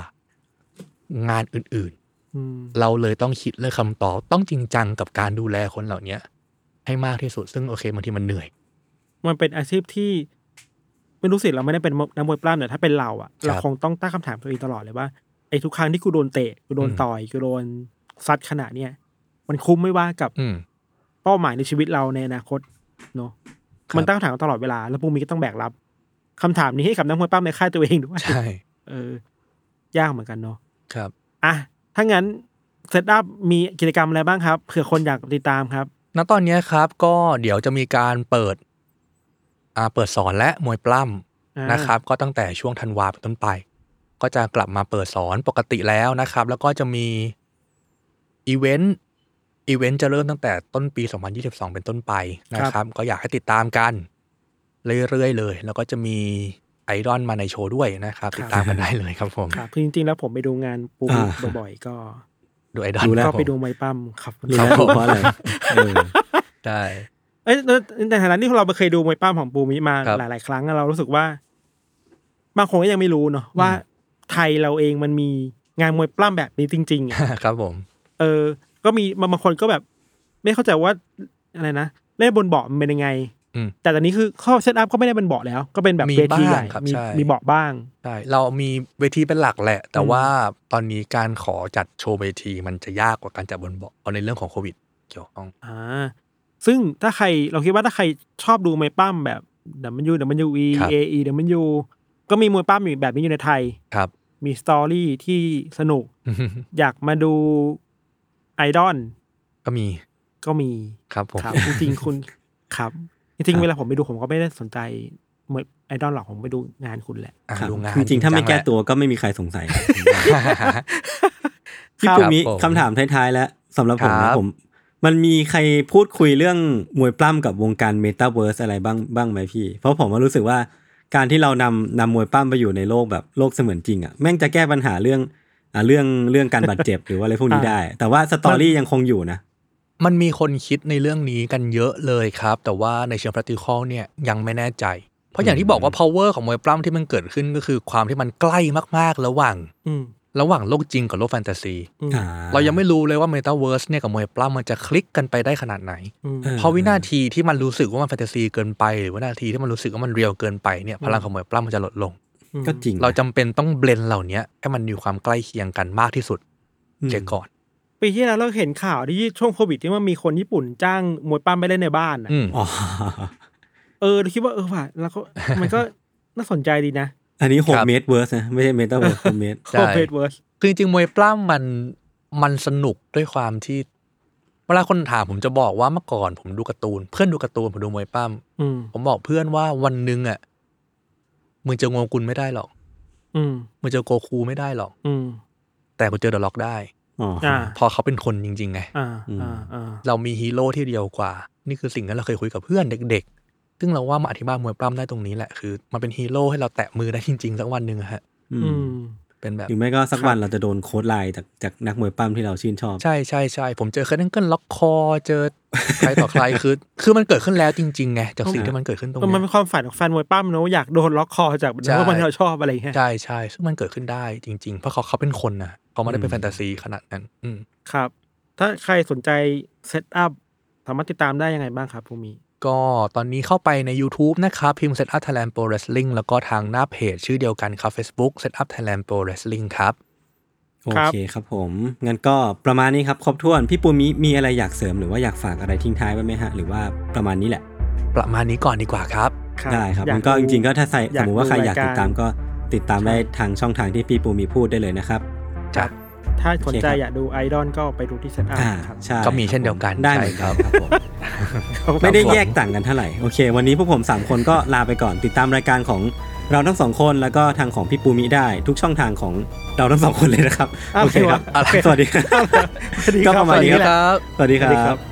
งานอื่น ๆ อืม เราเลยต้องคิดเลือกคำตอบต้องจริงจังกับการดูแลคนเหล่าเนี้ย ให้มากที่สุดซึ่งโอเคบางทีมันเหนื่อย มันเป็นอาชีพที่ ไม่รู้สิเราไม่ได้เป็นนักมวยปล้ำเนี่ยถ้าเป็นเราอะ ครับ เราคงต้องตั้งคำถามตัวเองตลอดเลยว่าไอ้ทุกครั้งที่กูโดนเตะกูโดน อืม ต่อยกูโดนซัดขนาดเนี้ยมันคุ้มไม่ว่ากับ อืม เป้าหมายในชีวิตเราในอนาคตเนอะ ครับ มันตั้งคำถามตลอดเวลา แล้วพวกมีก็ต้องแบกรับคำถามนี้ให้กับนักมวยปล้ำในค่ายตัวเองด้วย ใช่ เออ ยากเหมือนกันเนาะ ครับ อ่ะถ้างั้นเซตอัพมีกิจกรรมอะไรบ้างครับเผื่อคนอยากติดตามครับ ณตอนเนี้ยครับ ก็เดี๋ยวจะมีการเปิด อ่าเปิดสอนและมวยปล้ อ่า ำนะครับ ก็ตั้งแต่ช่วงธันวาเป็นต้นไป ก็จะกลับมาเปิดสอนปกติแล้วนะครับ แล้วก็จะมีอีเวนต์อีเวนต์จะเริ่มตั้งแต่ต้นปี 2022 เป็นต้นไปนะครับ ก็อยากให้ติดตามกัน เรื่อยๆเลย แล้วก็จะมีไอรอนมาในโชว์ด้วยนะครับ ครับ ติดตามกันได้เลยครับผม ครับคือจริงๆแล้วผมไปดูงานปูมิ อ่า บ่อยๆก็ ดูไอดอล ดู แล้ ว ก็ไป ผม ดูมวยปั้มครับ รู้แล้วผมว่าอะไรเออ ได้ เอ้ยในฐานะที่เราเคยดูมวยปั้มของปูมิมา ครับ หลายๆ ครั้งอะเรารู้สึกว่า บางคนก็ยังไม่รู้เนาะว่า อืม ไทยเราเองมันมีงานมวยปล้ำแบบนี้จริงๆอะ [laughs] ครับผม เออ ก็มีบางคนก็แบบ ไม่เข้าใจว่าอะไรนะเล่นบนเบาะมันเป็นยังไง อืม แต่ตอนนี้คือข้อเซตอัพก็ไม่ได้เป็นเบาะแล้ว ก็เป็นแบบ มี เวที บ้าใหงญ่ ครับ มี ใช่ มีเบาะบ้าง ใช่เรามีเวทีเป็นหลักแหละ แต่ อืม ว่าตอนนี้การขอจัดโชว์เวทีมันจะยากกว่าการจัดบนเบาะเอาในเรื่องของโควิดเกี่ยวข้อง อ่าซึ่งถ้าใครเราคิดว่าถ้าใครชอบดูมวยปั้มแบบ W W E ครับ A E W ก็มีมวยปั้มอยู่แบบนี้อยู่ในไทย ครับ [laughs] มีสตอรี่ที่สนุก อยากมาดูไอดอล ก็มี ก็มี ครับผม ครับ จริงๆคุณครับจริงๆเวลาผมไปดูผมก็ไม่ได้สนใจมวยไอดอลหรอกผมไปดูงานคุณแหละ อ่ะ ครับ ดูงาน จริงๆ ถ้าไม่ จั แก้ หละ ตัวก็ไม่มีใครสงสัย พี่ปุมิ ครับผม คำถามท้ายๆ แล้วสำหรับผม ครั นะ บ ผม มันมีใครพูดคุยเรื่องมวยปล้ำกับวงการเมตาเวิร์สอะไรบ้างบ้างไหมพี่ เพราะผมว่ารู้สึกว่าการที่เรานำนำมวยปล้ำไปอยู่ในโลกแบบโลกเสมือนจริงอ่ะแม่งจะแก้ปัญหาเรื่องอ่ะเรื่องเรื่องการบาดเจ็บ หรือว่าอะไรพวกนี้ได้ แต่ว่าสตอรี่ยังคงอยู่นะ [laughs] มันมีคนคิดในเรื่องนี้กันเยอะเลยครับ แต่ว่าในเชิง practical เนี่ยยังไม่แน่ใจ เพราะอย่างที่บอกว่า power ของมวยปล้ำที่มันเกิดขึ้นก็คือความที่มันใกล้มากๆ ระหว่าง อืม ระหว่างโลกจริงกับโลกแฟนตาซี อืม อ่ เรายังไม่รู้เลยว่า Metaverse เนี่ยกับมวยปล้ำมันจะคลิกกันไปได้ขนาดไหน อืม ออ เพราะวินาทีที่มันรู้สึกว่ามันแฟนตาซีเกินไป หรือวินาทีที่มันรู้สึกว่ามันเรียลเกินไปเนี่ย อืม พลังของมวยปล้ำมันจะลดลง ก็จริง เราจำเป็นต้องเบลนเหล่านี้ให้มันมีความใกล้เคียงกันมากที่สุดเสียก่อน ปีที่แล้วเราเห็นข่าวที่ช่วงโควิดที่มันมีคนญี่ปุ่นจ้างมวยปั้มไปเล่นในบ้านน่ะ อืม อ๋อ เออเราคิดว่าเออว่ะแล้วก็มันก็ น่าสนใจดีนะ อันนี้โฮมเมดเวิร์สนะไม่ใช่เมตาเวิร์สโฮมเมด ใช่ โคเ a ดเวิร์ส คือจริงๆมวยปล้ำมันมันสนุกด้วยความที่ เวลาคนถามผมจะบอกว่าเมื่อก่อนผมดูการ์ตูน เพื่อนดูการ์ตูนผมดูมวยปล้ อืม ำผมบอกเพื่อนว่าวันหนึ่งอ่ะมึงจะงงกุลไม่ได้หรอก อืม มึงจะโกคูไม่ได้หรอก อืม แต่กูเจอเดอะล็อกได้ อ่า พอเขาเป็นคนจริงๆไง อ่า อืม อ่าอ่า เรามีฮีโร่ที่เดียวกว่า นี่คือสิ่งที่เราเคยคุยกับเพื่อนเด็กๆ ซึ่งเราว่ามาอธิบายมวยปล้ำได้ตรงนี้แหละคือมันเป็นฮีโร่ให้เราแตะมือได้จริงๆ สักวันหนึ่งอะฮะ อื อื ม ม เป็นแบบ หรือไม่ก็สักวันเราจะโดนโค้ดไลน์จากจากนักมวยปั้มที่เราชื่นชอบ ใช่ใช่ใช่ผมเจอเคิร์นเกิลล็อกคอ เจอใครต่อใคร คือ คือมันเกิดขึ้นแล้วจริงๆไงจากสิ่งที่มันเกิดขึ้นตรง เออมันเป็เนี้ย นความฝันของแฟนมวยปั้มเนอะอยากโดนล็อกคอจาก ใช่ นักมวยที่เราชอบอะไรอย่างเงี้ย ใช่ใช่ซึ่งมันเกิดขึ้นได้จริง ๆ เพราะเขาเขาเป็นคนนะเขาไม่ได้เป็นแฟนตาซีขนาดนั้น อืม ครับ ถ้าใครสนใจเซตอัพสามารถติดตามได้ยังไงบ้างครับภูมิ ก็ตอนนี้เข้าไปใน YouTube นะครับ พิมพ์ Set Up Thailand Pro Wrestling แล้วก็ทางหน้าเพจชื่อเดียวกันครับ Facebook Set Up Thailand Pro Wrestling ครับ โอ ครับ เคครับผม งั้นก็ประมาณนี้ครับ ครบถ้วน พี่ปูมิมีอะไรอยากเสริมหรือว่าอยากฝากอะไรทิ้งท้ายไว้ไหมฮะ หรือว่าประมาณนี้แหละ ประมาณนี้ก่อนดีกว่าครับ ได้ครับ มันก็จริงๆก็ถ้าใส่สมมติว่าใครอยากติดตามก็ติดตามได้ทางช่องทางที่พี่ปูมิพูดได้เลยนะครับ ครับ ถ้าสนใจ โอเคครับ อยากดูไอดอลก็ไปดูที่เซตอัพ อ่า ครับ ใช่ [laughs] ก็มีเช่นเดียวกัน ได้เหมือน ใช่ค กั รั น บ ครับผม ไม่ได้แยกต่างกันเท่าไหร่ โอเค วันนี้พวกผม 3 คนก็ลาไปก่อน ติดตามรายการของเราทั้งสองคนแล้วก็ทางของพี่ปูมิได้ ทุกช่องทางของเราทั้งสองคนเลยนะครับ อ้าว โอเคครับ โอเค สวัสดีครับ สวัสดี ก็ ค ป รับ ระมาณนี้ ครับ สวัสดีครับ